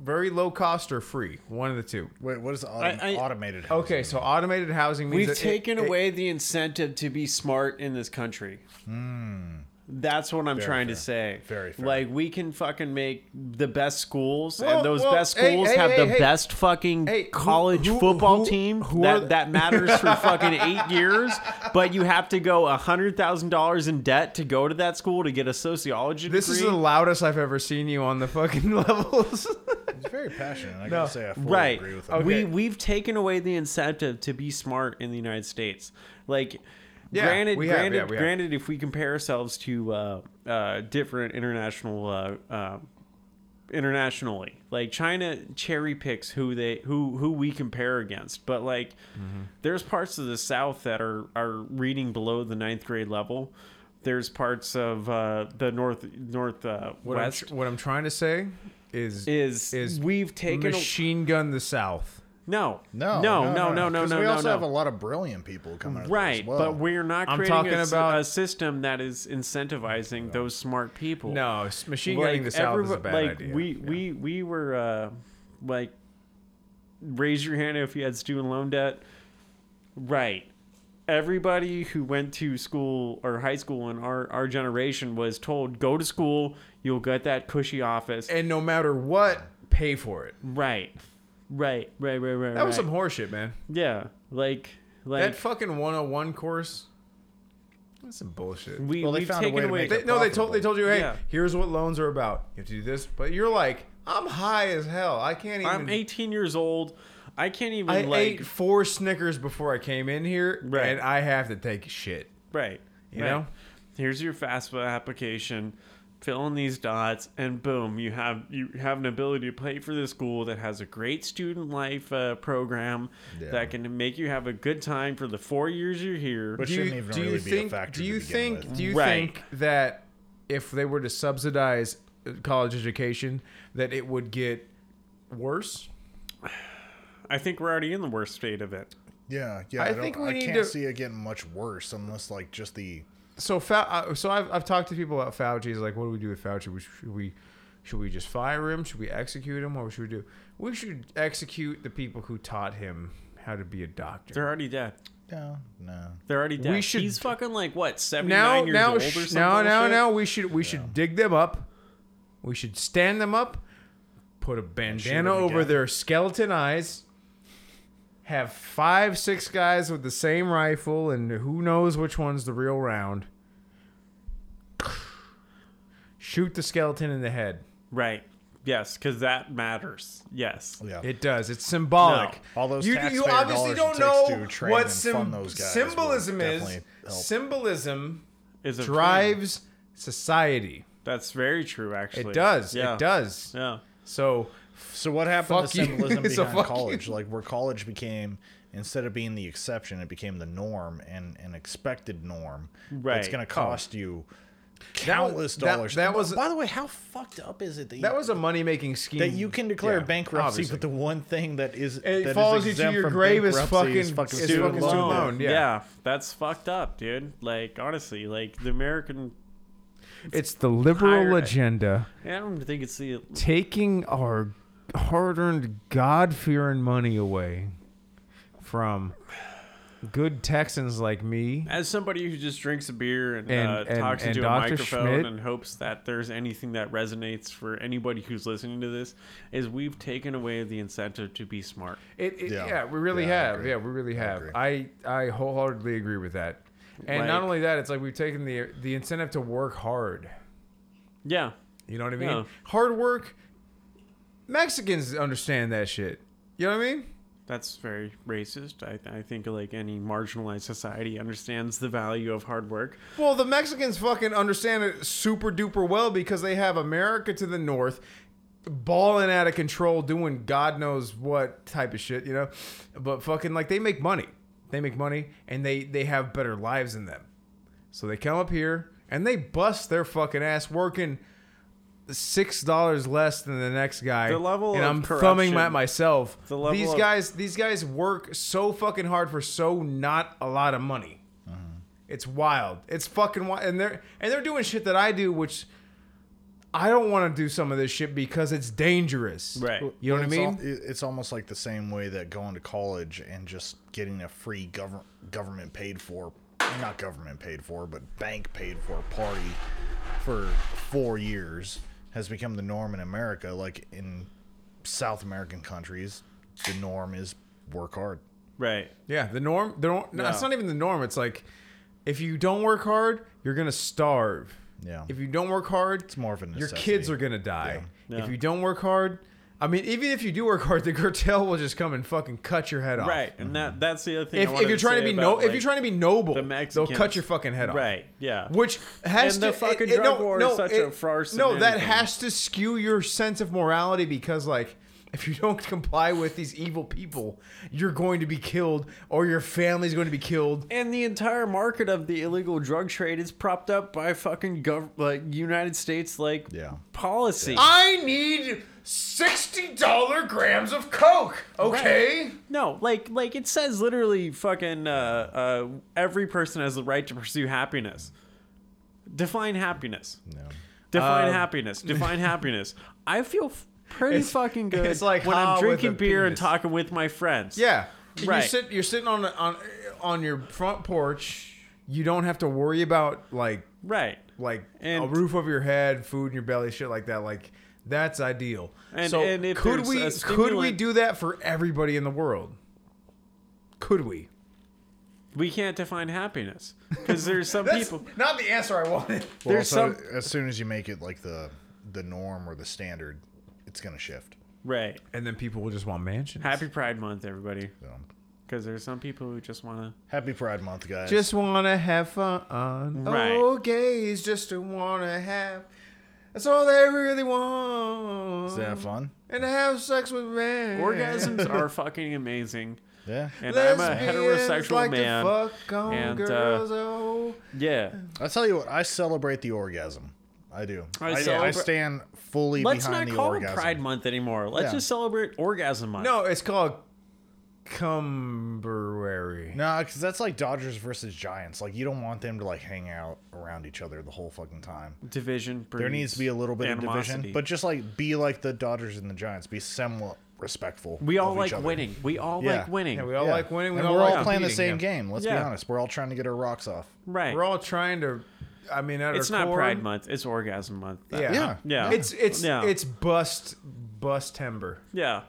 Speaker 1: very low cost or free one of the two
Speaker 3: Wait, what is autom-
Speaker 2: I- I-
Speaker 3: automated? Housing?
Speaker 1: okay so automated housing means
Speaker 2: we've
Speaker 1: that it-
Speaker 2: taken
Speaker 1: it-
Speaker 2: away the incentive to be smart in this country.
Speaker 1: Hmm.
Speaker 2: That's what I'm trying to say.
Speaker 3: Very fair.
Speaker 2: Like we can fucking make the best schools,
Speaker 1: Well,
Speaker 2: and those
Speaker 1: well,
Speaker 2: best
Speaker 1: hey,
Speaker 2: schools
Speaker 1: hey,
Speaker 2: have
Speaker 1: hey,
Speaker 2: the
Speaker 1: hey.
Speaker 2: best fucking
Speaker 1: Hey, who-
Speaker 2: college
Speaker 1: who-
Speaker 2: football
Speaker 1: who-
Speaker 2: team
Speaker 1: who are
Speaker 2: that
Speaker 1: the-
Speaker 2: that matters for fucking eight years. But you have to go hundred thousand dollars in debt to go to that school to get a sociology
Speaker 1: this is
Speaker 2: degree.
Speaker 1: the loudest i've ever seen you on the fucking levels
Speaker 3: He's very passionate. and I gotta say, I fully
Speaker 2: right
Speaker 3: agree with him.
Speaker 1: Okay.
Speaker 2: we we've taken away the incentive to be smart in the united states like
Speaker 1: Yeah,
Speaker 2: granted
Speaker 1: we have,
Speaker 2: granted
Speaker 1: yeah, we have.
Speaker 2: granted if we compare ourselves to uh, uh, different international uh, uh, internationally like china cherry picks who they who who we compare against but like there's parts of the south that are are reading below the ninth grade level there's parts of uh, the north north uh,
Speaker 1: what, I'm,
Speaker 2: west
Speaker 1: tr- what I'm trying to say is
Speaker 2: is,
Speaker 1: is
Speaker 2: we've taken a-
Speaker 1: machine gun the south
Speaker 2: no,
Speaker 3: No,
Speaker 2: no, no, no, no, no,
Speaker 3: 'Cause
Speaker 2: no.
Speaker 3: We also
Speaker 2: no.
Speaker 3: have a lot of brilliant people coming. out of this
Speaker 2: right,
Speaker 3: as well.
Speaker 2: but we're not
Speaker 1: I'm
Speaker 2: creating
Speaker 1: talking
Speaker 2: a, s-
Speaker 1: about-
Speaker 2: a system that is incentivizing those smart people.
Speaker 1: no s- machine
Speaker 2: like
Speaker 1: gunning the south is a
Speaker 2: everybo-
Speaker 1: bad
Speaker 2: like
Speaker 1: idea
Speaker 2: we we we were uh, like raise your hand if you had student loan debt. Right. Everybody who went to school or high school in our, our generation was told go to school, you'll get that cushy office.
Speaker 1: and no matter what pay for it
Speaker 2: Right. Right, right, right, right.
Speaker 1: that was
Speaker 2: right.
Speaker 1: some horseshit man
Speaker 2: yeah. Like like
Speaker 1: that fucking 101 course that's some bullshit
Speaker 2: We,
Speaker 3: Well, they
Speaker 2: we've
Speaker 3: found a
Speaker 2: taken
Speaker 3: way to
Speaker 2: away.
Speaker 3: make
Speaker 1: They,
Speaker 3: They're
Speaker 1: no, they told
Speaker 3: profitable.
Speaker 1: they told you, hey,
Speaker 2: Yeah.
Speaker 1: here's what loans are about. You have to do this, but you're like, I'm high as hell. I can't even.
Speaker 2: I'm 18 years old. I can't even
Speaker 1: I
Speaker 2: like
Speaker 1: ate four Snickers before I came in here,
Speaker 2: Right.
Speaker 1: and I have to take a shit.
Speaker 2: right.
Speaker 1: You
Speaker 2: right.
Speaker 1: know?
Speaker 2: here's your FAFSA application. fill in these dots, and boom, you have you have an ability to play for the school that has a great student life uh, program
Speaker 3: Yeah.
Speaker 2: that can make you have a good time for the four years you're here.
Speaker 3: Which
Speaker 1: do you,
Speaker 3: shouldn't even
Speaker 1: do you
Speaker 3: really be a
Speaker 1: think?
Speaker 3: factor.
Speaker 1: do you
Speaker 3: to begin
Speaker 1: think?
Speaker 3: with.
Speaker 1: Do you
Speaker 2: Right.
Speaker 1: think that if they were to subsidize uh, college education, that it would get worse?
Speaker 2: I think we're already in the worst state of it.
Speaker 3: Yeah, yeah.
Speaker 1: I
Speaker 3: I, don't,
Speaker 1: think we
Speaker 3: I
Speaker 1: need
Speaker 3: can't
Speaker 1: to-
Speaker 3: see it getting much worse unless like just the
Speaker 1: So, Fau- uh, so I've, I've talked to people about Fauci. He's like, what do we do with Fauci? We- Should we, should we just fire him? Should we execute him? What should we do? We should execute the people who taught him how to be a doctor.
Speaker 2: They're already dead.
Speaker 3: no, no.
Speaker 2: They're already dead.
Speaker 1: should-
Speaker 2: He's fucking like what seventy
Speaker 1: Now,
Speaker 2: nine years
Speaker 1: now,
Speaker 2: old or
Speaker 1: sh-
Speaker 2: something.
Speaker 1: now, now,
Speaker 2: bullshit?
Speaker 1: now, we should we should dig them up. We should stand them up, put a bandana
Speaker 3: them
Speaker 1: over
Speaker 3: again.
Speaker 1: their skeleton eyes. Have five, six guys with the same rifle, and who knows which one's the real round. Shoot the skeleton in the head.
Speaker 2: Right. Yes, because that matters. Yes.
Speaker 3: Yeah.
Speaker 1: It does. It's symbolic.
Speaker 3: No. All those
Speaker 1: you, you
Speaker 3: taxpayer
Speaker 1: obviously don't
Speaker 3: dollars it takes
Speaker 1: know
Speaker 3: to train
Speaker 1: what
Speaker 3: and
Speaker 1: sym-
Speaker 3: fund those guys will
Speaker 1: symbolism is.
Speaker 3: definitely help.
Speaker 1: Symbolism
Speaker 2: Is a
Speaker 1: drives society.
Speaker 2: thing. That's very true, actually.
Speaker 1: It does.
Speaker 2: Yeah.
Speaker 1: It does.
Speaker 2: Yeah.
Speaker 1: So
Speaker 3: So what
Speaker 1: Fuck
Speaker 3: happened to
Speaker 1: you.
Speaker 3: symbolism
Speaker 1: So
Speaker 3: behind
Speaker 1: fuck you.
Speaker 3: college? Like where college became instead of being the exception, it became the norm and an expected norm. It's
Speaker 2: Right.
Speaker 3: gonna cost
Speaker 1: That
Speaker 3: you
Speaker 1: was-
Speaker 3: countless
Speaker 1: that-
Speaker 3: dollars.
Speaker 1: that was-
Speaker 3: by the way, how fucked up is it that you,
Speaker 1: that was a money making scheme.
Speaker 3: that you can declare
Speaker 1: Yeah,
Speaker 3: bankruptcy,
Speaker 1: obviously.
Speaker 3: but the one thing that is
Speaker 1: It
Speaker 3: that is
Speaker 1: follows you to
Speaker 3: exempt
Speaker 1: your
Speaker 3: from
Speaker 1: grave is
Speaker 3: bankruptcy
Speaker 1: fucking- is
Speaker 3: student
Speaker 1: fucking
Speaker 3: loan.
Speaker 1: student
Speaker 2: Loan.
Speaker 1: loan, yeah.
Speaker 2: Yeah. That's fucked up, dude. Like, honestly, like the American.
Speaker 1: it's the liberal
Speaker 2: Higher-
Speaker 1: agenda
Speaker 2: I don't think it's the.
Speaker 1: taking our hard earned, God fearing money away from good Texans like me.
Speaker 2: As somebody who just drinks a beer and,
Speaker 1: And-
Speaker 2: uh,
Speaker 1: and-
Speaker 2: talks
Speaker 1: and
Speaker 2: into a
Speaker 1: Dr.
Speaker 2: microphone
Speaker 1: Schmidt-
Speaker 2: and hopes that there's anything that resonates for anybody who's listening to this, is we've taken away the incentive to be smart.
Speaker 1: It, it, yeah.
Speaker 3: Yeah.
Speaker 1: we really
Speaker 3: Yeah, I
Speaker 1: have.
Speaker 3: agree.
Speaker 1: Yeah, we really have.
Speaker 3: agree.
Speaker 1: I, I wholeheartedly agree with that. And not
Speaker 2: Like-
Speaker 1: only that, it's like we've taken the the incentive to work hard.
Speaker 2: Yeah.
Speaker 1: You know what I mean?
Speaker 2: Yeah.
Speaker 1: Hard work. Mexicans understand that shit. You know what I mean?
Speaker 2: That's very racist. I, I think like any marginalized society understands the value of hard work.
Speaker 1: Well, the Mexicans fucking understand it super duper well because they have America to the north balling out of control, doing God knows what type of shit, you know? But fucking like they make money. They make money and they they have better lives than them. So they come up here and they bust their fucking ass working six dollars less than the next guy.
Speaker 2: The level
Speaker 1: and
Speaker 2: of
Speaker 1: I'm
Speaker 2: corruption-
Speaker 1: thumbing at myself.
Speaker 2: The level
Speaker 1: these
Speaker 2: of-
Speaker 1: guys these guys work so fucking hard for so not a lot of money. It's wild. It's fucking wild. And they're and they're doing shit that I do, which I don't want to do some of this shit because it's dangerous.
Speaker 2: Right.
Speaker 1: You know what I
Speaker 3: It's
Speaker 1: mean?
Speaker 3: al- it- it's almost like the same way that going to college and just getting a free government government paid for, not government paid for, but bank paid for party for four years has become the norm in America. Like in South American countries, the norm is work hard.
Speaker 2: Right.
Speaker 1: yeah. The norm. The norm. No,
Speaker 2: Yeah.
Speaker 1: it's not even the norm. It's like if you don't work hard, you're gonna starve.
Speaker 3: Yeah.
Speaker 1: If you don't work hard, it's
Speaker 3: more of a
Speaker 1: your
Speaker 3: necessity.
Speaker 1: kids are gonna die.
Speaker 2: Yeah.
Speaker 1: If you don't work hard, I mean, even if you do work hard, the cartel will just come and fucking cut your head off.
Speaker 2: Right. And
Speaker 1: mm-hmm.
Speaker 2: that that's the other thing. I
Speaker 1: If,
Speaker 2: wanted
Speaker 1: if you're trying to
Speaker 2: say
Speaker 1: be no,
Speaker 2: about,
Speaker 1: if you're
Speaker 2: like,
Speaker 1: trying to be noble,
Speaker 2: the
Speaker 1: they'll
Speaker 2: Mexicans.
Speaker 1: cut your fucking head off.
Speaker 2: Right. Yeah.
Speaker 1: Which has
Speaker 2: And
Speaker 1: to
Speaker 2: the fucking
Speaker 1: it- it-
Speaker 2: drug
Speaker 1: no,
Speaker 2: war is
Speaker 1: no,
Speaker 2: such
Speaker 1: it-
Speaker 2: a farce
Speaker 1: No,
Speaker 2: and
Speaker 1: that
Speaker 2: anything.
Speaker 1: has to skew your sense of morality because like if you don't comply with these evil people, you're going to be killed or your family's going to be killed.
Speaker 2: and the entire market of the illegal drug trade is propped up by fucking gov- like United States like
Speaker 3: Yeah.
Speaker 2: policy.
Speaker 1: I need sixty dollar grams of coke. Okay.
Speaker 2: No, like like it says literally fucking uh, uh, every person has the right to pursue happiness. Define happiness.
Speaker 3: You know?
Speaker 2: Define
Speaker 1: Um,
Speaker 2: happiness. Define happiness. I feel f- pretty
Speaker 1: It's-
Speaker 2: fucking good
Speaker 1: it's like
Speaker 2: when I'm
Speaker 1: how with
Speaker 2: drinking
Speaker 1: a
Speaker 2: beer and
Speaker 1: penis.
Speaker 2: talking with my friends.
Speaker 1: Yeah.
Speaker 2: Right.
Speaker 1: You sit. You're sitting on on on your front porch. You don't have to worry about like
Speaker 2: Right.
Speaker 1: like a
Speaker 2: And-
Speaker 1: roof over your head, food in your belly, shit like that. Like that's ideal.
Speaker 2: And-
Speaker 1: so
Speaker 2: and if
Speaker 1: could
Speaker 2: there's
Speaker 1: we
Speaker 2: a
Speaker 1: could we
Speaker 2: stimulant-
Speaker 1: do that for everybody in the world? Could we?
Speaker 2: We can't define happiness because there's some
Speaker 1: That's
Speaker 2: people.
Speaker 1: not the answer I wanted.
Speaker 3: Well,
Speaker 2: There's
Speaker 3: also,
Speaker 2: some
Speaker 3: as soon as you make it like the the norm or the standard, it's gonna shift.
Speaker 2: right.
Speaker 1: And then people will just want mansions.
Speaker 2: Happy Pride Month, everybody,
Speaker 3: So,
Speaker 2: because there's some people who just want to.
Speaker 3: happy Pride Month, guys.
Speaker 1: Just wanna have fun.
Speaker 2: Right.
Speaker 1: Oh, gays just wanna have That's all they really want.
Speaker 3: Is that fun?
Speaker 1: And to have sex with men.
Speaker 2: Orgasms are fucking amazing.
Speaker 3: Yeah.
Speaker 2: And I'm a
Speaker 1: Lesbians
Speaker 2: heterosexual
Speaker 1: like to
Speaker 2: man.
Speaker 1: fuck on
Speaker 2: and, uh,
Speaker 1: girls, oh.
Speaker 2: Yeah.
Speaker 3: I tell you what, I celebrate the orgasm. I do.
Speaker 2: I
Speaker 3: I, I
Speaker 2: celebra-
Speaker 3: stand fully
Speaker 2: Let's
Speaker 3: behind
Speaker 2: not
Speaker 3: the
Speaker 2: call
Speaker 3: orgasm.
Speaker 2: it Pride Month anymore. Let's
Speaker 3: Yeah.
Speaker 2: just celebrate Orgasm Month.
Speaker 1: No, it's called Cumberary.
Speaker 3: No, because that's like Dodgers versus Giants. Like you don't want them to like hang out around each other the whole fucking time.
Speaker 2: Division.
Speaker 3: There needs to be a little bit of
Speaker 2: animosity.
Speaker 3: division, but just like be like the Dodgers and the Giants. Be somewhat respectful.
Speaker 2: we all
Speaker 3: of
Speaker 2: like
Speaker 3: each other.
Speaker 2: winning. We all
Speaker 3: Yeah.
Speaker 2: like winning.
Speaker 1: Yeah, we all
Speaker 3: Yeah.
Speaker 1: like winning. We
Speaker 3: and
Speaker 1: all
Speaker 3: we're
Speaker 1: like
Speaker 3: all playing the
Speaker 1: competing,
Speaker 3: same
Speaker 1: yeah.
Speaker 3: game. Let's be
Speaker 2: Yeah.
Speaker 3: honest. We're all trying to get our rocks off.
Speaker 2: right.
Speaker 1: We're all trying to. I mean, at
Speaker 2: it's
Speaker 1: our
Speaker 2: not
Speaker 1: core,
Speaker 2: Pride Month. It's Orgasm Month.
Speaker 1: Yeah.
Speaker 3: Yeah.
Speaker 2: Yeah.
Speaker 1: It's it's
Speaker 2: Yeah.
Speaker 1: it's bust bust timber.
Speaker 2: Yeah.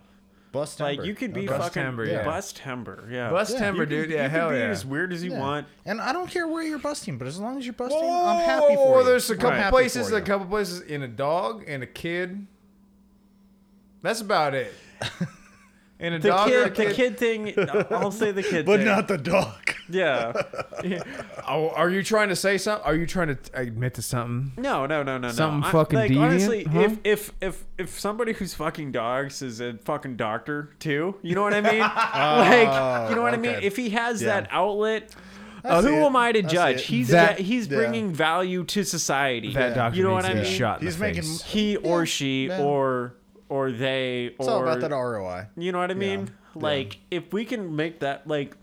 Speaker 3: Bust
Speaker 2: Like
Speaker 3: timber.
Speaker 2: you could
Speaker 3: No,
Speaker 2: be
Speaker 3: bust
Speaker 2: fucking
Speaker 1: timber, yeah.
Speaker 2: bust timber. Yeah.
Speaker 1: Bust
Speaker 2: You
Speaker 1: timber,
Speaker 2: can-
Speaker 1: dude.
Speaker 2: you
Speaker 1: Yeah,
Speaker 2: can
Speaker 1: hell
Speaker 2: be
Speaker 1: yeah.
Speaker 2: as weird as you
Speaker 3: Yeah.
Speaker 2: want.
Speaker 3: And I don't care where you're busting, but as long as you're busting,
Speaker 1: Whoa,
Speaker 3: I'm happy for you.
Speaker 1: There's a
Speaker 3: I'm
Speaker 1: couple
Speaker 3: happy
Speaker 1: places,
Speaker 3: for
Speaker 1: a
Speaker 3: you.
Speaker 1: couple places in a dog and a kid. That's about it. In a
Speaker 2: The
Speaker 1: dog, and
Speaker 2: kid,
Speaker 1: a
Speaker 2: the kid thing. I'll say the kid
Speaker 3: but
Speaker 2: thing.
Speaker 3: not the dog.
Speaker 2: Yeah. Yeah.
Speaker 1: Oh, are you trying to say something? Are you trying to admit to something?
Speaker 2: No, no, no, no, no.
Speaker 4: Something
Speaker 2: I-
Speaker 4: fucking
Speaker 2: like,
Speaker 4: deviant,
Speaker 2: Honestly,
Speaker 4: huh?
Speaker 2: if if if if somebody who's fucking dogs is a fucking doctor too, you know what I mean? like, you know what I mean?
Speaker 3: okay.
Speaker 2: If he has
Speaker 3: Yeah.
Speaker 2: that outlet,
Speaker 3: I
Speaker 2: uh,
Speaker 3: see
Speaker 2: who
Speaker 3: it.
Speaker 2: am I to
Speaker 3: I see
Speaker 2: judge?
Speaker 3: it.
Speaker 2: He's
Speaker 1: That-
Speaker 2: ja- he's
Speaker 3: yeah.
Speaker 2: bringing value to society.
Speaker 1: That doctor
Speaker 2: you know
Speaker 1: needs
Speaker 2: what I
Speaker 1: to
Speaker 2: mean?
Speaker 1: be shot. In
Speaker 3: He's
Speaker 1: the
Speaker 3: making-
Speaker 1: face.
Speaker 2: He or
Speaker 3: Yeah,
Speaker 2: she
Speaker 3: yeah.
Speaker 2: or or they
Speaker 3: It's
Speaker 2: or
Speaker 3: all about that ROI.
Speaker 2: you know what I mean?
Speaker 3: yeah.
Speaker 2: Like, if we can make that like,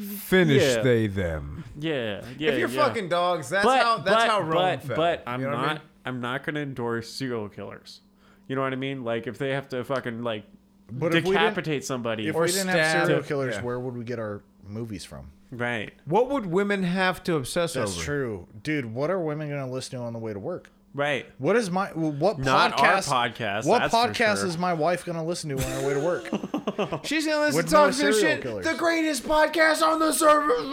Speaker 1: finish
Speaker 2: Yeah.
Speaker 1: they them.
Speaker 2: yeah, yeah.
Speaker 1: if you're
Speaker 2: yeah.
Speaker 1: fucking dogs, that's
Speaker 2: but,
Speaker 1: how that's
Speaker 2: but,
Speaker 1: how Rome
Speaker 2: but,
Speaker 1: fell.
Speaker 2: But I'm
Speaker 1: You know what
Speaker 2: not.
Speaker 1: I
Speaker 2: I
Speaker 1: mean?
Speaker 2: am not going to endorse serial killers. You know what I mean? Like if they have to fucking like
Speaker 3: But if we didn't-
Speaker 2: decapitate somebody,
Speaker 3: If
Speaker 1: Or
Speaker 3: we didn't have
Speaker 1: stab-
Speaker 3: serial killers,
Speaker 1: yeah.
Speaker 3: where would we get our movies from?
Speaker 2: right,
Speaker 1: What would women have to obsess
Speaker 3: That's
Speaker 1: over?
Speaker 3: true, dude. What are women going to listen to on the way to work?
Speaker 2: right.
Speaker 3: What is my what
Speaker 2: Not our
Speaker 3: podcast?
Speaker 2: podcast,
Speaker 3: What
Speaker 2: that's for
Speaker 3: podcast
Speaker 2: sure.
Speaker 3: is my wife going to listen to on her way to work?
Speaker 1: She's gonna listen
Speaker 3: With
Speaker 1: to
Speaker 3: no
Speaker 1: talk to
Speaker 3: serial
Speaker 1: shit.
Speaker 3: killers.
Speaker 1: The greatest podcast on the service.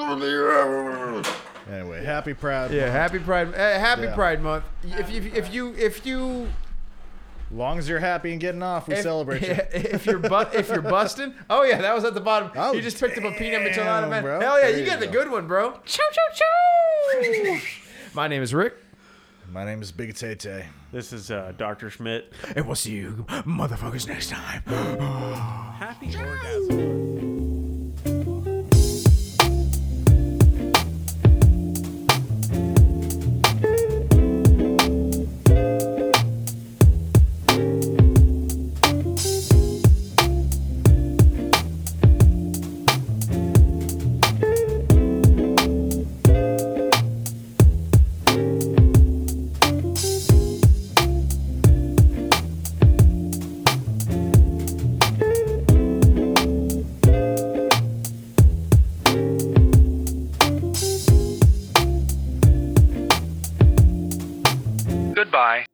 Speaker 3: anyway, happy proud.
Speaker 1: Yeah, happy Pride. Uh, happy
Speaker 3: Yeah.
Speaker 1: Pride Month. If you if you if you
Speaker 3: Long as you're happy and getting off, we
Speaker 1: if,
Speaker 3: celebrate you.
Speaker 1: if you're bu- if you're busting, oh yeah, that was at the bottom.
Speaker 3: Oh,
Speaker 1: you just picked up a peanut and out of
Speaker 3: damn, bro.
Speaker 1: Hell yeah,
Speaker 3: There
Speaker 1: you
Speaker 3: you
Speaker 1: got the
Speaker 3: go.
Speaker 1: good one, bro. Choo choo choo. My name is Rick.
Speaker 3: My name is Bigatete.
Speaker 2: This is uh, Doctor Schmidt.
Speaker 1: And we'll see you motherfuckers next time.
Speaker 2: Happy orgasm.
Speaker 5: Goodbye.